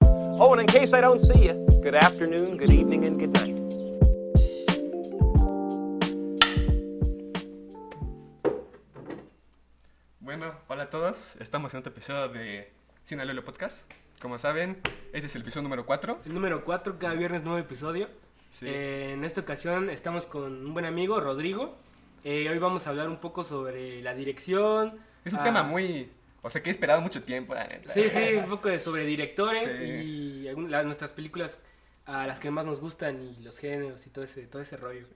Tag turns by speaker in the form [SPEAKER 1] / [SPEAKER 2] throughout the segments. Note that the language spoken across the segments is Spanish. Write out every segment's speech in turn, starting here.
[SPEAKER 1] Oh, and in case I don't see you, good afternoon, good evening, and good night.
[SPEAKER 2] Bueno, hola a todos. Estamos en otro episodio de Sin Alelo Podcast. Como saben, este es el episodio número 4.
[SPEAKER 3] El número 4, cada viernes nuevo episodio.
[SPEAKER 2] Sí.
[SPEAKER 3] Eh, en esta ocasión estamos con un buen amigo, Rodrigo. Eh, hoy vamos a hablar un poco sobre la dirección.
[SPEAKER 2] Es un
[SPEAKER 3] ah,
[SPEAKER 2] tema muy. O sea, que he esperado mucho tiempo, la neta.
[SPEAKER 3] Sí, sí, un poco de- sobre directores
[SPEAKER 2] Sí.
[SPEAKER 3] y algún- las, nuestras películas a las que más nos gustan y los géneros y todo ese, todo ese rollo.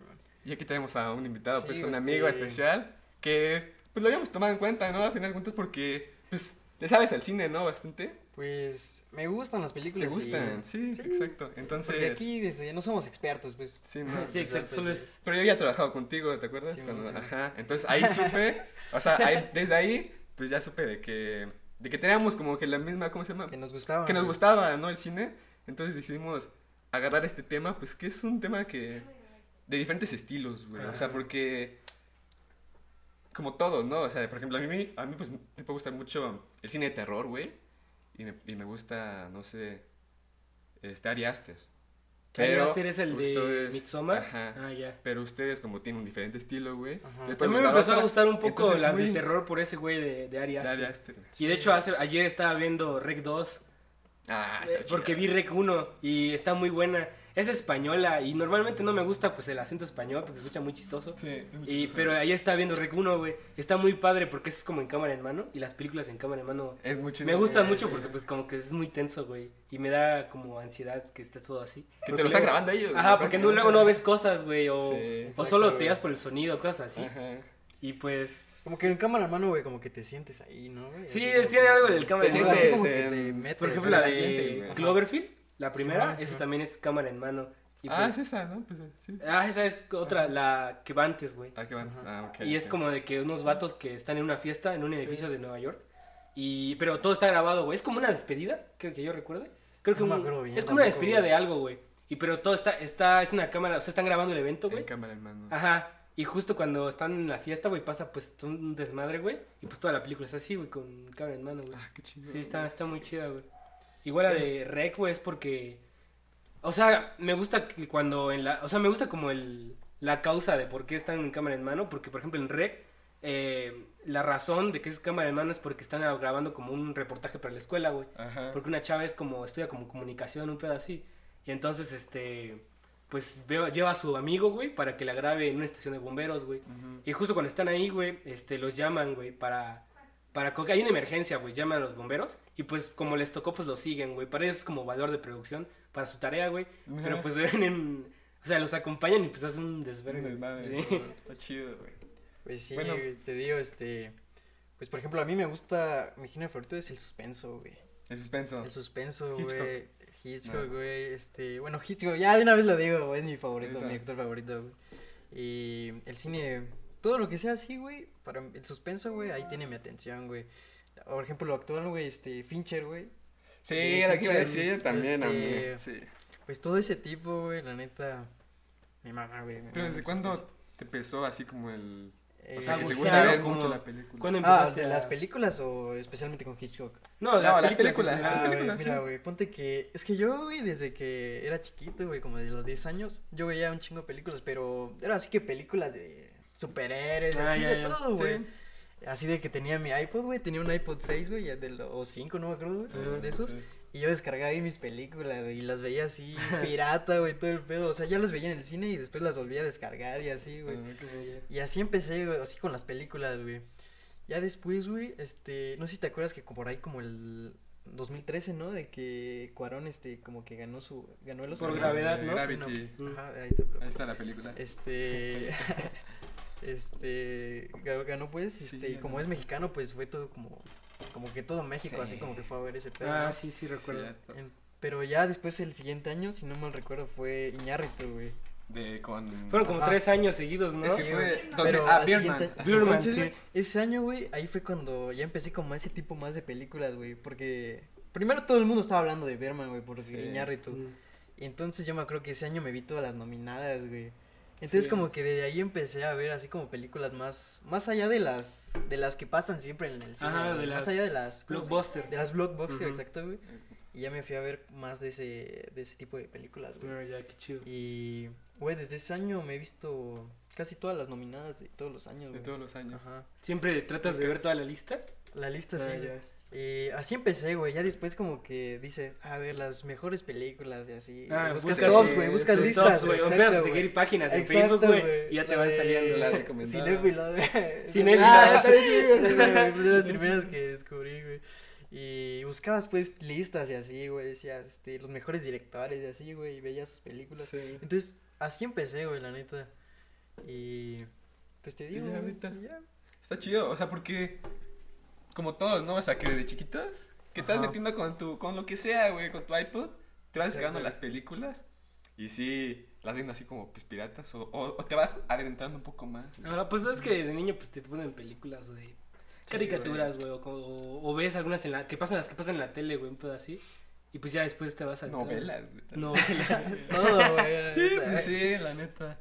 [SPEAKER 2] Y aquí tenemos a un invitado,
[SPEAKER 3] Sí,
[SPEAKER 2] pues un
[SPEAKER 3] este-
[SPEAKER 2] amigo especial, que pues lo habíamos tomado en cuenta, ¿no? Al final de cuentas, porque pues le sabes al cine, ¿no? Bastante.
[SPEAKER 4] Pues me gustan las
[SPEAKER 2] Le
[SPEAKER 4] películas.
[SPEAKER 2] gustan,
[SPEAKER 4] Pues sí.
[SPEAKER 2] sí, exacto. Entonces,
[SPEAKER 4] Porque aquí desde, no somos expertos, pues.
[SPEAKER 2] sí, no.
[SPEAKER 3] Ah, Sí, exacto. Solo es.
[SPEAKER 2] Pero yo había trabajado contigo, ¿te acuerdas?
[SPEAKER 4] Sí,
[SPEAKER 2] Cuando-
[SPEAKER 4] sí.
[SPEAKER 2] Ajá. Entonces ahí supe, o sea, ahí- desde ahí, pues ya supe de que, de que teníamos como que la misma, ¿cómo se llama?
[SPEAKER 4] Que nos gustaban.
[SPEAKER 2] que nos gustaba, ¿no? El cine. Entonces decidimos agarrar este tema, pues que es un tema que... De diferentes estilos, güey. O sea, porque... Como todo, ¿no? O sea, por ejemplo, a mí, a mí pues me puede gustar mucho el cine de terror, güey. Y me, y me gusta, no sé... Este Ari Aster.
[SPEAKER 3] Ari Aster es el de
[SPEAKER 2] ustedes-
[SPEAKER 3] Midsommar.
[SPEAKER 2] Ajá. Pues
[SPEAKER 3] Ah, ya.
[SPEAKER 2] Pero ustedes como tienen un diferente estilo, güey.
[SPEAKER 4] Ajá.
[SPEAKER 2] les
[SPEAKER 3] A
[SPEAKER 2] puede
[SPEAKER 3] mí me empezó a
[SPEAKER 2] otras.
[SPEAKER 3] gustar un poco
[SPEAKER 2] Entonces,
[SPEAKER 3] las
[SPEAKER 2] güey,
[SPEAKER 3] de terror por ese güey de, de Ari
[SPEAKER 2] de Ari Aster.
[SPEAKER 3] Aster. Y de hecho, hace, ayer estaba viendo Rec 2
[SPEAKER 2] Ah,
[SPEAKER 3] Eh,
[SPEAKER 2] está chido.
[SPEAKER 3] Porque vi Rec 1 y está muy buena. Es española y normalmente no me gusta pues el acento español porque se escucha muy chistoso.
[SPEAKER 2] Sí, es muy
[SPEAKER 3] Y,
[SPEAKER 2] chistoso.
[SPEAKER 3] pero ahí está viendo Rec 1, güey. Está muy padre porque es como en cámara en mano y las películas en cámara en mano
[SPEAKER 2] Es muy chido.
[SPEAKER 3] me gustan
[SPEAKER 2] Sí,
[SPEAKER 3] mucho
[SPEAKER 2] sí.
[SPEAKER 3] porque pues como que es muy tenso, güey. Y me da como ansiedad que esté todo así.
[SPEAKER 2] Que
[SPEAKER 3] Porque
[SPEAKER 2] te lo están
[SPEAKER 3] luego-
[SPEAKER 2] grabando ellos.
[SPEAKER 3] Ajá, porque no- luego no ves cosas, güey. O,
[SPEAKER 2] Sí,
[SPEAKER 3] o
[SPEAKER 2] exacto,
[SPEAKER 3] solo te
[SPEAKER 2] güey.
[SPEAKER 3] das por el sonido, cosas así.
[SPEAKER 2] Ajá.
[SPEAKER 3] Y pues...
[SPEAKER 4] Como que en cámara en mano, güey, como que te sientes ahí, ¿no? güey?
[SPEAKER 3] Sí,
[SPEAKER 4] Así como
[SPEAKER 3] tiene
[SPEAKER 4] que-
[SPEAKER 3] algo del cámara
[SPEAKER 4] Te
[SPEAKER 3] en
[SPEAKER 4] sientes
[SPEAKER 3] mano.
[SPEAKER 4] así como
[SPEAKER 2] en-
[SPEAKER 4] que te metes,
[SPEAKER 3] Por ejemplo,
[SPEAKER 4] güey,
[SPEAKER 3] la
[SPEAKER 4] al ambiente,
[SPEAKER 3] de
[SPEAKER 4] güey.
[SPEAKER 3] Cloverfield, la primera,
[SPEAKER 4] Simón,
[SPEAKER 3] esa
[SPEAKER 4] Simón.
[SPEAKER 3] también es cámara en mano. Y
[SPEAKER 2] Ah,
[SPEAKER 3] pues-
[SPEAKER 2] es esa, ¿no? Pues, eh, sí.
[SPEAKER 3] Ah, esa es otra, la que va antes, güey.
[SPEAKER 2] Ah, qué bueno. Ah, ok.
[SPEAKER 3] Y es
[SPEAKER 2] ok.
[SPEAKER 3] como de que unos vatos que están en una fiesta en un edificio de Nueva York. Y, pero todo está grabado, güey. Es como una despedida, creo que yo recuerde. Creo que
[SPEAKER 4] No me
[SPEAKER 3] un-
[SPEAKER 4] acuerdo bien,
[SPEAKER 3] es como una
[SPEAKER 4] tampoco,
[SPEAKER 3] despedida
[SPEAKER 4] güey.
[SPEAKER 3] de algo, güey. Y pero todo está, está, es una cámara, o sea, están grabando el evento,
[SPEAKER 2] En
[SPEAKER 3] güey.
[SPEAKER 2] cámara, hermano.
[SPEAKER 3] Ajá. Y justo cuando están en la fiesta, güey, pasa pues un desmadre, güey. Y pues toda la película es así, güey, con cámara en mano, güey.
[SPEAKER 2] Ah, qué chido.
[SPEAKER 3] Sí, está, está muy chida, güey. Igual la de Rec, güey, es porque. O sea, me gusta que cuando en la. O sea, me gusta como el. La causa de por qué están en cámara en mano. Porque, por ejemplo, en Rec. eh, la razón de que es cámara en mano es porque están grabando como un reportaje para la escuela, güey.
[SPEAKER 2] Ajá.
[SPEAKER 3] Porque una chava es como. Estudia como comunicación, un pedo así. Y entonces, este. Pues veo- lleva a su amigo, güey, para que la grabe en una estación de bomberos, güey.
[SPEAKER 2] Ujú.
[SPEAKER 3] Y justo cuando están ahí, güey, este, los llaman, güey, para, para... co- Hay una emergencia, güey, llaman a los bomberos y pues como les tocó, pues lo siguen, güey. Para ellos es como valor de producción, para su tarea, güey. Pero
[SPEAKER 2] Ajá.
[SPEAKER 3] pues ven en... O sea, los acompañan y pues hacen un desvergue.
[SPEAKER 2] Un desmadre,
[SPEAKER 3] sí.
[SPEAKER 2] ¿no? Está chido, güey.
[SPEAKER 4] Pues sí,
[SPEAKER 2] Bueno.
[SPEAKER 4] güey, te digo, este. Pues por ejemplo, a mí me gusta. Mi género favorito es el suspenso, güey.
[SPEAKER 2] El suspenso.
[SPEAKER 4] El suspenso,
[SPEAKER 2] Hitchcock.
[SPEAKER 4] güey. Hitchcock,
[SPEAKER 2] No.
[SPEAKER 4] güey. Este, bueno, Hitchcock, ya de una vez lo digo, güey, es mi favorito,
[SPEAKER 2] Neta.
[SPEAKER 4] mi actor favorito, güey. Y el cine, todo lo que sea así, güey, para mí- el suspenso, güey, ahí tiene mi atención, güey. Por ejemplo, lo actual, güey, este, Fincher, güey.
[SPEAKER 2] Sí,
[SPEAKER 4] Sí,
[SPEAKER 2] era lo que iba a
[SPEAKER 4] Fincher,
[SPEAKER 2] decir también, a
[SPEAKER 4] este-
[SPEAKER 2] mí. Sí.
[SPEAKER 4] Pues todo ese tipo, güey, la neta, mi mamá, güey. me
[SPEAKER 2] Pero
[SPEAKER 4] mama
[SPEAKER 2] ¿desde
[SPEAKER 4] el
[SPEAKER 2] cuándo
[SPEAKER 4] suspenso.
[SPEAKER 2] te empezó así como el...
[SPEAKER 4] Eh,
[SPEAKER 2] O sea,
[SPEAKER 3] Ah,
[SPEAKER 2] que te gusta
[SPEAKER 3] gustaba
[SPEAKER 2] ver
[SPEAKER 3] como-
[SPEAKER 2] mucho la película.
[SPEAKER 3] ¿Cuándo
[SPEAKER 4] Ah,
[SPEAKER 3] empezaste
[SPEAKER 4] ¿de
[SPEAKER 3] a-
[SPEAKER 4] las películas o especialmente con Hitchcock?
[SPEAKER 3] No, las,
[SPEAKER 2] No, las películas, las
[SPEAKER 3] en general.
[SPEAKER 4] Ah, güey,
[SPEAKER 2] películas,
[SPEAKER 4] mira,
[SPEAKER 2] sí.
[SPEAKER 4] güey, ponte que. Es que yo, güey, desde que era chiquito, güey, como de los 10 años, yo veía un chingo de películas, pero era así que películas de superhéroes,
[SPEAKER 3] Ah,
[SPEAKER 4] así
[SPEAKER 3] ya,
[SPEAKER 4] de
[SPEAKER 3] ya.
[SPEAKER 4] todo, güey.
[SPEAKER 2] Sí.
[SPEAKER 4] Así de que tenía mi iPod, güey, tenía un iPod 6, güey, ya de lo- o 5, no me acuerdo, güey,
[SPEAKER 3] Ah,
[SPEAKER 4] de esos.
[SPEAKER 2] sí.
[SPEAKER 4] Y yo descargaba ahí mis películas, güey, y las veía así, pirata, güey, todo el pedo. O sea, ya las veía en el cine y después las volvía a descargar y así, güey.
[SPEAKER 2] Ah, ok.
[SPEAKER 4] Y así empecé, güey, así con las películas, güey. Ya después, güey, este, no sé si te acuerdas que como por ahí como el 2013, ¿no? De que Cuarón, este, como que ganó su, ganó el Oscar.
[SPEAKER 3] Por
[SPEAKER 4] ¿no?
[SPEAKER 3] gravedad,
[SPEAKER 2] De
[SPEAKER 3] ¿no?
[SPEAKER 2] Gravity.
[SPEAKER 3] No.
[SPEAKER 4] Ajá, ahí está.
[SPEAKER 2] Ahí está la película.
[SPEAKER 4] Este, este, ganó, ganó, pues,
[SPEAKER 2] Sí,
[SPEAKER 4] este, y como
[SPEAKER 2] ganó.
[SPEAKER 4] es mexicano, pues fue todo como, como que todo México,
[SPEAKER 2] Sí.
[SPEAKER 4] así como que fue a ver ese pedo.
[SPEAKER 3] Ah,
[SPEAKER 4] ¿no?
[SPEAKER 3] sí, sí, recuerdo.
[SPEAKER 2] Cierto.
[SPEAKER 4] En- pero ya después el siguiente año, si no mal recuerdo, fue Iñárritu, güey.
[SPEAKER 2] De con...
[SPEAKER 3] Fueron como
[SPEAKER 4] Ajá.
[SPEAKER 3] tres años seguidos, ¿no?
[SPEAKER 2] Es que fue... donde-
[SPEAKER 4] Pero
[SPEAKER 2] Ah,
[SPEAKER 4] al
[SPEAKER 2] Birdman.
[SPEAKER 4] siguiente-
[SPEAKER 3] Birdman,
[SPEAKER 4] Entonces,
[SPEAKER 3] sí.
[SPEAKER 4] güey, ese año, güey, ahí fue cuando ya empecé como ese tipo más de películas, güey, porque primero todo el mundo estaba hablando de Berman, güey, por
[SPEAKER 2] Sí.
[SPEAKER 4] Iñárritu.
[SPEAKER 3] Mm.
[SPEAKER 4] Y entonces yo me acuerdo que ese año me vi todas las nominadas, güey. Entonces
[SPEAKER 2] Sí.
[SPEAKER 4] como que de ahí empecé a ver así como películas más más allá de las de las que pasan siempre en el cine,
[SPEAKER 3] Ajá,
[SPEAKER 4] güey,
[SPEAKER 3] de
[SPEAKER 4] más
[SPEAKER 3] las
[SPEAKER 4] allá de las ¿cómo se llama?
[SPEAKER 3] Blockbuster.
[SPEAKER 4] de las blockbuster,
[SPEAKER 3] Ujú.
[SPEAKER 4] exacto, güey. Y ya me fui a ver más de ese, de ese tipo de películas, güey.
[SPEAKER 3] No, Ah, ya, qué chido.
[SPEAKER 4] Y, güey, desde ese año me he visto casi todas las nominadas de todos los años,
[SPEAKER 2] de
[SPEAKER 4] güey.
[SPEAKER 2] todos los años.
[SPEAKER 4] Ajá.
[SPEAKER 3] ¿Siempre tratas de ver toda la lista?
[SPEAKER 4] La lista,
[SPEAKER 3] Ah,
[SPEAKER 4] sí.
[SPEAKER 3] ya.
[SPEAKER 4] Y así empecé, güey. Ya después como que dices, a ver, las mejores películas y así.
[SPEAKER 3] Ah,
[SPEAKER 4] Eh, buscas
[SPEAKER 2] buscas
[SPEAKER 4] tops,
[SPEAKER 2] de-
[SPEAKER 4] güey. Buscas
[SPEAKER 2] sus
[SPEAKER 3] tops, güey,
[SPEAKER 4] listas, güey.
[SPEAKER 3] o
[SPEAKER 4] exacto,
[SPEAKER 3] empiezas a
[SPEAKER 4] güey.
[SPEAKER 3] seguir páginas en
[SPEAKER 4] Exacto,
[SPEAKER 3] Facebook, güey, y ya te van saliendo.
[SPEAKER 2] La
[SPEAKER 4] La de
[SPEAKER 2] recomendada.
[SPEAKER 4] Cinéfilo, güey.
[SPEAKER 3] Cinéfilo.
[SPEAKER 4] Ah, está bien, güey, güey, fue de las primeras que descubrí, güey. Y buscabas, pues, listas y así, güey. Decías, este, los mejores directores y así, güey. Y veías sus películas.
[SPEAKER 2] Sí.
[SPEAKER 4] Entonces, así empecé, güey, la neta. Y. Pues te digo.
[SPEAKER 2] ya
[SPEAKER 4] güey,
[SPEAKER 2] ahorita.
[SPEAKER 4] y ya.
[SPEAKER 2] Está chido, o sea, porque como todos, ¿no? O sea, que desde chiquitos, que estás
[SPEAKER 4] Ajá.
[SPEAKER 2] metiendo con tu, con lo que sea, güey, con tu iPod, te vas
[SPEAKER 4] Exacto,
[SPEAKER 2] descargando
[SPEAKER 4] güey.
[SPEAKER 2] las películas y sí, las viendo así como pues piratas o, o- o te vas adentrando un poco más. güey.
[SPEAKER 3] Ah, pues sabes que de niño pues te ponen películas de caricaturas, güey, o, o- o ves algunas en la que pasan las que pasan en la tele, güey, un pedo así. Y pues ya después te
[SPEAKER 4] Ah,
[SPEAKER 3] vas a
[SPEAKER 2] Novelas, güey.
[SPEAKER 3] Novelas.
[SPEAKER 4] Todo, güey. la
[SPEAKER 2] Sí,
[SPEAKER 4] neta,
[SPEAKER 2] pues
[SPEAKER 4] güey.
[SPEAKER 2] sí, la neta.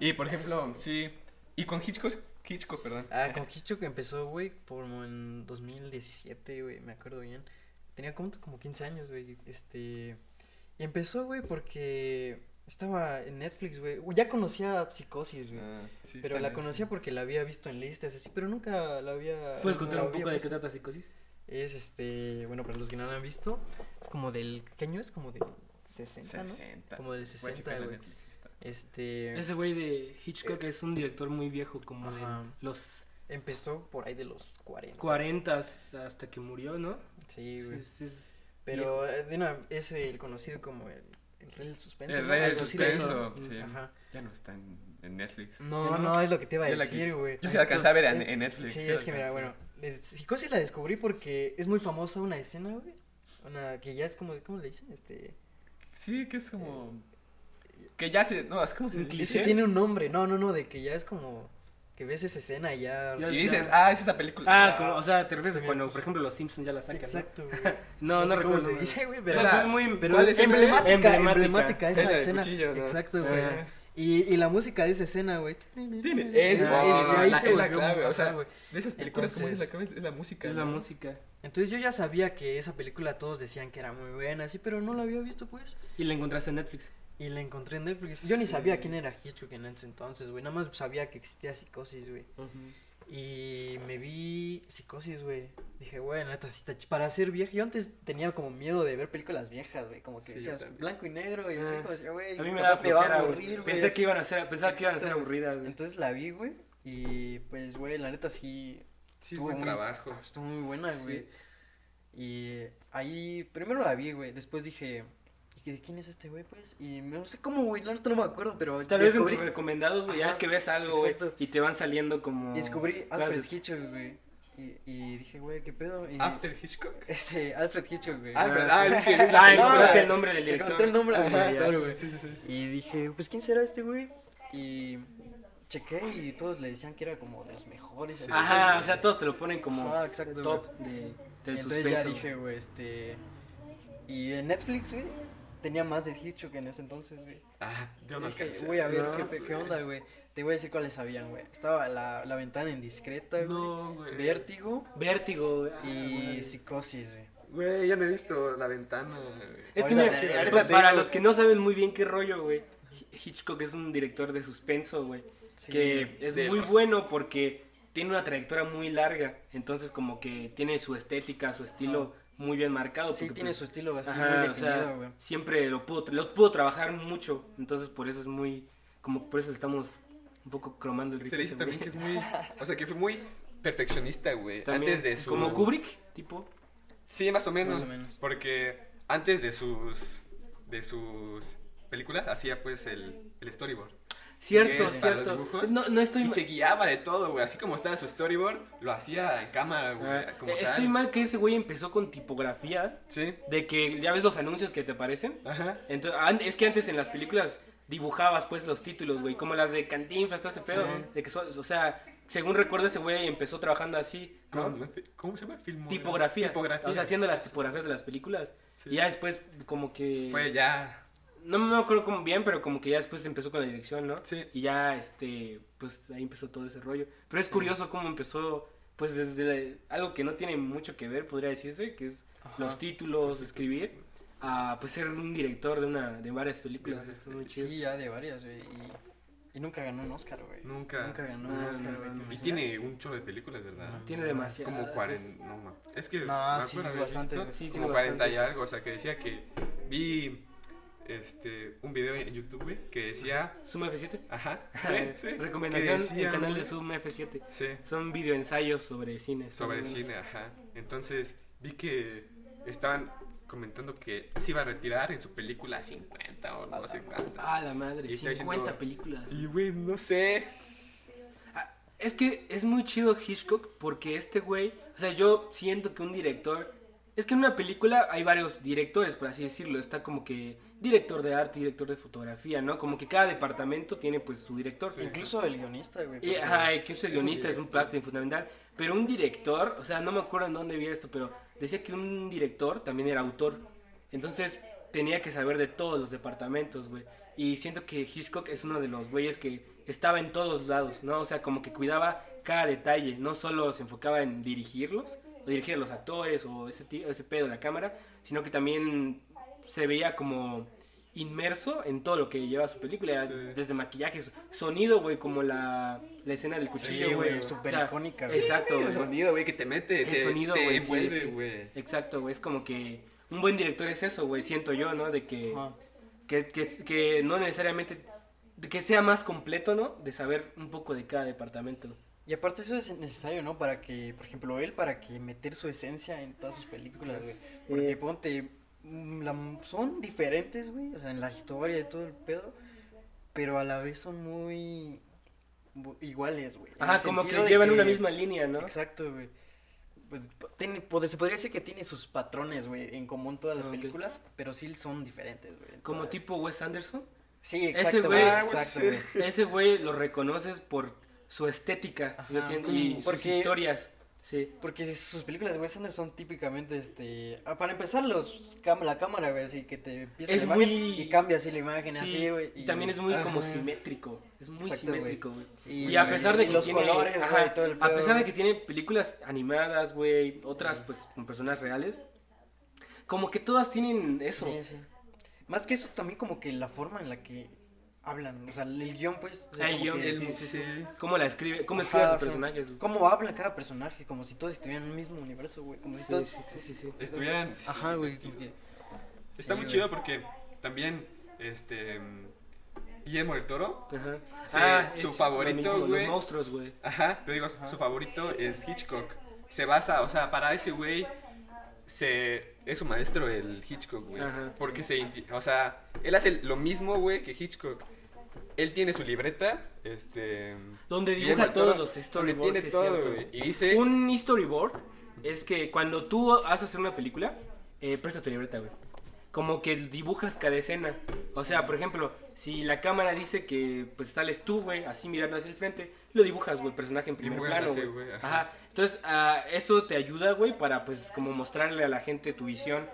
[SPEAKER 2] Y por ejemplo, sí, y con Hitchcock, Hitchcock, perdón.
[SPEAKER 4] Ah, con Hitchcock empezó, güey, como en 2017, güey, me acuerdo bien. Tenía como, como 15 años, güey, este... Y empezó, güey, porque estaba en Netflix, güey. Uy, Ya conocía Psicosis, güey.
[SPEAKER 2] Ah, sí,
[SPEAKER 4] pero
[SPEAKER 2] está
[SPEAKER 4] la
[SPEAKER 2] bien.
[SPEAKER 4] conocía porque la había visto en listas, así, pero nunca la había...
[SPEAKER 3] ¿Puedes
[SPEAKER 4] nunca
[SPEAKER 3] contar un
[SPEAKER 4] había
[SPEAKER 3] poco de qué
[SPEAKER 4] puesto.
[SPEAKER 3] trata psicosis?
[SPEAKER 4] Es, este, bueno, para los que no la han visto, es como del... ¿Qué año es? Como del 60, ¿no?
[SPEAKER 2] 60.
[SPEAKER 4] Como del
[SPEAKER 2] Voy a
[SPEAKER 4] 60,
[SPEAKER 2] checar la
[SPEAKER 4] güey.
[SPEAKER 2] Netflix, está.
[SPEAKER 4] Este...
[SPEAKER 3] Ese güey de Hitchcock es un director muy viejo, como
[SPEAKER 4] Eh. Ajá.
[SPEAKER 3] de los
[SPEAKER 4] Empezó por ahí de los 40.
[SPEAKER 3] 40 hasta que murió, ¿no?
[SPEAKER 4] Sí, güey.
[SPEAKER 3] Es- es-
[SPEAKER 4] Pero eh, de una, es el conocido como el, el rey del suspenso.
[SPEAKER 2] El
[SPEAKER 4] ¿no?
[SPEAKER 2] rey del
[SPEAKER 4] Algo así le dicen.
[SPEAKER 2] suspenso,
[SPEAKER 4] Mm,
[SPEAKER 2] sí.
[SPEAKER 4] Ajá.
[SPEAKER 2] Ya no está en, en Netflix.
[SPEAKER 4] No, no, es lo que te iba a
[SPEAKER 2] Yo la
[SPEAKER 4] decir,
[SPEAKER 2] quit-
[SPEAKER 4] güey.
[SPEAKER 2] Yo sí la alcancé a ver en,
[SPEAKER 4] Es-
[SPEAKER 2] en Netflix.
[SPEAKER 4] Sí,
[SPEAKER 2] la
[SPEAKER 4] es que mira,
[SPEAKER 2] alcancé.
[SPEAKER 4] bueno, les- Psicosis la descubrí porque es muy famosa una escena, güey. Una que ya es como, ¿cómo le dicen? Este,
[SPEAKER 2] Sí, que es como. Que ya se. No, es como.
[SPEAKER 3] Un
[SPEAKER 2] Se...
[SPEAKER 3] cliché.
[SPEAKER 4] es que tiene Eh, un nombre, no, no, no, de que ya es como que ves esa escena y ya.
[SPEAKER 3] Ya-
[SPEAKER 2] Y dices, ah, es esta película.
[SPEAKER 3] Ah, como, o sea, te refieres
[SPEAKER 4] Sí.
[SPEAKER 3] a cuando, por ejemplo, los Simpsons ya la sacan. ¿no?
[SPEAKER 4] Exacto, güey.
[SPEAKER 3] No, no,
[SPEAKER 4] sé cómo
[SPEAKER 3] recuerdo.
[SPEAKER 4] se
[SPEAKER 3] güey.
[SPEAKER 4] dice, güey,
[SPEAKER 3] O
[SPEAKER 4] pero.
[SPEAKER 3] sea,
[SPEAKER 2] Pero-
[SPEAKER 3] fue muy
[SPEAKER 4] Pero
[SPEAKER 2] ¿Cuál es?
[SPEAKER 4] emblemática,
[SPEAKER 3] Emblemática.
[SPEAKER 4] emblemática,
[SPEAKER 2] Es la
[SPEAKER 4] esa
[SPEAKER 2] del
[SPEAKER 4] escena.
[SPEAKER 2] cuchillo, ¿no?
[SPEAKER 4] Exacto,
[SPEAKER 2] Sí.
[SPEAKER 4] güey. Y, y la música de esa escena, güey.
[SPEAKER 2] Tiene.
[SPEAKER 4] Es,
[SPEAKER 2] Es,
[SPEAKER 3] Ah,
[SPEAKER 4] es-
[SPEAKER 3] sí,
[SPEAKER 4] ahí
[SPEAKER 2] la,
[SPEAKER 4] se
[SPEAKER 2] es la
[SPEAKER 4] volvió,
[SPEAKER 2] clave. O
[SPEAKER 4] ajá,
[SPEAKER 2] sea,
[SPEAKER 4] güey.
[SPEAKER 2] de esas películas, ¿cómo es la
[SPEAKER 4] Entonces-
[SPEAKER 2] clave? Es la música.
[SPEAKER 3] Es la
[SPEAKER 2] ¿no?
[SPEAKER 3] música.
[SPEAKER 4] Entonces yo ya sabía que esa película todos decían que era muy buena, así, pero no la había visto, pues.
[SPEAKER 3] Y la encontraste en Netflix.
[SPEAKER 4] Y la encontré en Netflix. Yo ni sabía quién era Hitchcock en ese entonces, güey. Nada más sabía que existía psicosis, güey. Y me vi psicosis, güey. Dije, güey, neta, sí está ch- para ser vieja. Yo antes tenía como miedo de ver películas viejas, güey. Como que
[SPEAKER 2] Sí, yo
[SPEAKER 4] decías
[SPEAKER 2] también.
[SPEAKER 4] blanco y negro, y así,
[SPEAKER 3] Ah.
[SPEAKER 4] como decía, güey,
[SPEAKER 3] A mí me daba
[SPEAKER 4] capaz me va
[SPEAKER 3] flojera,
[SPEAKER 4] a
[SPEAKER 3] güey.
[SPEAKER 4] aburrir, güey.
[SPEAKER 3] Pensé que iban a ser, pensaba que iban a ser
[SPEAKER 4] Exacto.
[SPEAKER 3] aburridas, güey.
[SPEAKER 4] Entonces la vi, güey. Y pues, güey, la neta sí.
[SPEAKER 2] Sí, es
[SPEAKER 4] estuvo
[SPEAKER 2] buen
[SPEAKER 4] muy-
[SPEAKER 2] trabajo.
[SPEAKER 4] estu- Estuvo muy buena, güey. Y eh, ahí, primero la vi, güey. Después dije, ¿y qué- de quién es este güey, pues? Y no sé cómo, güey, la neta no me acuerdo, pero
[SPEAKER 3] Tal vez en
[SPEAKER 4] descubrí,
[SPEAKER 3] tus recomendados, güey, ya ves
[SPEAKER 4] Ajá,
[SPEAKER 3] que ves algo, güey,
[SPEAKER 4] exacto.
[SPEAKER 3] y te van saliendo como...
[SPEAKER 4] descubrí Alfred
[SPEAKER 3] frases.
[SPEAKER 4] Hitchcock, güey. Y, y dije, güey, ¿qué pedo? Y,
[SPEAKER 2] After Hitchcock.
[SPEAKER 4] Este, Alfred Hitchcock, güey.
[SPEAKER 2] Alfred,
[SPEAKER 3] Ah,
[SPEAKER 2] ah, es que-
[SPEAKER 3] Ah, encontraste
[SPEAKER 4] güey.
[SPEAKER 3] el nombre del director.
[SPEAKER 4] Encontré el nombre del
[SPEAKER 3] Ah, ya.
[SPEAKER 4] director, güey.
[SPEAKER 2] Sí, sí, sí.
[SPEAKER 4] Y dije, pues, ¿quién será este güey? Y chequé y todos le decían que era como de los mejores. así,
[SPEAKER 3] Ajá,
[SPEAKER 4] güey.
[SPEAKER 3] o sea, todos te lo ponen como
[SPEAKER 4] Ah, exacto,
[SPEAKER 3] top de,
[SPEAKER 4] Y
[SPEAKER 3] del
[SPEAKER 4] entonces
[SPEAKER 3] suspenso.
[SPEAKER 4] ya dije, güey, este... Y en Netflix, güey, tenía más de Hitchcock en ese entonces, güey.
[SPEAKER 2] Ah, yo no
[SPEAKER 4] Dije,
[SPEAKER 2] alcancé.
[SPEAKER 4] Güey, a ver,
[SPEAKER 3] No,
[SPEAKER 4] ¿qué, pe- qué onda, güey? Te voy a decir cuáles habían, güey. Estaba la, la ventana indiscreta, güey.
[SPEAKER 2] No, güey.
[SPEAKER 4] Vértigo
[SPEAKER 3] Vértigo, güey. Ah,
[SPEAKER 4] y
[SPEAKER 3] güey.
[SPEAKER 4] psicosis, güey.
[SPEAKER 2] Güey, ya me he visto la ventana. güey.
[SPEAKER 3] Es que este
[SPEAKER 4] Ahorita
[SPEAKER 3] mira,
[SPEAKER 4] te-
[SPEAKER 3] que-
[SPEAKER 4] ahorita
[SPEAKER 3] pa-
[SPEAKER 4] te
[SPEAKER 3] para
[SPEAKER 4] digo.
[SPEAKER 3] los que no saben muy bien qué rollo, güey, Hi- Hitchcock es un director de suspenso, güey,
[SPEAKER 4] Sí,
[SPEAKER 3] que es
[SPEAKER 2] de
[SPEAKER 3] muy
[SPEAKER 2] los-
[SPEAKER 3] bueno porque tiene una trayectoria muy larga, entonces como que tiene su estética, su estilo muy bien marcado.
[SPEAKER 4] Sí,
[SPEAKER 3] porque,
[SPEAKER 4] tiene
[SPEAKER 3] pues,
[SPEAKER 4] su estilo así
[SPEAKER 3] Ajá,
[SPEAKER 4] muy
[SPEAKER 3] o sea,
[SPEAKER 4] definido, güey.
[SPEAKER 3] siempre lo pudo, lo pudo trabajar mucho, entonces por eso es muy, como por eso estamos un poco cromando el
[SPEAKER 2] Se
[SPEAKER 3] ritmo.
[SPEAKER 2] le dice también que es muy. O sea, que fue muy perfeccionista, güey.
[SPEAKER 3] También,
[SPEAKER 2] Antes de su.
[SPEAKER 3] Como Kubrick, tipo.
[SPEAKER 2] Sí, más o menos.
[SPEAKER 4] Más o menos.
[SPEAKER 2] Porque antes de sus. de sus películas hacía pues el, el storyboard.
[SPEAKER 3] Cierto,
[SPEAKER 2] Yes, para los
[SPEAKER 3] cierto.
[SPEAKER 2] dibujos.
[SPEAKER 3] No, no estoy
[SPEAKER 2] Y
[SPEAKER 3] ma-
[SPEAKER 2] se guiaba de todo, güey. Así como estaba su storyboard, lo hacía en cámara, güey.
[SPEAKER 3] Ah,
[SPEAKER 2] como
[SPEAKER 3] eh,
[SPEAKER 2] tal.
[SPEAKER 3] Estoy mal que ese güey empezó con tipografía,
[SPEAKER 2] Sí.
[SPEAKER 3] de que ya ves los anuncios que te aparecen.
[SPEAKER 2] Ajá.
[SPEAKER 3] Entonces, an- es que antes en las películas dibujabas pues los títulos, güey, como las de Cantinflas, todo ese pedo,
[SPEAKER 2] Sí.
[SPEAKER 3] de que son- o sea, según recuerdo ese güey empezó trabajando así,
[SPEAKER 2] ¿Cómo,
[SPEAKER 3] con
[SPEAKER 2] cómo se llama? Filmo.
[SPEAKER 3] tipografía,
[SPEAKER 2] Tipografía.
[SPEAKER 3] o sea, haciendo las tipografías de las películas.
[SPEAKER 2] Sí.
[SPEAKER 3] Y ya después como que
[SPEAKER 2] Fue ya.
[SPEAKER 3] no me acuerdo como bien, pero como que ya después empezó con la dirección, ¿no?
[SPEAKER 2] Sí.
[SPEAKER 3] Y ya, este, pues ahí empezó todo ese rollo. Pero es curioso cómo empezó, pues desde la- algo que no tiene mucho que ver, podría decirse, que es
[SPEAKER 4] Ajá.
[SPEAKER 3] los títulos, escribir. a pues, ser un director de una de varias películas. Está muy chido.
[SPEAKER 4] Sí, ya de varias, güey. Y, y nunca ganó un Oscar, güey.
[SPEAKER 2] Nunca.
[SPEAKER 4] Nunca ganó un
[SPEAKER 3] No,
[SPEAKER 4] Oscar,
[SPEAKER 3] no,
[SPEAKER 4] güey.
[SPEAKER 3] no.
[SPEAKER 4] ¿te
[SPEAKER 2] Y
[SPEAKER 4] imaginas?
[SPEAKER 2] tiene un chorro de películas, ¿verdad?
[SPEAKER 3] Tiene demasiado.
[SPEAKER 2] Como 40, no ma- Es que
[SPEAKER 4] No, sí,
[SPEAKER 2] haber visto
[SPEAKER 4] bastantes, güey,
[SPEAKER 3] sí, tiene
[SPEAKER 2] como 40 y
[SPEAKER 3] bastantes.
[SPEAKER 2] algo, o sea, que decía que vi este un video en YouTube güey, que decía,
[SPEAKER 3] Zoom F7.
[SPEAKER 2] ajá, sí, sí, que
[SPEAKER 3] Recomendación, el
[SPEAKER 2] decía,
[SPEAKER 3] canal de
[SPEAKER 2] güey,
[SPEAKER 3] Zoom F7.
[SPEAKER 2] Sí,
[SPEAKER 3] Son videoensayos sobre cine. están
[SPEAKER 2] sobre
[SPEAKER 3] muy buenos.
[SPEAKER 2] cine, ajá. Entonces, vi que estaban comentando que se iba a retirar en su película 50 o no sé cuánto.
[SPEAKER 3] Ah, la madre,
[SPEAKER 2] Y está
[SPEAKER 3] 50
[SPEAKER 2] diciendo-
[SPEAKER 3] películas.
[SPEAKER 2] Y güey, no sé.
[SPEAKER 3] Ah, Es que es muy chido Hitchcock porque este güey, o sea, yo siento que un director, es que en una película hay varios directores, por así decirlo, está como que director de arte, director de fotografía, ¿no? Como que cada departamento tiene pues su director.
[SPEAKER 4] Incluso el guionista, güey.
[SPEAKER 3] Y,
[SPEAKER 4] porque-
[SPEAKER 3] ajá, y que ese guionista es un parte fundamental, pero un director, o sea, no me acuerdo en dónde vi esto, pero decía que un director también era autor, entonces tenía que saber de todos los departamentos, güey, y siento que Hitchcock es uno de los güeyes que estaba en todos lados, ¿no? O sea, como que cuidaba cada detalle, no solo se enfocaba en dirigirlos, o dirigir a los actores, o ese, ti- ese pedo de la cámara, sino que también se veía como inmerso en todo lo que lleva su película,
[SPEAKER 2] Sí.
[SPEAKER 3] desde maquillaje, sonido, güey, como la, la escena del cuchillo,
[SPEAKER 4] Sí,
[SPEAKER 3] güey.
[SPEAKER 4] güey, súper icónica, güey.
[SPEAKER 3] Exacto,
[SPEAKER 2] El
[SPEAKER 3] güey.
[SPEAKER 2] sonido, güey, que te mete,
[SPEAKER 3] El
[SPEAKER 2] te,
[SPEAKER 3] sonido,
[SPEAKER 2] te
[SPEAKER 3] güey, sí,
[SPEAKER 2] envuelve,
[SPEAKER 3] sí.
[SPEAKER 2] güey.
[SPEAKER 3] Exacto, güey. Es como que un buen director es eso, güey. Siento yo, ¿no? De que,
[SPEAKER 4] Ajá.
[SPEAKER 3] que, que, que no necesariamente. de que sea más completo, ¿no? De saber un poco de cada departamento.
[SPEAKER 4] Y aparte eso es necesario, ¿no? Para que, por ejemplo, él, para que meter su esencia en todas sus películas, güey. Porque ponte, mm, la- son diferentes, güey, o sea, en la historia y todo el pedo, pero a la vez son muy bu- iguales, güey. en
[SPEAKER 3] Ajá,
[SPEAKER 4] el
[SPEAKER 3] como que
[SPEAKER 4] sentido de
[SPEAKER 3] llevan una misma línea, ¿no?
[SPEAKER 4] Exacto, güey. Pues, po- tiene- pod- se podría decir que tiene sus patrones, güey, en común todas las
[SPEAKER 3] Ok.
[SPEAKER 4] películas, pero sí son diferentes, güey. en
[SPEAKER 3] Como
[SPEAKER 4] todas.
[SPEAKER 3] tipo Wes Anderson.
[SPEAKER 4] Sí,
[SPEAKER 3] ese
[SPEAKER 4] exacto,
[SPEAKER 3] güey-
[SPEAKER 4] güey,
[SPEAKER 2] Ah, güey,
[SPEAKER 4] exacto,
[SPEAKER 2] sí.
[SPEAKER 4] güey.
[SPEAKER 3] Ese güey lo reconoces por su estética, yo
[SPEAKER 4] Ajá,
[SPEAKER 3] siento,
[SPEAKER 4] como-
[SPEAKER 3] y sus
[SPEAKER 4] porque-
[SPEAKER 3] historias. Sí.
[SPEAKER 4] Porque sus películas de Wes Anderson son típicamente, este... ah, Para empezar, los cam- la cámara, güey, así que te empieza
[SPEAKER 3] Es
[SPEAKER 4] la imagen
[SPEAKER 3] muy-
[SPEAKER 4] y cambia así la imagen,
[SPEAKER 3] Sí,
[SPEAKER 4] así, güey.
[SPEAKER 3] Y también es muy como
[SPEAKER 4] Ajá.
[SPEAKER 3] simétrico. Es muy
[SPEAKER 4] Exacto, güey.
[SPEAKER 3] simétrico, güey. Y,
[SPEAKER 4] Y,
[SPEAKER 3] a pesar de
[SPEAKER 4] y
[SPEAKER 3] que
[SPEAKER 4] los
[SPEAKER 3] tiene,
[SPEAKER 4] colores, güey,
[SPEAKER 3] ajá,
[SPEAKER 4] todo el
[SPEAKER 3] a
[SPEAKER 4] pedo,
[SPEAKER 3] pesar de
[SPEAKER 4] güey.
[SPEAKER 3] que tiene películas animadas, güey, otras pues con personas reales, como que todas tienen eso.
[SPEAKER 4] Sí, sí. Más que eso, también como que la forma en la que hablan, o sea, el guión, pues... o sea,
[SPEAKER 3] Ah, el
[SPEAKER 4] como
[SPEAKER 3] guión,
[SPEAKER 4] que-
[SPEAKER 3] sí,
[SPEAKER 2] El-
[SPEAKER 3] sí,
[SPEAKER 2] sí.
[SPEAKER 3] Cómo la escribe, cómo
[SPEAKER 4] Ajá,
[SPEAKER 3] escribe a sus
[SPEAKER 4] o sea,
[SPEAKER 3] personajes. güey.
[SPEAKER 4] Cómo habla cada personaje, como si todos estuvieran en el mismo universo, güey. Como si
[SPEAKER 3] Sí,
[SPEAKER 4] todos...
[SPEAKER 3] sí, sí, sí, sí.
[SPEAKER 2] Estuvieran. sí.
[SPEAKER 4] Ajá, güey. como que-
[SPEAKER 2] Está
[SPEAKER 4] Sí,
[SPEAKER 2] muy
[SPEAKER 4] güey.
[SPEAKER 2] chido porque también, este, mm, Guillermo del Toro,
[SPEAKER 3] Ajá. Ah,
[SPEAKER 2] Sí, su
[SPEAKER 3] es
[SPEAKER 2] favorito,
[SPEAKER 3] lo mismo,
[SPEAKER 2] güey.
[SPEAKER 3] Los monstruos, güey.
[SPEAKER 2] ajá, pero digo, su favorito es Hitchcock. Se basa, o sea, para ese güey, se, es su maestro el Hitchcock, güey.
[SPEAKER 3] Ajá,
[SPEAKER 2] Porque se, identi- o sea, él hace lo mismo, güey, que Hitchcock. Él tiene su libreta, este...
[SPEAKER 3] Donde dibuja
[SPEAKER 2] Guillermo del
[SPEAKER 3] todos
[SPEAKER 2] Toro,
[SPEAKER 3] los
[SPEAKER 2] donde
[SPEAKER 3] storyboards,
[SPEAKER 2] tiene
[SPEAKER 3] es
[SPEAKER 2] todo,
[SPEAKER 3] cierto.
[SPEAKER 2] güey, Y dice...
[SPEAKER 3] Un storyboard es que cuando tú vas a hacer una película, eh, presta tu libreta, güey. Como que dibujas cada escena. O sea, por ejemplo, si la cámara dice que pues sales tú, güey, así mirando hacia el frente, lo dibujas, güey, personaje en primer
[SPEAKER 2] Dibujas
[SPEAKER 3] plano,
[SPEAKER 2] ese,
[SPEAKER 3] güey.
[SPEAKER 2] güey,
[SPEAKER 3] Ajá.
[SPEAKER 2] ajá.
[SPEAKER 3] Entonces, ah, eso te ayuda, güey, para pues como mostrarle a la gente tu visión.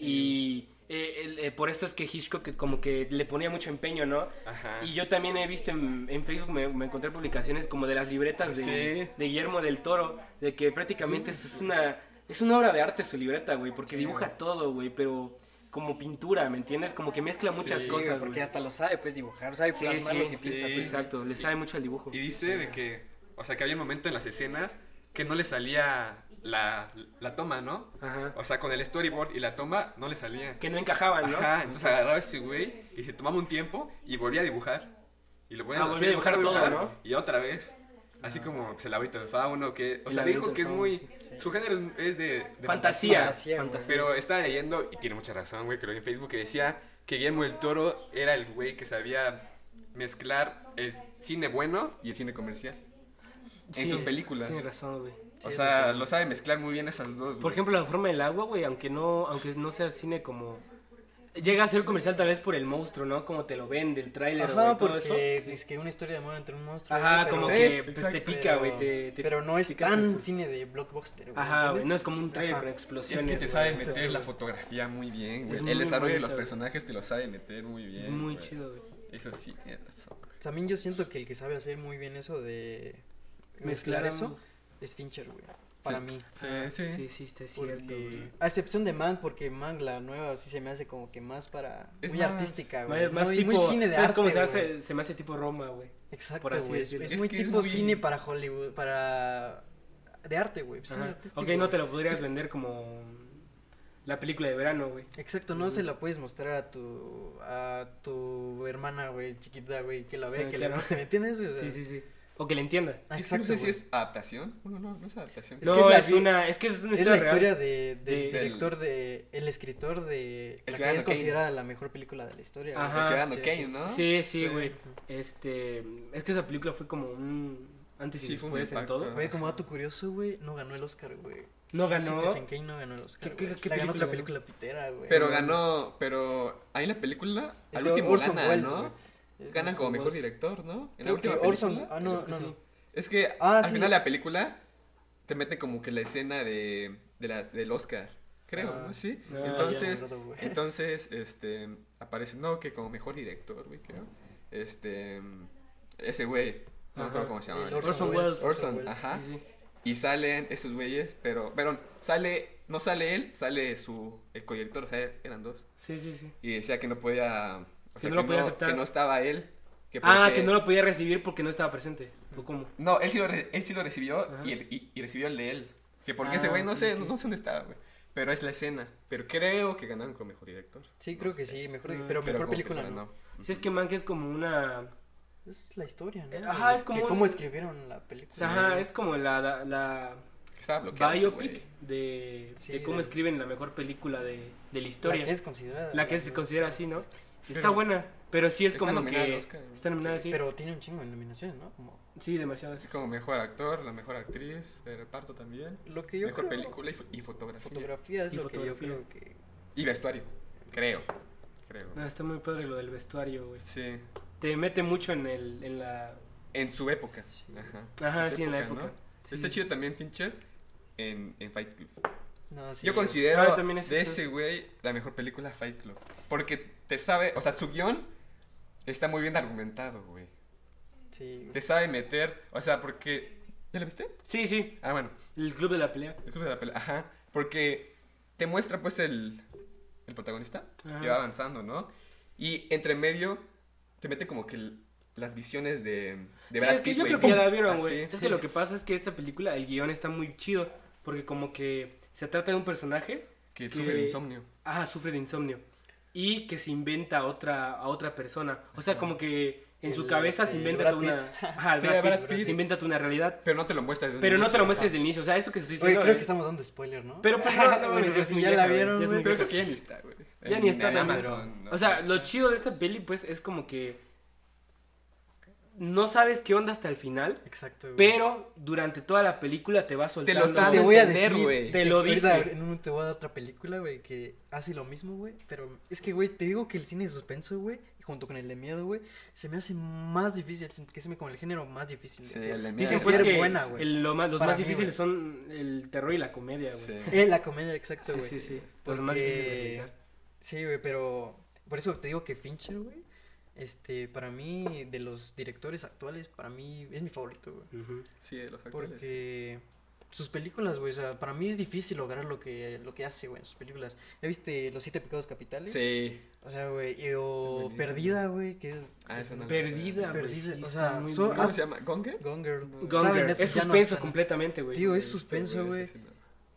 [SPEAKER 3] Y eh, el- eh, por eso es que Hitchcock como que le ponía mucho empeño, ¿no?
[SPEAKER 2] Ajá.
[SPEAKER 3] Y yo también he visto en, en Facebook, me, me encontré publicaciones como de las libretas de,
[SPEAKER 2] Sí.
[SPEAKER 3] de Guillermo del Toro, de que prácticamente es una, es una obra de arte su libreta, güey, porque dibuja todo, güey, pero como pintura, ¿me entiendes? Como que mezcla muchas
[SPEAKER 2] Sí,
[SPEAKER 4] Sí, güey,
[SPEAKER 3] cosas,
[SPEAKER 4] porque
[SPEAKER 3] güey.
[SPEAKER 4] hasta lo sabe, pues, dibujar, sabe
[SPEAKER 3] Sí,
[SPEAKER 4] plasmar
[SPEAKER 3] sí,
[SPEAKER 4] lo que
[SPEAKER 3] sí,
[SPEAKER 4] piensa,
[SPEAKER 2] sí.
[SPEAKER 4] pues.
[SPEAKER 3] Exacto, le sabe mucho al dibujo.
[SPEAKER 2] Y dice de que, o sea, que había un momento en las escenas que no le salía la, la toma, ¿no?
[SPEAKER 3] Ajá.
[SPEAKER 2] O sea, con el storyboard y la toma no le salía.
[SPEAKER 3] Que no encajaban, ¿no?
[SPEAKER 2] Ajá, entonces agarraba ese güey y se tomaba un tiempo y volvía a dibujar. Y lo ponía
[SPEAKER 3] Ah,
[SPEAKER 2] así,
[SPEAKER 3] volvía a dibujar
[SPEAKER 2] volvía
[SPEAKER 3] todo, ¿no? Ah.
[SPEAKER 2] Y otra vez. Así como pues, el laberinto del fauno, que. O
[SPEAKER 3] El
[SPEAKER 2] sea,
[SPEAKER 3] laberinto
[SPEAKER 2] dijo que
[SPEAKER 3] del
[SPEAKER 2] es
[SPEAKER 3] fauno,
[SPEAKER 2] muy.
[SPEAKER 3] sí,
[SPEAKER 4] sí.
[SPEAKER 2] Su género es- es de. de
[SPEAKER 3] Fantasía.
[SPEAKER 4] Fantasía, güey.
[SPEAKER 3] fantasía.
[SPEAKER 2] Pero estaba leyendo, y tiene mucha razón, güey, que lo vi en Facebook, que decía que Guillermo del Toro era el güey que sabía mezclar el cine bueno y el cine comercial. en
[SPEAKER 3] Sí,
[SPEAKER 2] sus películas.
[SPEAKER 3] Tienes razón, güey.
[SPEAKER 2] o sea, lo sabe mezclar muy bien esas dos.
[SPEAKER 3] Por
[SPEAKER 2] güey.
[SPEAKER 3] ejemplo, la forma del agua, güey, aunque no, aunque no sea cine como... Llega a ser comercial tal vez por el monstruo, ¿no? Como te lo vende el tráiler, güey,
[SPEAKER 4] Ajá,
[SPEAKER 3] todo eso.
[SPEAKER 4] porque es que una historia de amor entre un monstruo.
[SPEAKER 3] Ajá,
[SPEAKER 4] güey,
[SPEAKER 3] como
[SPEAKER 4] pero-
[SPEAKER 3] que
[SPEAKER 2] Sí,
[SPEAKER 3] pues, te
[SPEAKER 2] exacto.
[SPEAKER 3] pica, güey.
[SPEAKER 4] Pero-
[SPEAKER 3] te- te
[SPEAKER 4] Pero no es
[SPEAKER 3] picas
[SPEAKER 4] tan
[SPEAKER 3] eso.
[SPEAKER 4] cine de blockbuster, güey.
[SPEAKER 3] Ajá, güey.
[SPEAKER 4] ¿entiendes?
[SPEAKER 3] No es como un trailer
[SPEAKER 4] Ajá.
[SPEAKER 3] con
[SPEAKER 2] es
[SPEAKER 3] explosiones.
[SPEAKER 2] que te
[SPEAKER 3] güey,
[SPEAKER 2] sabe
[SPEAKER 3] exacto,
[SPEAKER 2] meter la
[SPEAKER 3] güey.
[SPEAKER 2] fotografía muy bien, güey.
[SPEAKER 3] Es muy
[SPEAKER 2] el desarrollo de
[SPEAKER 3] bonito,
[SPEAKER 2] los
[SPEAKER 3] güey.
[SPEAKER 2] personajes te lo sabe meter muy bien.
[SPEAKER 3] Es muy
[SPEAKER 2] güey.
[SPEAKER 3] chido, güey.
[SPEAKER 2] Eso sí, tienes razón.
[SPEAKER 4] También yo siento que el que sabe hacer muy bien eso de...
[SPEAKER 3] Mezclar eso.
[SPEAKER 4] Es Fincher, güey. para mí.
[SPEAKER 2] Sí,
[SPEAKER 3] Ah,
[SPEAKER 2] sí.
[SPEAKER 3] Sí, sí, está cierto.
[SPEAKER 4] Porque,
[SPEAKER 3] güey.
[SPEAKER 4] a excepción de Mang, porque Mang la nueva sí se me hace como que más para.
[SPEAKER 2] Es
[SPEAKER 4] muy
[SPEAKER 2] más-
[SPEAKER 4] artística, güey.
[SPEAKER 3] Más, más
[SPEAKER 4] muy,
[SPEAKER 3] tipo,
[SPEAKER 4] muy cine de
[SPEAKER 3] ¿sabes
[SPEAKER 4] arte.
[SPEAKER 3] cómo se,
[SPEAKER 4] güey.
[SPEAKER 3] hace, se me hace tipo Roma, güey.
[SPEAKER 4] Exacto,
[SPEAKER 3] por así
[SPEAKER 4] güey.
[SPEAKER 3] decirlo.
[SPEAKER 4] Es,
[SPEAKER 2] Es
[SPEAKER 4] muy
[SPEAKER 2] que es
[SPEAKER 4] tipo
[SPEAKER 2] muy-
[SPEAKER 4] cine para Hollywood, para. de arte, güey. pues, cine
[SPEAKER 3] Ajá.
[SPEAKER 4] artístico,
[SPEAKER 3] Ok, no
[SPEAKER 4] güey.
[SPEAKER 3] te lo podrías vender como la película de verano, güey.
[SPEAKER 4] Exacto, no se
[SPEAKER 3] Ujú.
[SPEAKER 4] la puedes mostrar a tu a tu hermana, güey, chiquita, güey, que la vea,
[SPEAKER 3] Ah,
[SPEAKER 4] que
[SPEAKER 3] claro.
[SPEAKER 4] le guste, ¿me entiendes? güey? O sea,
[SPEAKER 3] Sí, sí, sí. O que le entienda.
[SPEAKER 2] Es que
[SPEAKER 4] ah, Exacto.
[SPEAKER 2] no sé si
[SPEAKER 4] güey.
[SPEAKER 2] es adaptación. Bueno, no, no es adaptación.
[SPEAKER 4] Es
[SPEAKER 3] no,
[SPEAKER 4] que es la
[SPEAKER 3] es,
[SPEAKER 4] vi-
[SPEAKER 3] una, es que es una
[SPEAKER 4] Es
[SPEAKER 3] historia,
[SPEAKER 4] la historia de, del
[SPEAKER 3] De-
[SPEAKER 4] director de el escritor de
[SPEAKER 2] El
[SPEAKER 4] la que
[SPEAKER 2] ciudadano
[SPEAKER 4] es
[SPEAKER 2] Kane.
[SPEAKER 4] considerada la mejor película de la historia. güey.
[SPEAKER 3] Ajá,
[SPEAKER 2] el ciudadano
[SPEAKER 4] sí.
[SPEAKER 2] Kane, ¿no?
[SPEAKER 3] Sí, sí, güey. Este, es que esa película fue como un antes y
[SPEAKER 2] Sí, fue un
[SPEAKER 3] después en
[SPEAKER 2] impacto.
[SPEAKER 3] todo.
[SPEAKER 4] Güey, como dato curioso, güey, no ganó el Oscar, güey.
[SPEAKER 3] No ganó.
[SPEAKER 4] Citizen Kane no ganó el Oscar.
[SPEAKER 3] ¿Qué- qué-
[SPEAKER 4] güey.
[SPEAKER 3] qué
[SPEAKER 4] la ganó otra
[SPEAKER 3] película
[SPEAKER 4] película pitera, güey.
[SPEAKER 2] Pero ganó, pero ahí en la película, al
[SPEAKER 4] Este,
[SPEAKER 2] último
[SPEAKER 4] Orson
[SPEAKER 2] gana,
[SPEAKER 4] Welles,
[SPEAKER 2] ¿no?
[SPEAKER 4] güey. Es
[SPEAKER 2] Ganan como mejor
[SPEAKER 4] Welles.
[SPEAKER 2] director, ¿no? En la
[SPEAKER 4] Creo que
[SPEAKER 2] última
[SPEAKER 4] Orson,
[SPEAKER 2] película.
[SPEAKER 4] ah no,
[SPEAKER 3] Creo que
[SPEAKER 4] no,
[SPEAKER 3] sí.
[SPEAKER 4] no.
[SPEAKER 2] Es que
[SPEAKER 4] Ah,
[SPEAKER 2] al
[SPEAKER 4] sí.
[SPEAKER 2] final de la película te mete como que la escena de, de las, del Oscar, creo,
[SPEAKER 4] Ah.
[SPEAKER 2] ¿no? Sí.
[SPEAKER 3] Ah,
[SPEAKER 2] entonces,
[SPEAKER 4] ya me acuerdo, güey.
[SPEAKER 2] entonces, este, aparece, no, que como mejor director, güey, creo. Este, ese güey, no me
[SPEAKER 3] Ajá.
[SPEAKER 2] acuerdo cómo se llama.
[SPEAKER 4] El
[SPEAKER 2] güey.
[SPEAKER 3] Orson Welles.
[SPEAKER 2] Orson, ah.
[SPEAKER 4] Welles.
[SPEAKER 2] ajá.
[SPEAKER 3] Sí, sí.
[SPEAKER 2] Y salen esos güeyes, pero, perdón, sale, no sale él, sale su, el codirector, o sea, eran dos.
[SPEAKER 3] Sí, sí, sí.
[SPEAKER 2] Y decía que no podía, o
[SPEAKER 3] Que
[SPEAKER 2] sea,
[SPEAKER 3] no lo podía aceptar.
[SPEAKER 2] que no estaba él. que
[SPEAKER 3] Ah,
[SPEAKER 2] porque-
[SPEAKER 3] que no lo podía recibir porque no estaba presente. ¿O cómo?
[SPEAKER 2] No, él sí lo, re- él sí lo recibió
[SPEAKER 3] Ajá.
[SPEAKER 2] y, el- y- y recibió el de él. Que porque ese
[SPEAKER 3] Ah,
[SPEAKER 2] güey no sé,
[SPEAKER 3] ok, ok.
[SPEAKER 2] no sé dónde estaba, güey. Pero es la escena. Pero creo que ganaron con mejor director.
[SPEAKER 4] Sí, creo
[SPEAKER 2] No
[SPEAKER 4] que
[SPEAKER 2] sé.
[SPEAKER 4] sí, mejor,
[SPEAKER 3] Ah.
[SPEAKER 4] pero
[SPEAKER 2] Pero
[SPEAKER 4] mejor
[SPEAKER 2] como
[SPEAKER 4] película
[SPEAKER 2] película
[SPEAKER 4] no.
[SPEAKER 2] no.
[SPEAKER 3] Si es que Manque es como una
[SPEAKER 4] Es la historia,
[SPEAKER 3] Eh,
[SPEAKER 4] ¿no?
[SPEAKER 3] ajá,
[SPEAKER 4] De-
[SPEAKER 3] es como
[SPEAKER 4] de
[SPEAKER 3] un-
[SPEAKER 4] cómo escribieron la película.
[SPEAKER 3] Ajá, es como la, la, la
[SPEAKER 2] Que Estaba bloqueado. ese güey.
[SPEAKER 3] biopic de,
[SPEAKER 4] Sí,
[SPEAKER 3] de cómo
[SPEAKER 4] de-
[SPEAKER 3] escriben la mejor película de, de la
[SPEAKER 4] La
[SPEAKER 3] historia.
[SPEAKER 4] que es considerada.
[SPEAKER 3] se considera así, ¿no? Está
[SPEAKER 2] Pero-
[SPEAKER 3] buena, pero sí es
[SPEAKER 2] Está
[SPEAKER 3] como
[SPEAKER 2] nominada
[SPEAKER 3] que
[SPEAKER 2] al Oscar, ¿no?
[SPEAKER 3] está nominada así.
[SPEAKER 4] Pero tiene un chingo de nominaciones, ¿no? Como
[SPEAKER 3] Sí, demasiadas.
[SPEAKER 2] Es como mejor actor, la mejor actriz, de reparto también.
[SPEAKER 4] lo que yo
[SPEAKER 2] mejor
[SPEAKER 4] creo-
[SPEAKER 2] película y, fo- y fotografía.
[SPEAKER 4] Fotografía es
[SPEAKER 3] Y
[SPEAKER 4] lo que yo creo
[SPEAKER 3] fotografía.
[SPEAKER 4] que
[SPEAKER 2] Y vestuario. Creo. Creo.
[SPEAKER 3] No, está muy padre lo del vestuario, güey.
[SPEAKER 2] Sí.
[SPEAKER 3] Te mete mucho en el en la
[SPEAKER 2] En su época.
[SPEAKER 4] Sí.
[SPEAKER 2] Ajá.
[SPEAKER 3] Ajá,
[SPEAKER 2] su
[SPEAKER 3] sí, en la época.
[SPEAKER 2] ¿no?
[SPEAKER 3] Sí,
[SPEAKER 2] Está
[SPEAKER 3] sí.
[SPEAKER 2] chido también Fincher en, en Fight Club.
[SPEAKER 4] No, sí,
[SPEAKER 2] Yo
[SPEAKER 4] güey.
[SPEAKER 2] considero
[SPEAKER 3] Ah, también es
[SPEAKER 2] de
[SPEAKER 3] eso.
[SPEAKER 2] ese güey la mejor película Fight Club. Porque te sabe, o sea, su guión está muy bien argumentado, güey.
[SPEAKER 4] Sí.
[SPEAKER 2] Te sabe meter, o sea, porque... ¿Ya la viste?
[SPEAKER 3] Sí, sí,
[SPEAKER 2] Ah, bueno,
[SPEAKER 3] el club de la pelea.
[SPEAKER 2] el club de la pelea. Ajá, porque te muestra pues el, el protagonista que
[SPEAKER 3] Ajá.
[SPEAKER 2] va avanzando, ¿no? Y entre medio te mete como que el- las visiones de... de
[SPEAKER 3] sí,
[SPEAKER 2] Brad
[SPEAKER 3] es que
[SPEAKER 2] Pitt,
[SPEAKER 3] yo
[SPEAKER 2] güey, Ah,
[SPEAKER 3] creo que ya
[SPEAKER 2] pum,
[SPEAKER 3] la vieron,
[SPEAKER 2] así.
[SPEAKER 3] güey. Es que lo que pasa es que esta película, el guión está muy chido, porque como que se trata de un personaje
[SPEAKER 2] Que sufre de insomnio.
[SPEAKER 3] Ajá, sufre de insomnio. Y que se inventa a otra, a otra persona. O sea, como que en su
[SPEAKER 4] El,
[SPEAKER 3] cabeza se
[SPEAKER 4] este,
[SPEAKER 3] inventa
[SPEAKER 4] Brad
[SPEAKER 3] toda una.
[SPEAKER 4] Pitt.
[SPEAKER 3] Ajá, el
[SPEAKER 2] Sí,
[SPEAKER 3] Brad
[SPEAKER 2] Brad
[SPEAKER 3] Pitt,
[SPEAKER 2] Pitt.
[SPEAKER 3] Se inventa toda una realidad.
[SPEAKER 2] Pero no te lo muestra desde un
[SPEAKER 3] Pero no te lo
[SPEAKER 2] inicio,
[SPEAKER 3] muestres
[SPEAKER 2] ajá.
[SPEAKER 3] desde el inicio. O sea, esto que se
[SPEAKER 4] Oye,
[SPEAKER 3] diciendo.
[SPEAKER 4] creo
[SPEAKER 3] es-
[SPEAKER 4] que estamos dando spoiler, ¿no?
[SPEAKER 3] Pero pues no, no,
[SPEAKER 4] Bueno,
[SPEAKER 3] mames,
[SPEAKER 4] pero
[SPEAKER 3] es
[SPEAKER 4] si
[SPEAKER 3] muy
[SPEAKER 4] ya
[SPEAKER 3] vieja,
[SPEAKER 4] la
[SPEAKER 3] güey,
[SPEAKER 4] vieron,
[SPEAKER 3] ya es
[SPEAKER 4] güey.
[SPEAKER 3] muy
[SPEAKER 2] Creo
[SPEAKER 3] vieja.
[SPEAKER 2] que ya ni está, güey.
[SPEAKER 3] Ya
[SPEAKER 2] En-
[SPEAKER 3] ni está
[SPEAKER 2] en
[SPEAKER 3] tan
[SPEAKER 2] Amazon,
[SPEAKER 3] O sea,
[SPEAKER 2] no.
[SPEAKER 3] lo chido de esta peli, pues, es como que. No sabes qué onda hasta el final.
[SPEAKER 4] Exacto. güey.
[SPEAKER 3] Pero durante toda la película te va soltando.
[SPEAKER 2] está
[SPEAKER 4] te voy a
[SPEAKER 2] entender,
[SPEAKER 4] decir,
[SPEAKER 2] güey.
[SPEAKER 3] Te lo
[SPEAKER 4] ahorita
[SPEAKER 3] dice.
[SPEAKER 4] En un te voy a dar otra película, güey, que hace lo mismo, güey, pero es que güey, te digo que el cine de suspenso, güey, junto con el de miedo, güey, se me hace más difícil, que se me como el género más difícil.
[SPEAKER 2] Sí,
[SPEAKER 4] o sea,
[SPEAKER 2] el de miedo.
[SPEAKER 3] Dicen
[SPEAKER 4] de
[SPEAKER 3] pues
[SPEAKER 4] ser
[SPEAKER 3] que
[SPEAKER 4] buena, güey.
[SPEAKER 3] el- lo más- los
[SPEAKER 4] Para
[SPEAKER 3] más
[SPEAKER 4] mí,
[SPEAKER 3] difíciles son el terror y la comedia, güey.
[SPEAKER 2] Sí.
[SPEAKER 4] Eh, la comedia, exacto,
[SPEAKER 3] Sí,
[SPEAKER 4] güey.
[SPEAKER 3] sí, sí. Los más
[SPEAKER 4] Porque-
[SPEAKER 3] difíciles de realizar.
[SPEAKER 4] Sí, güey, pero por eso te digo que Fincher, güey, este, para mí de los directores actuales, para mí es mi favorito, güey.
[SPEAKER 3] Ujú.
[SPEAKER 2] Sí, de los factores.
[SPEAKER 4] Porque sus películas, güey, o sea, para mí es difícil lograr lo que, lo que hace, güey, en sus películas. ¿Ya viste Los Siete Pecados Capitales?
[SPEAKER 2] Sí.
[SPEAKER 4] O sea, güey, y- o
[SPEAKER 2] Buenísimo.
[SPEAKER 4] Perdida, güey, que es...
[SPEAKER 2] Ah, esa no la-
[SPEAKER 3] Perdida, güey.
[SPEAKER 4] Perdida,
[SPEAKER 3] sí,
[SPEAKER 4] o
[SPEAKER 3] está
[SPEAKER 4] sea,
[SPEAKER 3] muy
[SPEAKER 4] son-
[SPEAKER 2] ¿Cómo
[SPEAKER 3] buena.
[SPEAKER 4] ah,
[SPEAKER 2] se llama? ¿Gonger?
[SPEAKER 4] Gone Girl.
[SPEAKER 2] No.
[SPEAKER 3] Gone
[SPEAKER 4] Estaba en
[SPEAKER 3] Girl.
[SPEAKER 4] Netflix,
[SPEAKER 3] Es
[SPEAKER 4] ya no
[SPEAKER 3] suspenso
[SPEAKER 4] está.
[SPEAKER 3] completamente, güey.
[SPEAKER 4] Tío, es
[SPEAKER 2] Este,
[SPEAKER 4] suspenso, güey.
[SPEAKER 2] ese sí, no.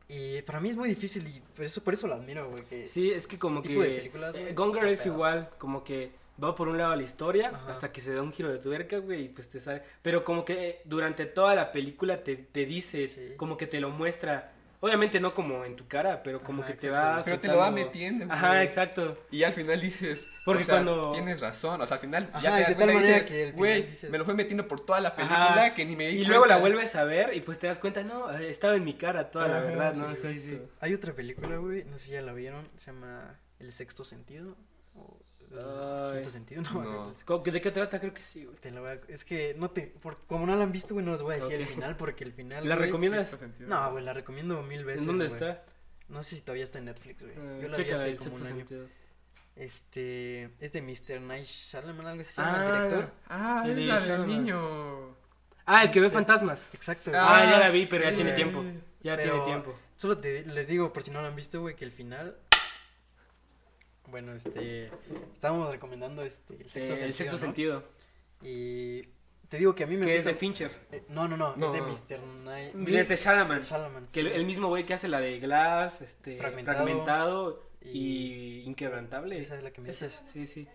[SPEAKER 4] Y para mí es muy difícil y por eso, por eso lo admiro, güey. que-
[SPEAKER 3] Sí, es que como
[SPEAKER 4] tipo
[SPEAKER 3] que.
[SPEAKER 4] de películas,
[SPEAKER 3] eh,
[SPEAKER 4] güey,
[SPEAKER 3] Gone Girl
[SPEAKER 4] qué
[SPEAKER 3] es
[SPEAKER 4] pedo.
[SPEAKER 3] igual, como que va por un lado la historia
[SPEAKER 4] Ajá.
[SPEAKER 3] hasta que se da un giro de tuerca, güey, y pues te sale. Pero como que eh, durante toda la película te, te dice,
[SPEAKER 4] Sí.
[SPEAKER 3] como que te lo muestra. Obviamente no como en tu cara, pero como
[SPEAKER 4] Ajá,
[SPEAKER 3] que te
[SPEAKER 4] exacto.
[SPEAKER 3] va.
[SPEAKER 2] Pero te lo va
[SPEAKER 3] soltando-
[SPEAKER 2] metiendo,
[SPEAKER 3] Ajá,
[SPEAKER 2] güey.
[SPEAKER 3] exacto.
[SPEAKER 2] Y al final dices.
[SPEAKER 3] Porque
[SPEAKER 2] o sea,
[SPEAKER 3] cuando-
[SPEAKER 2] Tienes razón. O sea, al final.
[SPEAKER 4] Ajá,
[SPEAKER 2] ya
[SPEAKER 4] y
[SPEAKER 2] te das
[SPEAKER 4] de tal
[SPEAKER 2] cuenta y
[SPEAKER 4] manera
[SPEAKER 2] dices,
[SPEAKER 4] que al final
[SPEAKER 2] Güey,
[SPEAKER 4] dices-
[SPEAKER 2] me lo fue metiendo por toda la película
[SPEAKER 3] Ajá.
[SPEAKER 2] que ni me di
[SPEAKER 3] Y luego la
[SPEAKER 2] cuenta".
[SPEAKER 3] vuelves a ver y pues te das cuenta, no, eh, estaba en mi cara toda la
[SPEAKER 4] Ajá,
[SPEAKER 3] verdad,
[SPEAKER 4] sí,
[SPEAKER 3] ¿no?
[SPEAKER 4] güey.
[SPEAKER 3] Sí, sí.
[SPEAKER 4] Hay otra película, güey, no sé si ya la vieron, se llama El Sexto Sentido. O el
[SPEAKER 3] Ay.
[SPEAKER 4] Quinto Sentido, no.
[SPEAKER 2] No.
[SPEAKER 4] güey, el sexto.
[SPEAKER 3] Co- ¿De qué trata? Creo que sí, güey.
[SPEAKER 4] Te la voy a- Es que no te... por- Como no la han visto, güey, no les voy a decir
[SPEAKER 3] Ok.
[SPEAKER 4] el final porque el final...
[SPEAKER 3] ¿La
[SPEAKER 4] güey,
[SPEAKER 3] recomiendas?
[SPEAKER 2] Sexto sentido.
[SPEAKER 4] No, güey, la recomiendo mil veces.
[SPEAKER 3] ¿En dónde
[SPEAKER 4] güey.
[SPEAKER 3] está?
[SPEAKER 4] No sé si todavía está en Netflix, güey.
[SPEAKER 3] Eh,
[SPEAKER 4] Yo la vi
[SPEAKER 3] checa
[SPEAKER 4] hace
[SPEAKER 3] el
[SPEAKER 4] como un
[SPEAKER 3] sexto
[SPEAKER 4] año.
[SPEAKER 3] sentido.
[SPEAKER 4] Este, es de Mr. Night Shyamalan, algo así, se llama el
[SPEAKER 3] Ah.
[SPEAKER 4] director.
[SPEAKER 2] Ah,
[SPEAKER 3] Y
[SPEAKER 2] es
[SPEAKER 3] de
[SPEAKER 2] la del
[SPEAKER 3] Shyamalan.
[SPEAKER 2] niño.
[SPEAKER 3] Ah, el que ve
[SPEAKER 4] Este,
[SPEAKER 3] fantasmas.
[SPEAKER 4] exacto,
[SPEAKER 3] Ah,
[SPEAKER 2] güey.
[SPEAKER 3] ya la vi, pero
[SPEAKER 2] Ah,
[SPEAKER 3] ya tiene
[SPEAKER 2] sí,
[SPEAKER 3] tiempo.
[SPEAKER 2] güey.
[SPEAKER 3] Ya
[SPEAKER 4] Pero-
[SPEAKER 3] tiene tiempo.
[SPEAKER 4] Solo te- les digo, por si no lo han visto, güey, que el final. Bueno, este. Estábamos recomendando este, el
[SPEAKER 3] Eh,
[SPEAKER 4] sexto sentido.
[SPEAKER 3] el sexto
[SPEAKER 4] ¿no?
[SPEAKER 3] sentido.
[SPEAKER 4] Y te digo que a mí me
[SPEAKER 3] Que es
[SPEAKER 4] gusta.
[SPEAKER 3] de Fincher.
[SPEAKER 4] eh, no, no, no,
[SPEAKER 2] No,
[SPEAKER 4] es de
[SPEAKER 2] no.
[SPEAKER 4] Mr. Night.
[SPEAKER 3] Y es de Shalaman.
[SPEAKER 4] Shalaman.
[SPEAKER 3] Que el, el mismo güey que hace la de Glass, este,
[SPEAKER 4] Fragmentado.
[SPEAKER 3] fragmentado, y... inquebrantable.
[SPEAKER 4] Esa es la que me
[SPEAKER 3] Esa,
[SPEAKER 4] dices.
[SPEAKER 3] Sí, sí.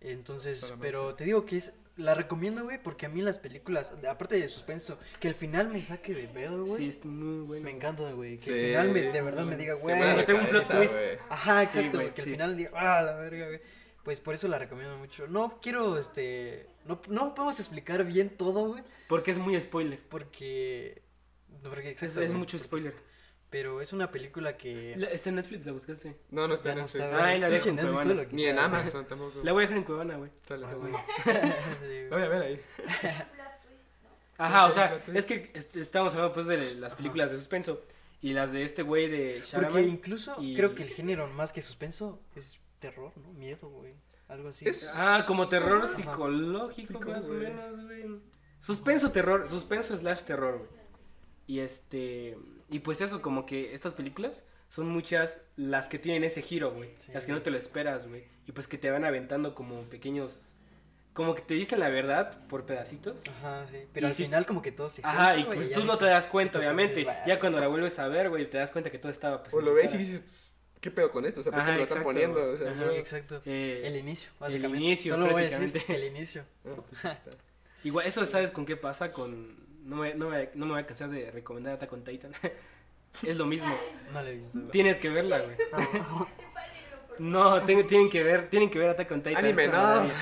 [SPEAKER 4] Entonces,
[SPEAKER 2] Shalaman,
[SPEAKER 4] pero te digo que es. La recomiendo, güey, porque a mí las películas, aparte de suspenso, que el final me saque de pedo,
[SPEAKER 3] Sí,
[SPEAKER 4] güey.
[SPEAKER 3] es muy bueno.
[SPEAKER 4] me encanta, güey. Que
[SPEAKER 2] Sí.
[SPEAKER 4] el final me- de verdad me diga,
[SPEAKER 2] Te
[SPEAKER 4] güey.
[SPEAKER 2] vuela la
[SPEAKER 3] tengo un plot
[SPEAKER 2] cabeza,
[SPEAKER 3] twist.
[SPEAKER 2] güey.
[SPEAKER 4] Ajá,
[SPEAKER 3] Sí,
[SPEAKER 4] exacto,
[SPEAKER 3] güey,
[SPEAKER 4] güey, que
[SPEAKER 3] sí.
[SPEAKER 4] al final diga, ah, la verga, güey. Pues por eso la recomiendo mucho. No quiero, este, no, no podemos explicar bien todo, güey,
[SPEAKER 3] Porque es muy spoiler.
[SPEAKER 4] porque... no, porque
[SPEAKER 3] Es,
[SPEAKER 4] exacto,
[SPEAKER 3] es
[SPEAKER 4] güey,
[SPEAKER 3] mucho
[SPEAKER 4] porque-
[SPEAKER 3] spoiler.
[SPEAKER 4] Pero es una película que...
[SPEAKER 3] La- está en Netflix, la buscaste.
[SPEAKER 2] No, no está
[SPEAKER 4] ya
[SPEAKER 2] en
[SPEAKER 4] no
[SPEAKER 2] Netflix.
[SPEAKER 4] está,
[SPEAKER 3] Ah,
[SPEAKER 4] güey,
[SPEAKER 3] ahí la
[SPEAKER 4] está-
[SPEAKER 3] dejo en
[SPEAKER 4] ¿no has visto
[SPEAKER 3] Cuevana.
[SPEAKER 4] lo que
[SPEAKER 2] Ni en
[SPEAKER 4] está, güey?
[SPEAKER 2] Amazon tampoco.
[SPEAKER 3] La voy a dejar en Cuevana, güey.
[SPEAKER 2] Está la-
[SPEAKER 4] Ah, güey. Sí,
[SPEAKER 2] La
[SPEAKER 4] güey.
[SPEAKER 2] voy a ver ahí.
[SPEAKER 3] Ajá, o
[SPEAKER 2] sí,
[SPEAKER 3] sea,
[SPEAKER 2] fíjate.
[SPEAKER 3] es que est- estamos hablando pues de las películas de suspenso y las de este güey de
[SPEAKER 4] Porque
[SPEAKER 3] Shalaman.
[SPEAKER 4] incluso
[SPEAKER 3] y-
[SPEAKER 4] creo que el género más que suspenso es terror, ¿no? Miedo, güey. Algo así.
[SPEAKER 2] Es-
[SPEAKER 3] Ah, como terror
[SPEAKER 4] Ajá.
[SPEAKER 3] psicológico
[SPEAKER 2] Pico,
[SPEAKER 3] más o
[SPEAKER 2] güey.
[SPEAKER 3] menos, güey. Suspenso terror, suspenso slash terror, güey. Y este y pues eso como que estas películas son muchas las que tienen ese giro, güey.
[SPEAKER 4] Sí.
[SPEAKER 3] Las que no te lo esperas, güey. Y pues que te van aventando como pequeños como que te dicen la verdad por pedacitos.
[SPEAKER 4] Ajá, sí. Pero
[SPEAKER 3] Y
[SPEAKER 4] al
[SPEAKER 3] sí.
[SPEAKER 4] final como que todo se...
[SPEAKER 3] Ajá,
[SPEAKER 4] junta,
[SPEAKER 3] y
[SPEAKER 4] güey,
[SPEAKER 3] pues
[SPEAKER 4] ya
[SPEAKER 3] tú no
[SPEAKER 4] dices-
[SPEAKER 3] te das cuenta,
[SPEAKER 4] y tú
[SPEAKER 3] obviamente.
[SPEAKER 4] dices,
[SPEAKER 3] Ya cuando la vuelves a ver, güey, te das cuenta que todo estaba pues.
[SPEAKER 2] O
[SPEAKER 3] en
[SPEAKER 2] lo
[SPEAKER 3] tu
[SPEAKER 2] ves y
[SPEAKER 3] cara.
[SPEAKER 2] dices, ¿qué pedo con esto? O sea, ¿por qué
[SPEAKER 3] Ajá,
[SPEAKER 2] me lo están
[SPEAKER 3] exacto,
[SPEAKER 2] poniendo?
[SPEAKER 3] güey.
[SPEAKER 2] O sea,
[SPEAKER 3] Ajá.
[SPEAKER 4] Sí, exacto.
[SPEAKER 3] Eh,
[SPEAKER 4] El inicio, básicamente.
[SPEAKER 3] inicio,
[SPEAKER 4] Solo voy a decir
[SPEAKER 3] prácticamente.
[SPEAKER 4] el inicio.
[SPEAKER 2] ah, pues ahí está.
[SPEAKER 3] Igual, eso sabes con qué pasa con. No me, no me- no me voy a cansar de recomendar Attack on Titan. es lo mismo.
[SPEAKER 4] No la he visto. güey. Ah,
[SPEAKER 3] Tienes que verla, güey. No, ten- tienen que ver, tienen que ver Attack on Titan.
[SPEAKER 2] Anime,
[SPEAKER 3] es una
[SPEAKER 2] no.
[SPEAKER 3] maravilla.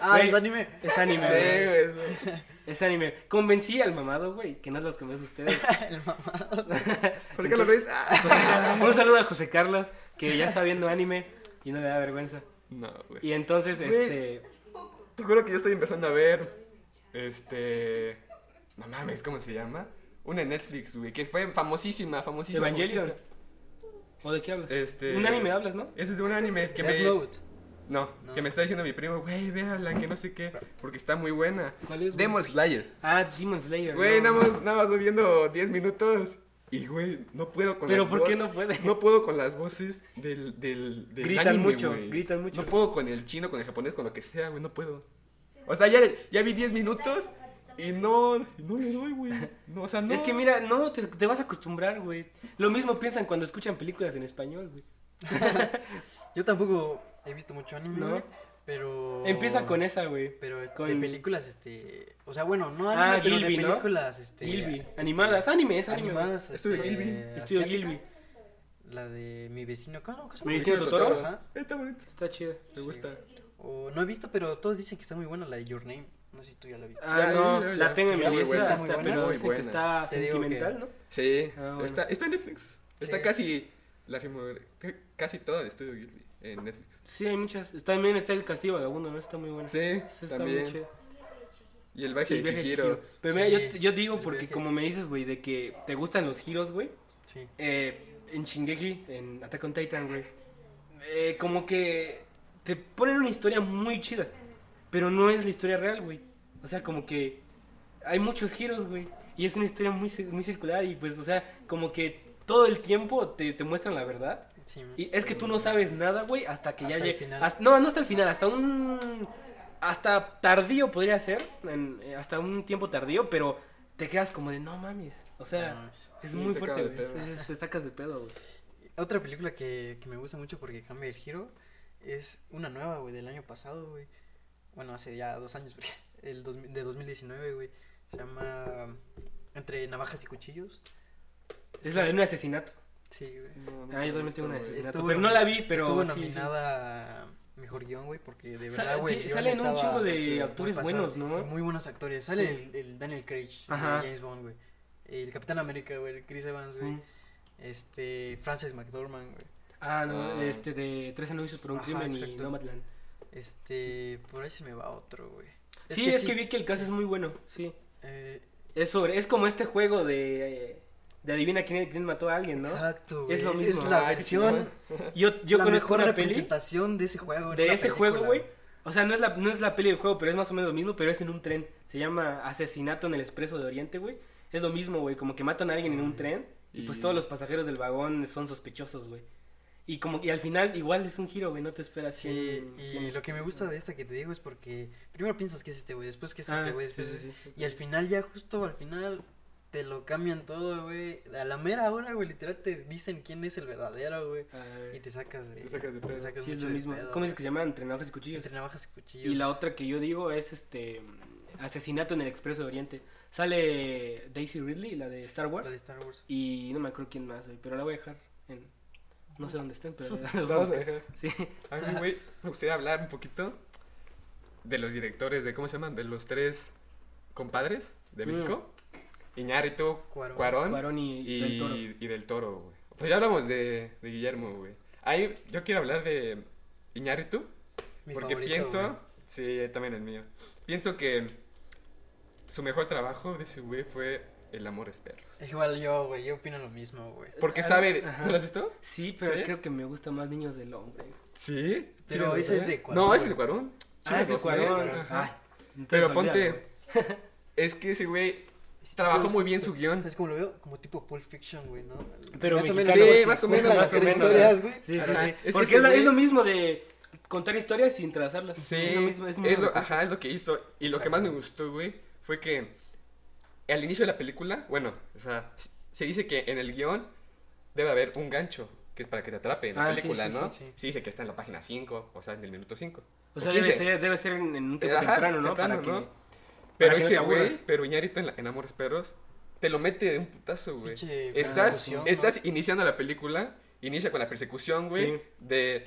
[SPEAKER 4] Ah,
[SPEAKER 3] Güey.
[SPEAKER 4] es anime.
[SPEAKER 3] Es
[SPEAKER 2] Sí,
[SPEAKER 3] anime, güey.
[SPEAKER 2] güey. güey.
[SPEAKER 3] Es anime. Convencí al mamado, güey, que no los convence ustedes.
[SPEAKER 4] El mamá.
[SPEAKER 2] ¿Por qué lo ves? Ah.
[SPEAKER 3] Un saludo a José Carlos, que ya está viendo anime y no le da vergüenza.
[SPEAKER 2] No, güey.
[SPEAKER 3] Y entonces,
[SPEAKER 2] Güey.
[SPEAKER 3] este.
[SPEAKER 2] Te juro que yo estoy empezando a ver. Este. No mames, ¿cómo se llama? Una en Netflix, güey, que fue famosísima, famosísima.
[SPEAKER 3] Evangelion.
[SPEAKER 2] famosita.
[SPEAKER 3] ¿O de qué hablas?
[SPEAKER 2] Este-
[SPEAKER 3] Un anime hablas, ¿no?
[SPEAKER 2] Es de un anime que
[SPEAKER 4] Death
[SPEAKER 2] me.
[SPEAKER 4] Note.
[SPEAKER 2] No,
[SPEAKER 4] No.
[SPEAKER 2] que me está diciendo mi primo, güey, véala, que no sé qué, porque está muy buena.
[SPEAKER 3] ¿Cuál es? güey?
[SPEAKER 2] Demon Slayer.
[SPEAKER 3] Ah, Demon Slayer.
[SPEAKER 2] Güey,
[SPEAKER 3] no,
[SPEAKER 2] nada más, nada más voy viendo 10 minutos y, güey, no puedo con
[SPEAKER 3] Pero
[SPEAKER 2] las
[SPEAKER 3] ¿por qué
[SPEAKER 2] vo-
[SPEAKER 3] no puede?
[SPEAKER 2] No puedo con las voces del, del, del
[SPEAKER 3] Gritan
[SPEAKER 2] anime,
[SPEAKER 3] mucho,
[SPEAKER 2] güey.
[SPEAKER 3] gritan mucho.
[SPEAKER 2] No puedo con el chino, con el japonés, con lo que sea, güey, no puedo. O sea, ya, ya vi 10 minutos y no, no le doy, güey. No, o sea, no.
[SPEAKER 3] Es que mira, no, te, te vas a acostumbrar, güey. Lo mismo piensan cuando escuchan películas en español, güey.
[SPEAKER 4] Yo tampoco he visto mucho anime,
[SPEAKER 3] No.
[SPEAKER 4] güey, pero...
[SPEAKER 3] Empieza con esa, güey.
[SPEAKER 4] Pero es- de
[SPEAKER 3] con-
[SPEAKER 4] películas, este... O sea, bueno, no
[SPEAKER 3] Ah,
[SPEAKER 4] anime, pero
[SPEAKER 3] Gilby,
[SPEAKER 4] de
[SPEAKER 3] ¿no?
[SPEAKER 4] películas, este...
[SPEAKER 3] Gilby.
[SPEAKER 4] este,
[SPEAKER 3] Animadas, anime, es anime. güey.
[SPEAKER 4] Animadas,
[SPEAKER 2] Estudio
[SPEAKER 4] este,
[SPEAKER 2] Gilby.
[SPEAKER 3] Estudio
[SPEAKER 4] asiáticas.
[SPEAKER 3] Gilby.
[SPEAKER 4] La de Mi Vecino... ¿Cómo? ¿Cómo se llama?
[SPEAKER 3] Mi Vecino Totoro.
[SPEAKER 4] Ajá.
[SPEAKER 2] Está bonito,
[SPEAKER 3] Está chido.
[SPEAKER 2] me gusta.
[SPEAKER 4] O no he visto, pero todos dicen que está muy buena la de Your Name. No sé si tú ya la viste.
[SPEAKER 3] Ah,
[SPEAKER 2] Ya,
[SPEAKER 3] no,
[SPEAKER 2] ya, ya.
[SPEAKER 3] la tengo en mi
[SPEAKER 4] Está muy
[SPEAKER 3] lista,
[SPEAKER 4] buena,
[SPEAKER 3] está,
[SPEAKER 4] muy buena,
[SPEAKER 3] pero
[SPEAKER 2] muy
[SPEAKER 3] dicen que
[SPEAKER 2] buena.
[SPEAKER 3] está
[SPEAKER 4] Te digo
[SPEAKER 3] sentimental, ¿no?
[SPEAKER 2] Sí,
[SPEAKER 3] Ah, bueno.
[SPEAKER 2] está, está en Netflix. Está
[SPEAKER 4] Sí.
[SPEAKER 2] casi la filmografía, casi toda de Estudio Ghibli en Netflix.
[SPEAKER 3] Sí, hay muchas. También está El Castillo Vagabundo, ¿no? Está muy buena.
[SPEAKER 2] Sí,
[SPEAKER 3] Esa está muy
[SPEAKER 2] también.
[SPEAKER 3] chida.
[SPEAKER 2] Y el
[SPEAKER 3] Sí,
[SPEAKER 2] viaje de
[SPEAKER 3] el viaje de
[SPEAKER 2] Chihiro.
[SPEAKER 3] Chihiro. Pero mira, yo,
[SPEAKER 4] Sí,
[SPEAKER 3] yo digo
[SPEAKER 4] el
[SPEAKER 3] porque
[SPEAKER 4] viaje.
[SPEAKER 3] como me dices, güey, de que te gustan los giros, güey.
[SPEAKER 4] Sí.
[SPEAKER 3] eh, en Shingeki, en Attack on Titan, güey, eh, como que te ponen una historia muy chida, pero no es la historia real, güey. O sea, como que hay muchos giros, güey, y es una historia muy, ci- muy circular y pues, o sea, como que todo el tiempo te, te muestran la verdad.
[SPEAKER 4] sí.
[SPEAKER 3] Y es que tú no sabes nada, güey, hasta que ya
[SPEAKER 4] Hasta el
[SPEAKER 3] llegue-
[SPEAKER 4] final.
[SPEAKER 3] hasta- no, no hasta el final, hasta un... Hasta tardío podría ser, en- eh, hasta un tiempo tardío, pero te quedas como de no mames. O sea,
[SPEAKER 4] No, sí.
[SPEAKER 3] es
[SPEAKER 2] Sí,
[SPEAKER 3] muy
[SPEAKER 2] te
[SPEAKER 3] fuerte,
[SPEAKER 2] acaba de
[SPEAKER 3] güey.
[SPEAKER 2] pedo.
[SPEAKER 3] Es- es- Te sacas de pedo, güey.
[SPEAKER 4] Otra película que, que me gusta mucho porque cambia el giro es una nueva, güey, del año pasado, güey. Bueno, hace ya dos años, porque el dos, de 2019, güey. Se llama um, Entre Navajas y Cuchillos.
[SPEAKER 3] Es la de un asesinato.
[SPEAKER 4] Sí, güey.
[SPEAKER 2] No, no
[SPEAKER 3] Ah, yo
[SPEAKER 2] me
[SPEAKER 3] también
[SPEAKER 2] gusta,
[SPEAKER 3] tengo un
[SPEAKER 2] güey.
[SPEAKER 3] asesinato.
[SPEAKER 4] Estuvo
[SPEAKER 3] pero no la vi, pero.
[SPEAKER 4] Estuvo
[SPEAKER 3] sí, sí.
[SPEAKER 4] nominada a Mejor Guión, güey, porque de
[SPEAKER 3] Sa-
[SPEAKER 4] verdad,
[SPEAKER 3] ti-
[SPEAKER 4] güey. el guión
[SPEAKER 3] salen un
[SPEAKER 4] estaba
[SPEAKER 3] chingo de
[SPEAKER 4] muy
[SPEAKER 3] actores
[SPEAKER 4] pasado.
[SPEAKER 3] buenos, ¿no?
[SPEAKER 4] Y Muy buenos actores. Sale
[SPEAKER 3] Sí.
[SPEAKER 4] el, el Daniel Craig, el
[SPEAKER 3] Ajá.
[SPEAKER 4] James Bond, güey. El Capitán América, güey, el Chris Evans, güey.
[SPEAKER 3] Mm.
[SPEAKER 4] Este, Frances McDormand, güey.
[SPEAKER 3] Ah, no,
[SPEAKER 2] Ah.
[SPEAKER 3] este de Tres anuncios por un
[SPEAKER 4] Ajá,
[SPEAKER 3] crimen y
[SPEAKER 4] exacto.
[SPEAKER 3] Nomadland.
[SPEAKER 4] Este, por ahí se me va otro, güey.
[SPEAKER 3] Sí, es que vi que el caso es muy bueno, sí.
[SPEAKER 4] eh,
[SPEAKER 3] Es sobre, es como este juego de, eh, de adivina quién, quién mató a alguien, ¿no?
[SPEAKER 4] Exacto, güey.
[SPEAKER 3] Es lo
[SPEAKER 4] es,
[SPEAKER 3] mismo. Ah,
[SPEAKER 4] Es la
[SPEAKER 2] Ay,
[SPEAKER 4] versión,
[SPEAKER 2] chingón.
[SPEAKER 3] Yo, yo
[SPEAKER 4] la
[SPEAKER 3] conozco
[SPEAKER 4] mejor
[SPEAKER 3] una peli
[SPEAKER 4] representación de ese juego. en
[SPEAKER 3] de
[SPEAKER 4] una
[SPEAKER 3] ese juego,
[SPEAKER 4] película,
[SPEAKER 3] güey, O sea, no es, la, no es la peli del juego, pero es más o menos lo mismo, pero es en un tren. Se llama Asesinato en el Expreso de Oriente, güey. Es lo mismo, güey, como que matan a alguien en un tren y pues
[SPEAKER 2] Y-
[SPEAKER 3] todos los pasajeros del vagón son sospechosos, güey. Y como y al final igual es un giro, güey, no te esperas
[SPEAKER 4] Sí,
[SPEAKER 3] quién- quién
[SPEAKER 4] y
[SPEAKER 3] es. este,
[SPEAKER 4] lo que me gusta de esta que te digo es porque primero piensas que es este güey, después que es
[SPEAKER 3] Ah,
[SPEAKER 4] este güey,
[SPEAKER 3] sí,
[SPEAKER 4] después
[SPEAKER 3] sí,
[SPEAKER 4] es-
[SPEAKER 3] sí.
[SPEAKER 4] y al final ya justo al final te lo cambian todo, güey. A la mera hora, güey, literal te dicen quién es el verdadero, güey,
[SPEAKER 3] A
[SPEAKER 4] y
[SPEAKER 3] ver,
[SPEAKER 4] te sacas de
[SPEAKER 2] Te sacas de pedo.
[SPEAKER 4] sacas
[SPEAKER 3] sí, es
[SPEAKER 4] mucho
[SPEAKER 3] lo
[SPEAKER 4] de
[SPEAKER 3] mismo.
[SPEAKER 4] pedo,
[SPEAKER 3] ¿Cómo
[SPEAKER 4] güey.
[SPEAKER 3] es que se llaman? Entrenadores y cuchillos.
[SPEAKER 4] Entre navajas y cuchillos.
[SPEAKER 3] Y la otra que yo digo es este Asesinato en el Expreso de Oriente. Sale Daisy Ridley, la de Star Wars.
[SPEAKER 4] la de Star Wars.
[SPEAKER 3] Y no me acuerdo quién más, güey, pero la voy a dejar en... No sé dónde estén, pero...
[SPEAKER 2] Lo vamos a dejar.
[SPEAKER 3] Sí.
[SPEAKER 2] A mí, güey, me gustaría hablar un poquito de los directores, de cómo se llaman, de los tres compadres de
[SPEAKER 3] Mm.
[SPEAKER 2] México. Iñárritu,
[SPEAKER 4] Cuarón.
[SPEAKER 2] Cuarón,
[SPEAKER 3] Cuarón y Del Toro.
[SPEAKER 2] y del Toro, güey. Pues ya hablamos de, de Guillermo, güey. Ahí yo quiero hablar de Iñárritu,
[SPEAKER 4] Mi
[SPEAKER 2] porque
[SPEAKER 4] favorito,
[SPEAKER 2] pienso,
[SPEAKER 4] güey.
[SPEAKER 2] sí, también el mío. Pienso que su mejor trabajo de ese güey fue El amor es perros.
[SPEAKER 4] Igual yo, güey, yo opino lo mismo, güey.
[SPEAKER 2] Porque
[SPEAKER 3] Ah,
[SPEAKER 2] sabe, de-
[SPEAKER 3] ajá.
[SPEAKER 2] ¿no lo has visto?
[SPEAKER 3] Sí, pero
[SPEAKER 2] ¿Sí?
[SPEAKER 3] creo que me gusta más Niños del Hombre.
[SPEAKER 2] Sí.
[SPEAKER 4] Pero
[SPEAKER 2] Sí,
[SPEAKER 4] ese
[SPEAKER 2] ¿eh?
[SPEAKER 4] es de Cuarón,
[SPEAKER 2] No, ese
[SPEAKER 4] güey.
[SPEAKER 2] es de Cuarón.
[SPEAKER 3] Ah, es de
[SPEAKER 2] Los
[SPEAKER 3] Cuarón.
[SPEAKER 2] Negros, ajá.
[SPEAKER 3] Ay, entonces
[SPEAKER 2] Pero
[SPEAKER 3] olvídalo,
[SPEAKER 2] ponte-
[SPEAKER 3] güey.
[SPEAKER 2] Es que ese güey trabajó muy bien su guión.
[SPEAKER 4] ¿Sabes cómo lo veo? Como tipo Pulp Fiction, güey, ¿no?
[SPEAKER 3] Pero
[SPEAKER 4] más o menos,
[SPEAKER 3] mexicano,
[SPEAKER 4] güey,
[SPEAKER 3] Sí,
[SPEAKER 4] que
[SPEAKER 2] más o
[SPEAKER 4] cuenta
[SPEAKER 2] menos,
[SPEAKER 4] las
[SPEAKER 2] más o
[SPEAKER 4] tres
[SPEAKER 2] menos.
[SPEAKER 4] historias, güey.
[SPEAKER 3] Sí, sí,
[SPEAKER 2] Ajá,
[SPEAKER 3] sí.
[SPEAKER 2] es que
[SPEAKER 3] Porque
[SPEAKER 2] ese
[SPEAKER 3] es, la- es
[SPEAKER 2] güey-
[SPEAKER 3] lo mismo de contar historias sin trazarlas.
[SPEAKER 2] Sí,
[SPEAKER 3] Es lo mismo, es
[SPEAKER 2] es,
[SPEAKER 3] muy pues.
[SPEAKER 2] lo,
[SPEAKER 3] recurso.
[SPEAKER 2] ajá, es lo que hizo. Y lo que más me gustó, güey, fue que al inicio de la película, bueno, o sea, s- se dice que en el guión debe haber un gancho, que es para que te atrape en la
[SPEAKER 3] Ah, sí,
[SPEAKER 2] película,
[SPEAKER 3] sí,
[SPEAKER 2] ¿no?
[SPEAKER 4] sí, sí.
[SPEAKER 2] Se dice que está en la página 5, o sea, en el minuto 5.
[SPEAKER 3] O sea, debe ser, debe ser en, en un tiempo temprano, ¿no? Para que-
[SPEAKER 2] Pero
[SPEAKER 3] para que no te
[SPEAKER 2] ese
[SPEAKER 3] aburra.
[SPEAKER 2] güey, pero Iñárritu en, la- en Amores Perros, te lo mete de un putazo, güey.
[SPEAKER 4] Pinche
[SPEAKER 2] Estás,
[SPEAKER 4] persecución, ¿no?
[SPEAKER 2] estás iniciando la película, inicia con la persecución, güey,
[SPEAKER 3] Sí.
[SPEAKER 2] de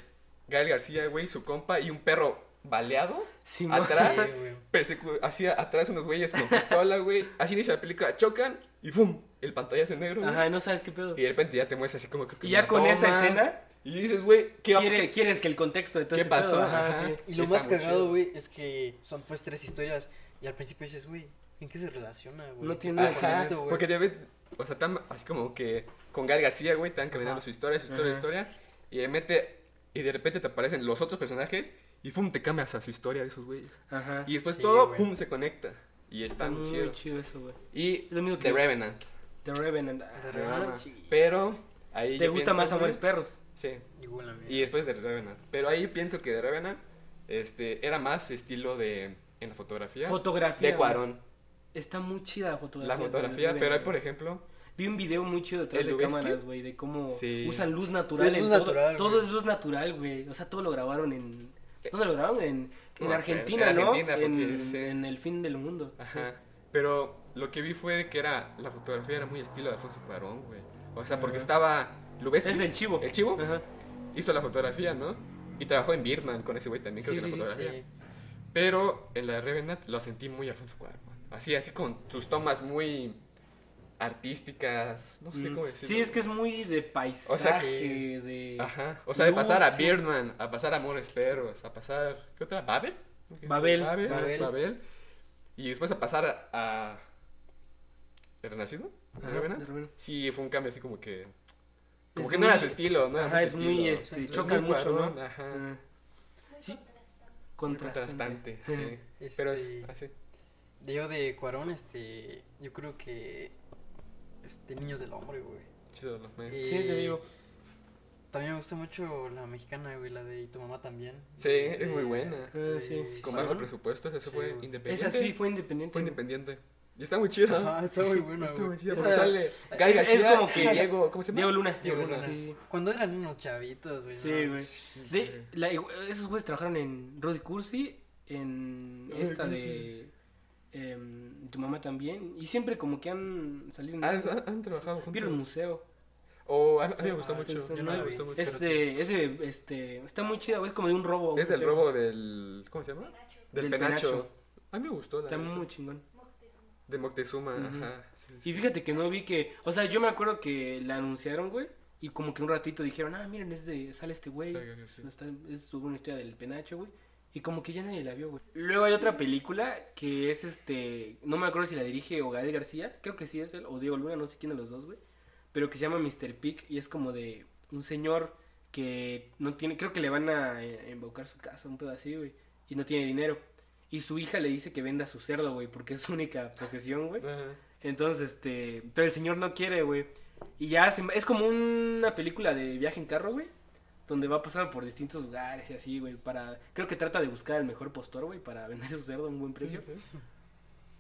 [SPEAKER 2] Gael García, güey, su compa, y un perro baleado.
[SPEAKER 3] Sí, mo-
[SPEAKER 2] atrás,
[SPEAKER 4] Sí, güey.
[SPEAKER 2] persecu- así atrás unos güeyes con pistola, güey. Así inicia la película, chocan y ¡fum! El pantallazo en negro, güey.
[SPEAKER 3] Ajá, no sabes qué pedo.
[SPEAKER 2] Y de repente ya te muestras así como que...
[SPEAKER 3] Y ya
[SPEAKER 2] una
[SPEAKER 3] con esa
[SPEAKER 2] toma,
[SPEAKER 3] escena,
[SPEAKER 2] Y dices, güey, ¿qué va-
[SPEAKER 3] Quiere-
[SPEAKER 2] qué-
[SPEAKER 3] quieres que el contexto de todo
[SPEAKER 2] ¿Qué
[SPEAKER 3] ese pedo,
[SPEAKER 2] pasó?
[SPEAKER 3] ajá,
[SPEAKER 2] Ajá.
[SPEAKER 3] sí.
[SPEAKER 4] Y lo
[SPEAKER 2] Está
[SPEAKER 4] más
[SPEAKER 2] muy
[SPEAKER 4] cagado,
[SPEAKER 2] chido.
[SPEAKER 4] güey, es que son pues tres historias. Y al principio dices, güey, ¿en qué se relaciona, güey?
[SPEAKER 3] No
[SPEAKER 4] ¿Qué
[SPEAKER 3] tiene
[SPEAKER 4] pedo
[SPEAKER 3] nada
[SPEAKER 4] con
[SPEAKER 2] Ajá,
[SPEAKER 4] esto, güey?
[SPEAKER 2] porque te ven, o sea, tan, así como que con Gael García, güey, están caminando
[SPEAKER 4] Ajá.
[SPEAKER 2] su historia, su historia,
[SPEAKER 3] Ajá.
[SPEAKER 2] su historia, y de, mete, y de repente te aparecen los otros personajes y ¡fum! te cambias a su historia de esos güeyes.
[SPEAKER 3] Ajá.
[SPEAKER 2] Y después
[SPEAKER 4] Sí,
[SPEAKER 2] todo,
[SPEAKER 4] güey.
[SPEAKER 2] ¡pum! se conecta. Y está,
[SPEAKER 3] está
[SPEAKER 2] muy,
[SPEAKER 3] muy
[SPEAKER 2] chido.
[SPEAKER 3] chido, eso, güey.
[SPEAKER 2] Y
[SPEAKER 3] Lo mismo que-
[SPEAKER 2] The Revenant.
[SPEAKER 3] The Revenant. ah,
[SPEAKER 4] The
[SPEAKER 2] me
[SPEAKER 4] Revenant,
[SPEAKER 2] mama.
[SPEAKER 3] chido.
[SPEAKER 2] Pero ahí
[SPEAKER 3] ¿Te
[SPEAKER 2] yo
[SPEAKER 3] gusta
[SPEAKER 2] pienso, "Mm,
[SPEAKER 3] más Amores
[SPEAKER 2] güey,
[SPEAKER 3] Perros?
[SPEAKER 2] Sí.
[SPEAKER 4] Igual a mí.
[SPEAKER 2] Y después de Revenant. Pero ahí pienso que de Revenant este, era más estilo de en la fotografía.
[SPEAKER 3] Fotografía.
[SPEAKER 2] de Cuarón.
[SPEAKER 3] güey. Está muy chida la fotografía.
[SPEAKER 2] La
[SPEAKER 3] de
[SPEAKER 2] fotografía,
[SPEAKER 3] Revenant,
[SPEAKER 2] pero ahí, por
[SPEAKER 3] güey.
[SPEAKER 2] ejemplo,
[SPEAKER 3] Vi un video muy chido detrás
[SPEAKER 2] ¿El
[SPEAKER 3] de
[SPEAKER 2] Lubinsky?
[SPEAKER 3] cámaras, güey, de cómo
[SPEAKER 2] Sí.
[SPEAKER 3] usan luz natural.
[SPEAKER 4] Es
[SPEAKER 3] en
[SPEAKER 4] luz
[SPEAKER 3] todo.
[SPEAKER 4] natural,
[SPEAKER 3] todo
[SPEAKER 4] güey.
[SPEAKER 3] es luz natural, güey. O sea, todo lo grabaron en. ¿Dónde lo grabaron? En, en
[SPEAKER 2] No,
[SPEAKER 3] Argentina,
[SPEAKER 2] en
[SPEAKER 3] ¿no?
[SPEAKER 2] Argentina, porque
[SPEAKER 3] en,
[SPEAKER 2] sí. Ah,
[SPEAKER 3] en el fin del mundo.
[SPEAKER 2] Ajá. Pero lo que vi fue que era la fotografía era muy estilo de Alfonso Cuarón, güey. O sea, porque
[SPEAKER 3] Ajá.
[SPEAKER 2] estaba Lubeski.
[SPEAKER 3] Es del chivo.
[SPEAKER 2] El chivo
[SPEAKER 3] Ajá.
[SPEAKER 2] hizo la fotografía, ¿no? Y trabajó en Birman con ese güey también, creo
[SPEAKER 3] Sí,
[SPEAKER 2] que
[SPEAKER 3] sí,
[SPEAKER 2] la
[SPEAKER 3] sí,
[SPEAKER 2] fotografía.
[SPEAKER 4] Sí.
[SPEAKER 2] Pero en la de Revenant lo sentí muy Alfonso Cuarón. Así, así con sus tomas muy artísticas, no sé
[SPEAKER 3] Mm.
[SPEAKER 2] cómo decirlo.
[SPEAKER 3] Sí, es que es muy de paisaje,
[SPEAKER 4] que-
[SPEAKER 3] de...
[SPEAKER 2] Ajá. O sea, de pasar a
[SPEAKER 3] Luz, sí.
[SPEAKER 2] Birdman, a pasar a Amores Perros, a pasar. ¿Qué otra? ¿Babel?
[SPEAKER 3] Babel.
[SPEAKER 2] Babel.
[SPEAKER 4] Babel.
[SPEAKER 2] Babel. Y después a pasar a. a- ¿El Renacido?
[SPEAKER 3] Ajá,
[SPEAKER 2] Revenant.
[SPEAKER 3] de Revenant.
[SPEAKER 2] Sí, fue un cambio así como que. Como
[SPEAKER 3] Es
[SPEAKER 2] que no era
[SPEAKER 3] muy-
[SPEAKER 2] su estilo, ¿no? era
[SPEAKER 3] Ajá,
[SPEAKER 2] su
[SPEAKER 3] es muy,
[SPEAKER 2] estilo.
[SPEAKER 3] este,
[SPEAKER 2] Es
[SPEAKER 3] chocan
[SPEAKER 2] muy
[SPEAKER 3] mucho,
[SPEAKER 2] cuadrón,
[SPEAKER 3] ¿no? Mm,
[SPEAKER 2] Ajá.
[SPEAKER 3] Sí.
[SPEAKER 2] Muy Ah. Contrastante,
[SPEAKER 3] Contrastante.
[SPEAKER 2] sí.
[SPEAKER 4] Este-
[SPEAKER 2] Pero es así.
[SPEAKER 4] Yo de Cuarón, este. Yo creo que. Este, Niños del Hombre, güey.
[SPEAKER 2] Chido los memes.
[SPEAKER 3] Sí, te
[SPEAKER 4] Eh,
[SPEAKER 3] digo.
[SPEAKER 4] También me gusta mucho la mexicana, güey, la de Y tu mamá también.
[SPEAKER 2] Sí, es muy buena.
[SPEAKER 3] Ah, sí, sí,
[SPEAKER 2] Con
[SPEAKER 3] sí.
[SPEAKER 2] bajo
[SPEAKER 3] ¿Cuarón?
[SPEAKER 2] presupuesto, eso
[SPEAKER 4] Sí,
[SPEAKER 2] fue
[SPEAKER 4] güey.
[SPEAKER 2] independiente.
[SPEAKER 3] Esa sí fue independiente.
[SPEAKER 2] Fue independiente. Y está muy chida.
[SPEAKER 4] Ajá, está muy buena,
[SPEAKER 2] Está
[SPEAKER 4] güey.
[SPEAKER 2] muy chida.
[SPEAKER 4] Esa-
[SPEAKER 2] Porque sale Gael
[SPEAKER 3] es- es
[SPEAKER 2] García
[SPEAKER 3] como que-
[SPEAKER 2] y Diego, ¿cómo se llama?
[SPEAKER 3] Diego Luna.
[SPEAKER 4] Digo,
[SPEAKER 2] Diego Luna.
[SPEAKER 3] Sí,
[SPEAKER 4] Cuando eran unos chavitos, güey.
[SPEAKER 3] Sí,
[SPEAKER 2] Ah,
[SPEAKER 4] ¿no?
[SPEAKER 3] güey. De- la- esos güeyes trabajaron en Roddy Cursi, en
[SPEAKER 2] Roddy
[SPEAKER 3] esta
[SPEAKER 2] Cursi.
[SPEAKER 3] de em, Tu mamá también. Y siempre como que han salido en...
[SPEAKER 2] Ah, ¿han, han trabajado juntos.
[SPEAKER 3] Vieron un museo.
[SPEAKER 2] O a, a mí me gustó
[SPEAKER 4] Ah,
[SPEAKER 2] mucho.
[SPEAKER 3] entonces,
[SPEAKER 2] a mí
[SPEAKER 4] no la
[SPEAKER 2] me
[SPEAKER 4] vi.
[SPEAKER 2] gustó mucho.
[SPEAKER 3] Es de, es de, este, está muy chida, güey, es como de un robo. un
[SPEAKER 2] Es del
[SPEAKER 3] museo.
[SPEAKER 2] robo del. ¿Cómo se llama? Del,
[SPEAKER 3] Del
[SPEAKER 2] penacho.
[SPEAKER 3] penacho.
[SPEAKER 2] A mí me gustó. La
[SPEAKER 3] Está
[SPEAKER 2] neta.
[SPEAKER 3] muy chingón.
[SPEAKER 2] De Moctezuma.
[SPEAKER 3] Ujú.
[SPEAKER 2] Ajá. sí, sí.
[SPEAKER 3] Y fíjate que no vi que, o sea, yo me acuerdo que la anunciaron, güey, y como que un ratito dijeron, ah, miren, es de, sale este güey,
[SPEAKER 2] Está bien, sí.
[SPEAKER 3] no está- es sobre una historia del penacho, güey, y como que ya nadie la vio, güey. Luego hay otra película que es este, no me acuerdo si la dirige o Gael García, creo que sí es él, o Diego Luna, no sé quién de los dos, güey, pero que se llama Mr. Pig y es como de un señor que no tiene, creo que le van a eh, embaucar su casa, un pedo así, güey. y no tiene dinero. Y su hija le dice que venda su cerdo, güey, porque es su única posesión, güey.
[SPEAKER 2] Ajá.
[SPEAKER 3] Entonces, este. Pero el señor no quiere, güey. Y ya se- es como una película de viaje en carro, güey. Donde va pasando por distintos lugares y así, güey. Para... Creo que trata de buscar el mejor postor, güey, para vender su cerdo a un buen precio.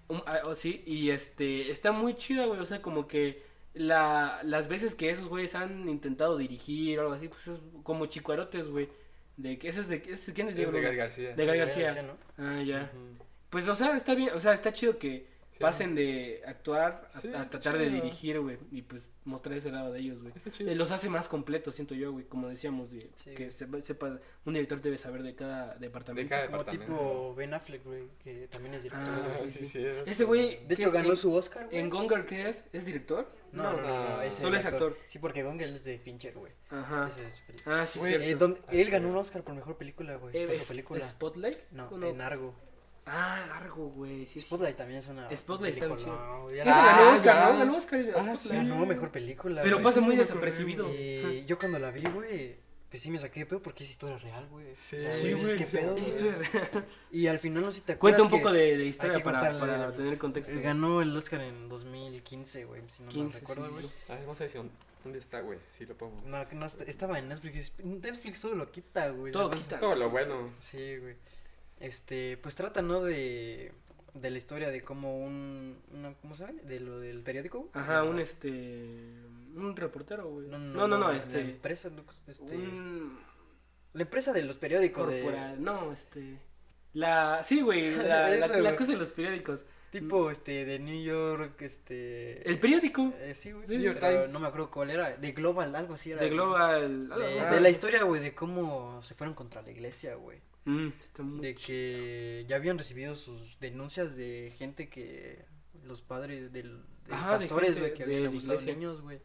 [SPEAKER 3] Um, ah, oh, sí, y este, está muy chida, güey, o sea, como que la, las veces que esos güeyes han intentado dirigir o algo así, pues es como chicuarotes, güey, de que ese es de, ese, ¿quién es
[SPEAKER 2] Es de
[SPEAKER 3] Diego?
[SPEAKER 2] Gar García.
[SPEAKER 3] De Gael García.
[SPEAKER 4] ¿no?
[SPEAKER 3] Ah, ya.
[SPEAKER 2] Ujú.
[SPEAKER 3] Pues, o sea, está bien, o sea, está chido que
[SPEAKER 2] Sí.
[SPEAKER 3] pasen de actuar a,
[SPEAKER 2] Sí,
[SPEAKER 3] a
[SPEAKER 2] está
[SPEAKER 3] tratar de
[SPEAKER 2] chido.
[SPEAKER 3] dirigir, güey, y pues mostrar ese lado de ellos, güey.
[SPEAKER 2] Está
[SPEAKER 3] Eh,
[SPEAKER 2] chido.
[SPEAKER 3] Los hace más completos, siento yo, güey, como decíamos, de,
[SPEAKER 4] Sí.
[SPEAKER 3] que sepa, sepa- un director debe saber de cada departamento.
[SPEAKER 2] cada-
[SPEAKER 4] Como
[SPEAKER 2] Departamento.
[SPEAKER 4] tipo Ben Affleck, güey, que también es director.
[SPEAKER 3] Ah,
[SPEAKER 2] Ah,
[SPEAKER 4] güey.
[SPEAKER 3] sí,
[SPEAKER 2] sí,
[SPEAKER 3] sí.
[SPEAKER 2] sí, era-
[SPEAKER 3] Ese güey...
[SPEAKER 4] de hecho,
[SPEAKER 3] ¿qué-
[SPEAKER 4] ganó
[SPEAKER 3] en-
[SPEAKER 4] su Oscar, güey.
[SPEAKER 3] ¿En Gonger qué es? ¿Es director?
[SPEAKER 4] No, no, no, no,
[SPEAKER 3] Solo
[SPEAKER 4] el
[SPEAKER 3] es actor.
[SPEAKER 4] Sí, porque Gonger es de Fincher, güey.
[SPEAKER 3] Ajá.
[SPEAKER 4] Ese es su película.
[SPEAKER 3] Ah, sí,
[SPEAKER 2] Güey,
[SPEAKER 3] cierto.
[SPEAKER 4] Eh, donde-
[SPEAKER 2] Ah,
[SPEAKER 4] él
[SPEAKER 2] sí.
[SPEAKER 4] ganó un Oscar por mejor película, güey.
[SPEAKER 3] Eh,
[SPEAKER 4] por
[SPEAKER 3] es-
[SPEAKER 4] su película.
[SPEAKER 3] ¿Spotlight?
[SPEAKER 4] No,
[SPEAKER 3] ¿O
[SPEAKER 4] en Argo.
[SPEAKER 3] Ah, Argo, güey. Sí, sí.
[SPEAKER 4] Spotlight también es una.
[SPEAKER 3] Spotlight está bien
[SPEAKER 4] peliculón, güey.
[SPEAKER 3] Ese
[SPEAKER 4] Ah,
[SPEAKER 3] ganó Oscar,
[SPEAKER 2] ya.
[SPEAKER 3] ¿no? Ganó Oscar. y
[SPEAKER 4] Ah,
[SPEAKER 3] Spotlight.
[SPEAKER 4] sí, ganó mejor película.
[SPEAKER 3] Pero
[SPEAKER 4] güey.
[SPEAKER 3] pasa muy
[SPEAKER 2] sí, me
[SPEAKER 3] desapercibido.
[SPEAKER 4] Y yo cuando la vi, güey, pues sí me saqué de pedo porque es historia real, güey.
[SPEAKER 2] Sí,
[SPEAKER 4] O sea,
[SPEAKER 3] Sí,
[SPEAKER 4] dices,
[SPEAKER 2] güey,
[SPEAKER 4] ¿qué
[SPEAKER 2] sí.
[SPEAKER 4] pedo,
[SPEAKER 3] Ajá. Es
[SPEAKER 4] güey?
[SPEAKER 3] historia real.
[SPEAKER 4] Y al final no sé si te acuerdas.
[SPEAKER 3] Cuenta un poco
[SPEAKER 4] que
[SPEAKER 3] de, de historia
[SPEAKER 4] que
[SPEAKER 3] para,
[SPEAKER 4] contarle
[SPEAKER 3] para
[SPEAKER 4] la-
[SPEAKER 3] tener contexto.
[SPEAKER 4] Ganó el Oscar en 2015, güey. Si no
[SPEAKER 3] 15,
[SPEAKER 4] me acuerdo,
[SPEAKER 3] sí,
[SPEAKER 4] güey.
[SPEAKER 3] sí.
[SPEAKER 2] A ver, Ah, vamos a ver si- dónde está, güey. Si lo pongo.
[SPEAKER 4] No, que no, est- estaba en Netflix. Netflix todo lo quita, güey.
[SPEAKER 3] Todo
[SPEAKER 4] La-
[SPEAKER 3] quita.
[SPEAKER 2] Todo lo bueno.
[SPEAKER 4] Sí, güey. Este, pues trata, ¿no? De, de la historia de cómo un, una- ¿cómo se llama? De lo del periódico.
[SPEAKER 3] Ajá, un
[SPEAKER 4] No,
[SPEAKER 3] este... Un reportero, güey.
[SPEAKER 4] No,
[SPEAKER 3] No, no, no,
[SPEAKER 4] La
[SPEAKER 3] este...
[SPEAKER 4] empresa, ¿no? Este,
[SPEAKER 3] Un
[SPEAKER 4] La empresa de los periódicos. de-
[SPEAKER 3] corporal. No, este... La... Sí, güey. La, la-
[SPEAKER 4] Eso,
[SPEAKER 3] la
[SPEAKER 4] güey.
[SPEAKER 3] cosa de los periódicos.
[SPEAKER 4] tipo, este, de New York, este...
[SPEAKER 3] El periódico.
[SPEAKER 4] eh, sí, güey.
[SPEAKER 3] Sí,
[SPEAKER 4] New
[SPEAKER 3] New
[SPEAKER 4] York
[SPEAKER 3] York
[SPEAKER 2] Times.
[SPEAKER 4] No me acuerdo cuál era. De Global, algo así era.
[SPEAKER 3] De
[SPEAKER 4] güey.
[SPEAKER 3] Global...
[SPEAKER 4] Eh, De,
[SPEAKER 2] Ah.
[SPEAKER 4] de la historia, güey, de cómo se fueron contra la iglesia, güey.
[SPEAKER 3] Mm, está muy
[SPEAKER 4] De
[SPEAKER 3] chido.
[SPEAKER 4] que ya habían recibido sus denuncias de gente que los padres del, de
[SPEAKER 3] Ajá, de
[SPEAKER 4] pastores,
[SPEAKER 3] gente
[SPEAKER 4] güey, que
[SPEAKER 3] de
[SPEAKER 4] habían
[SPEAKER 3] la
[SPEAKER 4] abusado de
[SPEAKER 3] iglesia.
[SPEAKER 4] niños, güey.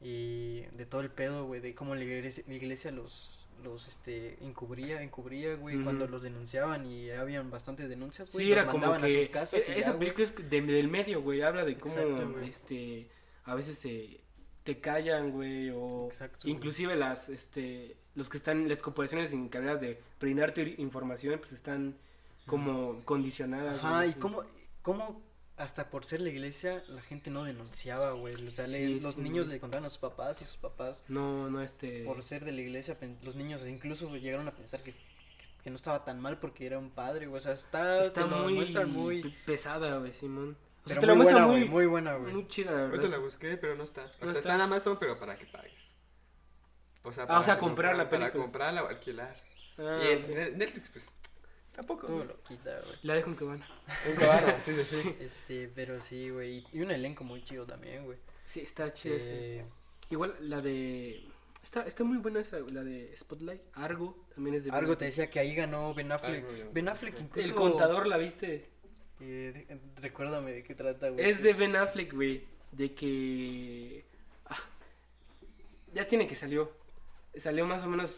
[SPEAKER 4] Y de todo el pedo, güey, de cómo la iglesia, la iglesia los los este encubría, encubría, güey,
[SPEAKER 3] Ujú.
[SPEAKER 4] cuando los denunciaban y habían bastantes denuncias, güey,
[SPEAKER 3] Sí,
[SPEAKER 4] los
[SPEAKER 3] era como
[SPEAKER 4] mandaban
[SPEAKER 3] que
[SPEAKER 4] a sus casas
[SPEAKER 3] e- esa
[SPEAKER 4] y ya, güey.
[SPEAKER 3] película es de- del medio, güey, habla de cómo
[SPEAKER 4] Exacto, güey.
[SPEAKER 3] este a veces se te callan, güey, o
[SPEAKER 4] Exacto, güey.
[SPEAKER 3] inclusive las este los que están las corporaciones encargadas de brindarte información pues están como condicionadas.
[SPEAKER 4] Ajá,
[SPEAKER 3] güey.
[SPEAKER 4] y cómo cómo hasta por ser la iglesia la gente no denunciaba, güey. O sea, le-
[SPEAKER 3] Sí,
[SPEAKER 4] los
[SPEAKER 3] sí,
[SPEAKER 4] niños
[SPEAKER 3] güey.
[SPEAKER 4] le contaban a sus papás y sus papás
[SPEAKER 3] no no este
[SPEAKER 4] por ser de la iglesia, pen- los niños incluso güey, llegaron a pensar que, que no estaba tan mal porque era un padre, güey. O sea, está,
[SPEAKER 3] está
[SPEAKER 4] te lo
[SPEAKER 3] muy,
[SPEAKER 4] muestran muy.
[SPEAKER 3] pe- pesada, güey, Simón. O sea,
[SPEAKER 4] pero
[SPEAKER 3] te lo muestra
[SPEAKER 4] buena,
[SPEAKER 3] muy
[SPEAKER 4] güey, muy buena, güey.
[SPEAKER 3] muy chida, la
[SPEAKER 2] Ahorita
[SPEAKER 3] verdad.
[SPEAKER 2] la busqué, pero no está. O sea,
[SPEAKER 3] está.
[SPEAKER 2] está. en Amazon, pero para que pagues. O sea,
[SPEAKER 3] Ah, o sea,
[SPEAKER 2] que
[SPEAKER 3] comprar la
[SPEAKER 2] Para
[SPEAKER 3] película.
[SPEAKER 2] comprarla o alquilar.
[SPEAKER 3] Ah,
[SPEAKER 2] y en
[SPEAKER 3] ok.
[SPEAKER 2] en Netflix, pues, tampoco.
[SPEAKER 4] Todo
[SPEAKER 2] ¿no?
[SPEAKER 4] lo quita, güey.
[SPEAKER 3] La dejo en que van.
[SPEAKER 2] En Cabana, sí, sí, sí.
[SPEAKER 4] Este, pero sí, güey. y- Y un elenco muy chido también, güey.
[SPEAKER 3] Sí, está chida. esa.
[SPEAKER 4] Este,
[SPEAKER 3] Igual la de. Está, está muy buena esa, la de Spotlight. Argo también es de.
[SPEAKER 4] algo te decía que ahí ganó Ben Affleck.
[SPEAKER 2] Algo ganó.
[SPEAKER 4] ben Affleck incluso.
[SPEAKER 3] El contador la viste.
[SPEAKER 4] eh, de- recuérdame de qué trata, güey.
[SPEAKER 3] Es de Ben Affleck, güey. De que. Ah, ya tiene que salió. Salió más o menos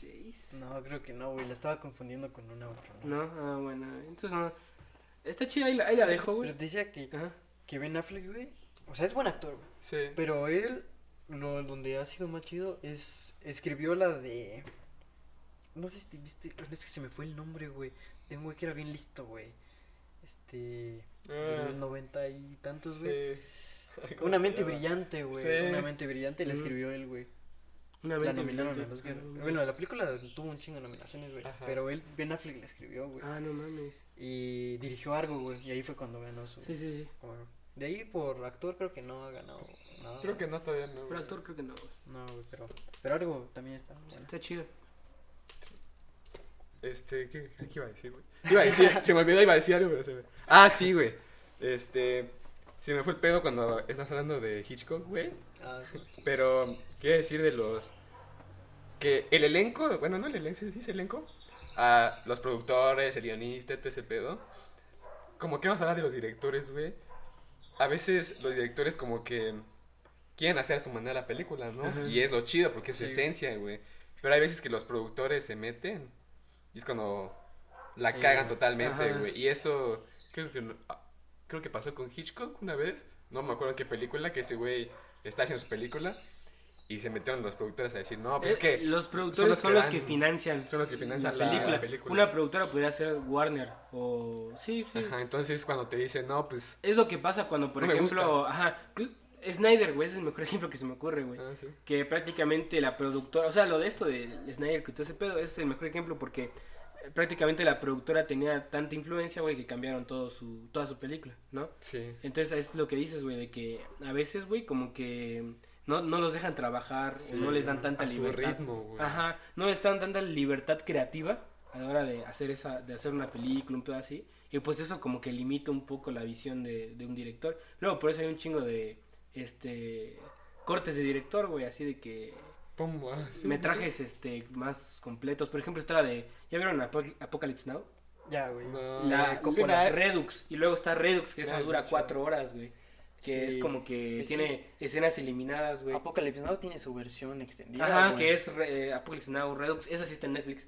[SPEAKER 3] 2016.
[SPEAKER 4] No, creo que no, güey. La estaba confundiendo con una otra. ¿no?
[SPEAKER 3] No, ah, bueno. Entonces no. Está chida, ahí la, ahí la dejo,
[SPEAKER 4] Pero
[SPEAKER 3] güey.
[SPEAKER 4] te decía que,
[SPEAKER 3] Ajá.
[SPEAKER 4] que Ben Affleck, güey. O sea, es buen actor, güey.
[SPEAKER 2] Sí.
[SPEAKER 4] Pero él, lo donde ha sido más chido es. Escribió la de. No sé si te viste. no, Es que se me fue el nombre, güey. De un güey que era bien listo, güey. Este.
[SPEAKER 2] Ah,
[SPEAKER 4] Del noventa y tantos, güey.
[SPEAKER 2] sí. Ay, ¿cómo
[SPEAKER 4] Una
[SPEAKER 2] se
[SPEAKER 4] mente
[SPEAKER 2] llama?
[SPEAKER 4] brillante, güey.
[SPEAKER 2] Sí.
[SPEAKER 4] Una mente brillante la
[SPEAKER 3] Ujú.
[SPEAKER 4] escribió él, güey.
[SPEAKER 3] Una
[SPEAKER 4] La
[SPEAKER 3] mente
[SPEAKER 4] nominaron al
[SPEAKER 3] brillante.
[SPEAKER 4] Oscar.
[SPEAKER 3] Ah, güey.
[SPEAKER 4] Bueno, la película tuvo un chingo de nominaciones, güey.
[SPEAKER 2] Ajá.
[SPEAKER 4] Pero él, Ben Affleck la escribió, güey.
[SPEAKER 3] Ah, no mames.
[SPEAKER 4] Y dirigió algo, güey. Y ahí fue cuando ganó su.
[SPEAKER 3] Sí, sí, sí.
[SPEAKER 4] como- De ahí por actor creo que no ha ganado nada.
[SPEAKER 2] Creo que no, todavía no.
[SPEAKER 3] Pero
[SPEAKER 2] güey.
[SPEAKER 3] actor creo que no. güey.
[SPEAKER 4] No, güey, pero, pero algo también está.
[SPEAKER 3] Sí,
[SPEAKER 4] bueno.
[SPEAKER 3] Está chido.
[SPEAKER 2] Este, ¿qué, qué iba a decir, güey? Iba a decir, se me olvidó, iba a decir algo, pero se me... Ah, sí, güey. Este, se me fue el pedo cuando estás hablando de Hitchcock, güey.
[SPEAKER 4] Ah, sí.
[SPEAKER 2] Pero, ¿qué decir de los... Que el elenco, bueno, no el elenco, sí, sí, es elenco. A los productores, el guionista, todo ese pedo. Como que vamos a hablar de los directores, güey. A veces los directores como que quieren hacer a su manera la película, ¿no?
[SPEAKER 3] Ajá.
[SPEAKER 2] Y es lo chido porque es su
[SPEAKER 4] Sí.
[SPEAKER 2] esencia, güey. Pero hay veces que los productores se meten y es cuando la
[SPEAKER 4] Sí,
[SPEAKER 2] cagan
[SPEAKER 4] güey.
[SPEAKER 2] totalmente,
[SPEAKER 3] Ajá.
[SPEAKER 2] güey. Y eso creo que, no- ah, creo que pasó con Hitchcock una vez. No me acuerdo qué película, que ese güey está haciendo su película. Y se metieron los productores a decir, no, pues es
[SPEAKER 3] Eh,
[SPEAKER 2] que
[SPEAKER 3] los productores son los que,
[SPEAKER 2] dan-
[SPEAKER 3] financian,
[SPEAKER 2] son los que financian la-
[SPEAKER 3] la,
[SPEAKER 2] la
[SPEAKER 3] película.
[SPEAKER 2] película.
[SPEAKER 3] Una productora podría ser Warner o... Sí, sí.
[SPEAKER 2] Ajá, entonces cuando te dicen, no, pues...
[SPEAKER 3] Es lo que pasa cuando, por
[SPEAKER 2] No me
[SPEAKER 3] ejemplo... Ajá, cl- Snyder, güey, ese es el mejor ejemplo que se me ocurre, güey.
[SPEAKER 2] ah, sí.
[SPEAKER 3] que prácticamente la productora, o sea, lo de esto de Snyder que todo ese pedo es el mejor ejemplo porque eh, prácticamente la productora tenía tanta influencia, güey, que cambiaron todo su toda su película, ¿no?
[SPEAKER 2] Sí.
[SPEAKER 3] Entonces es lo que dices, güey, de que a veces, güey, como que no, no los dejan trabajar,
[SPEAKER 2] Sí,
[SPEAKER 3] o no les dan
[SPEAKER 2] sí.
[SPEAKER 3] tanta
[SPEAKER 2] A su
[SPEAKER 3] libertad.
[SPEAKER 2] ritmo, güey.
[SPEAKER 3] Ajá, no les dan tanta libertad creativa a la hora de hacer esa de hacer una película, un pedo así. Y pues eso como que limita un poco la visión de, de un director. Luego por eso hay un chingo de este cortes de director, güey, así de que
[SPEAKER 2] Pum, ah, sí,
[SPEAKER 3] metrajes este más completos. Por ejemplo, está la de ¿Ya vieron Apo- Apocalypse Now?
[SPEAKER 4] Ya, güey.
[SPEAKER 2] sí. No,
[SPEAKER 3] La
[SPEAKER 4] Coppola.
[SPEAKER 3] la Redux. Y luego está Redux, que esa
[SPEAKER 2] Ah,
[SPEAKER 3] dura
[SPEAKER 2] sí.
[SPEAKER 3] cuatro horas, güey. Que
[SPEAKER 4] Sí.
[SPEAKER 3] es como que
[SPEAKER 4] Pues
[SPEAKER 3] tiene escenas eliminadas, güey.
[SPEAKER 4] Apocalypse Now tiene su versión extendida.
[SPEAKER 3] Ajá,
[SPEAKER 4] güey.
[SPEAKER 3] que es re- eh, Apocalypse Now, Redux. Esa sí está en Netflix.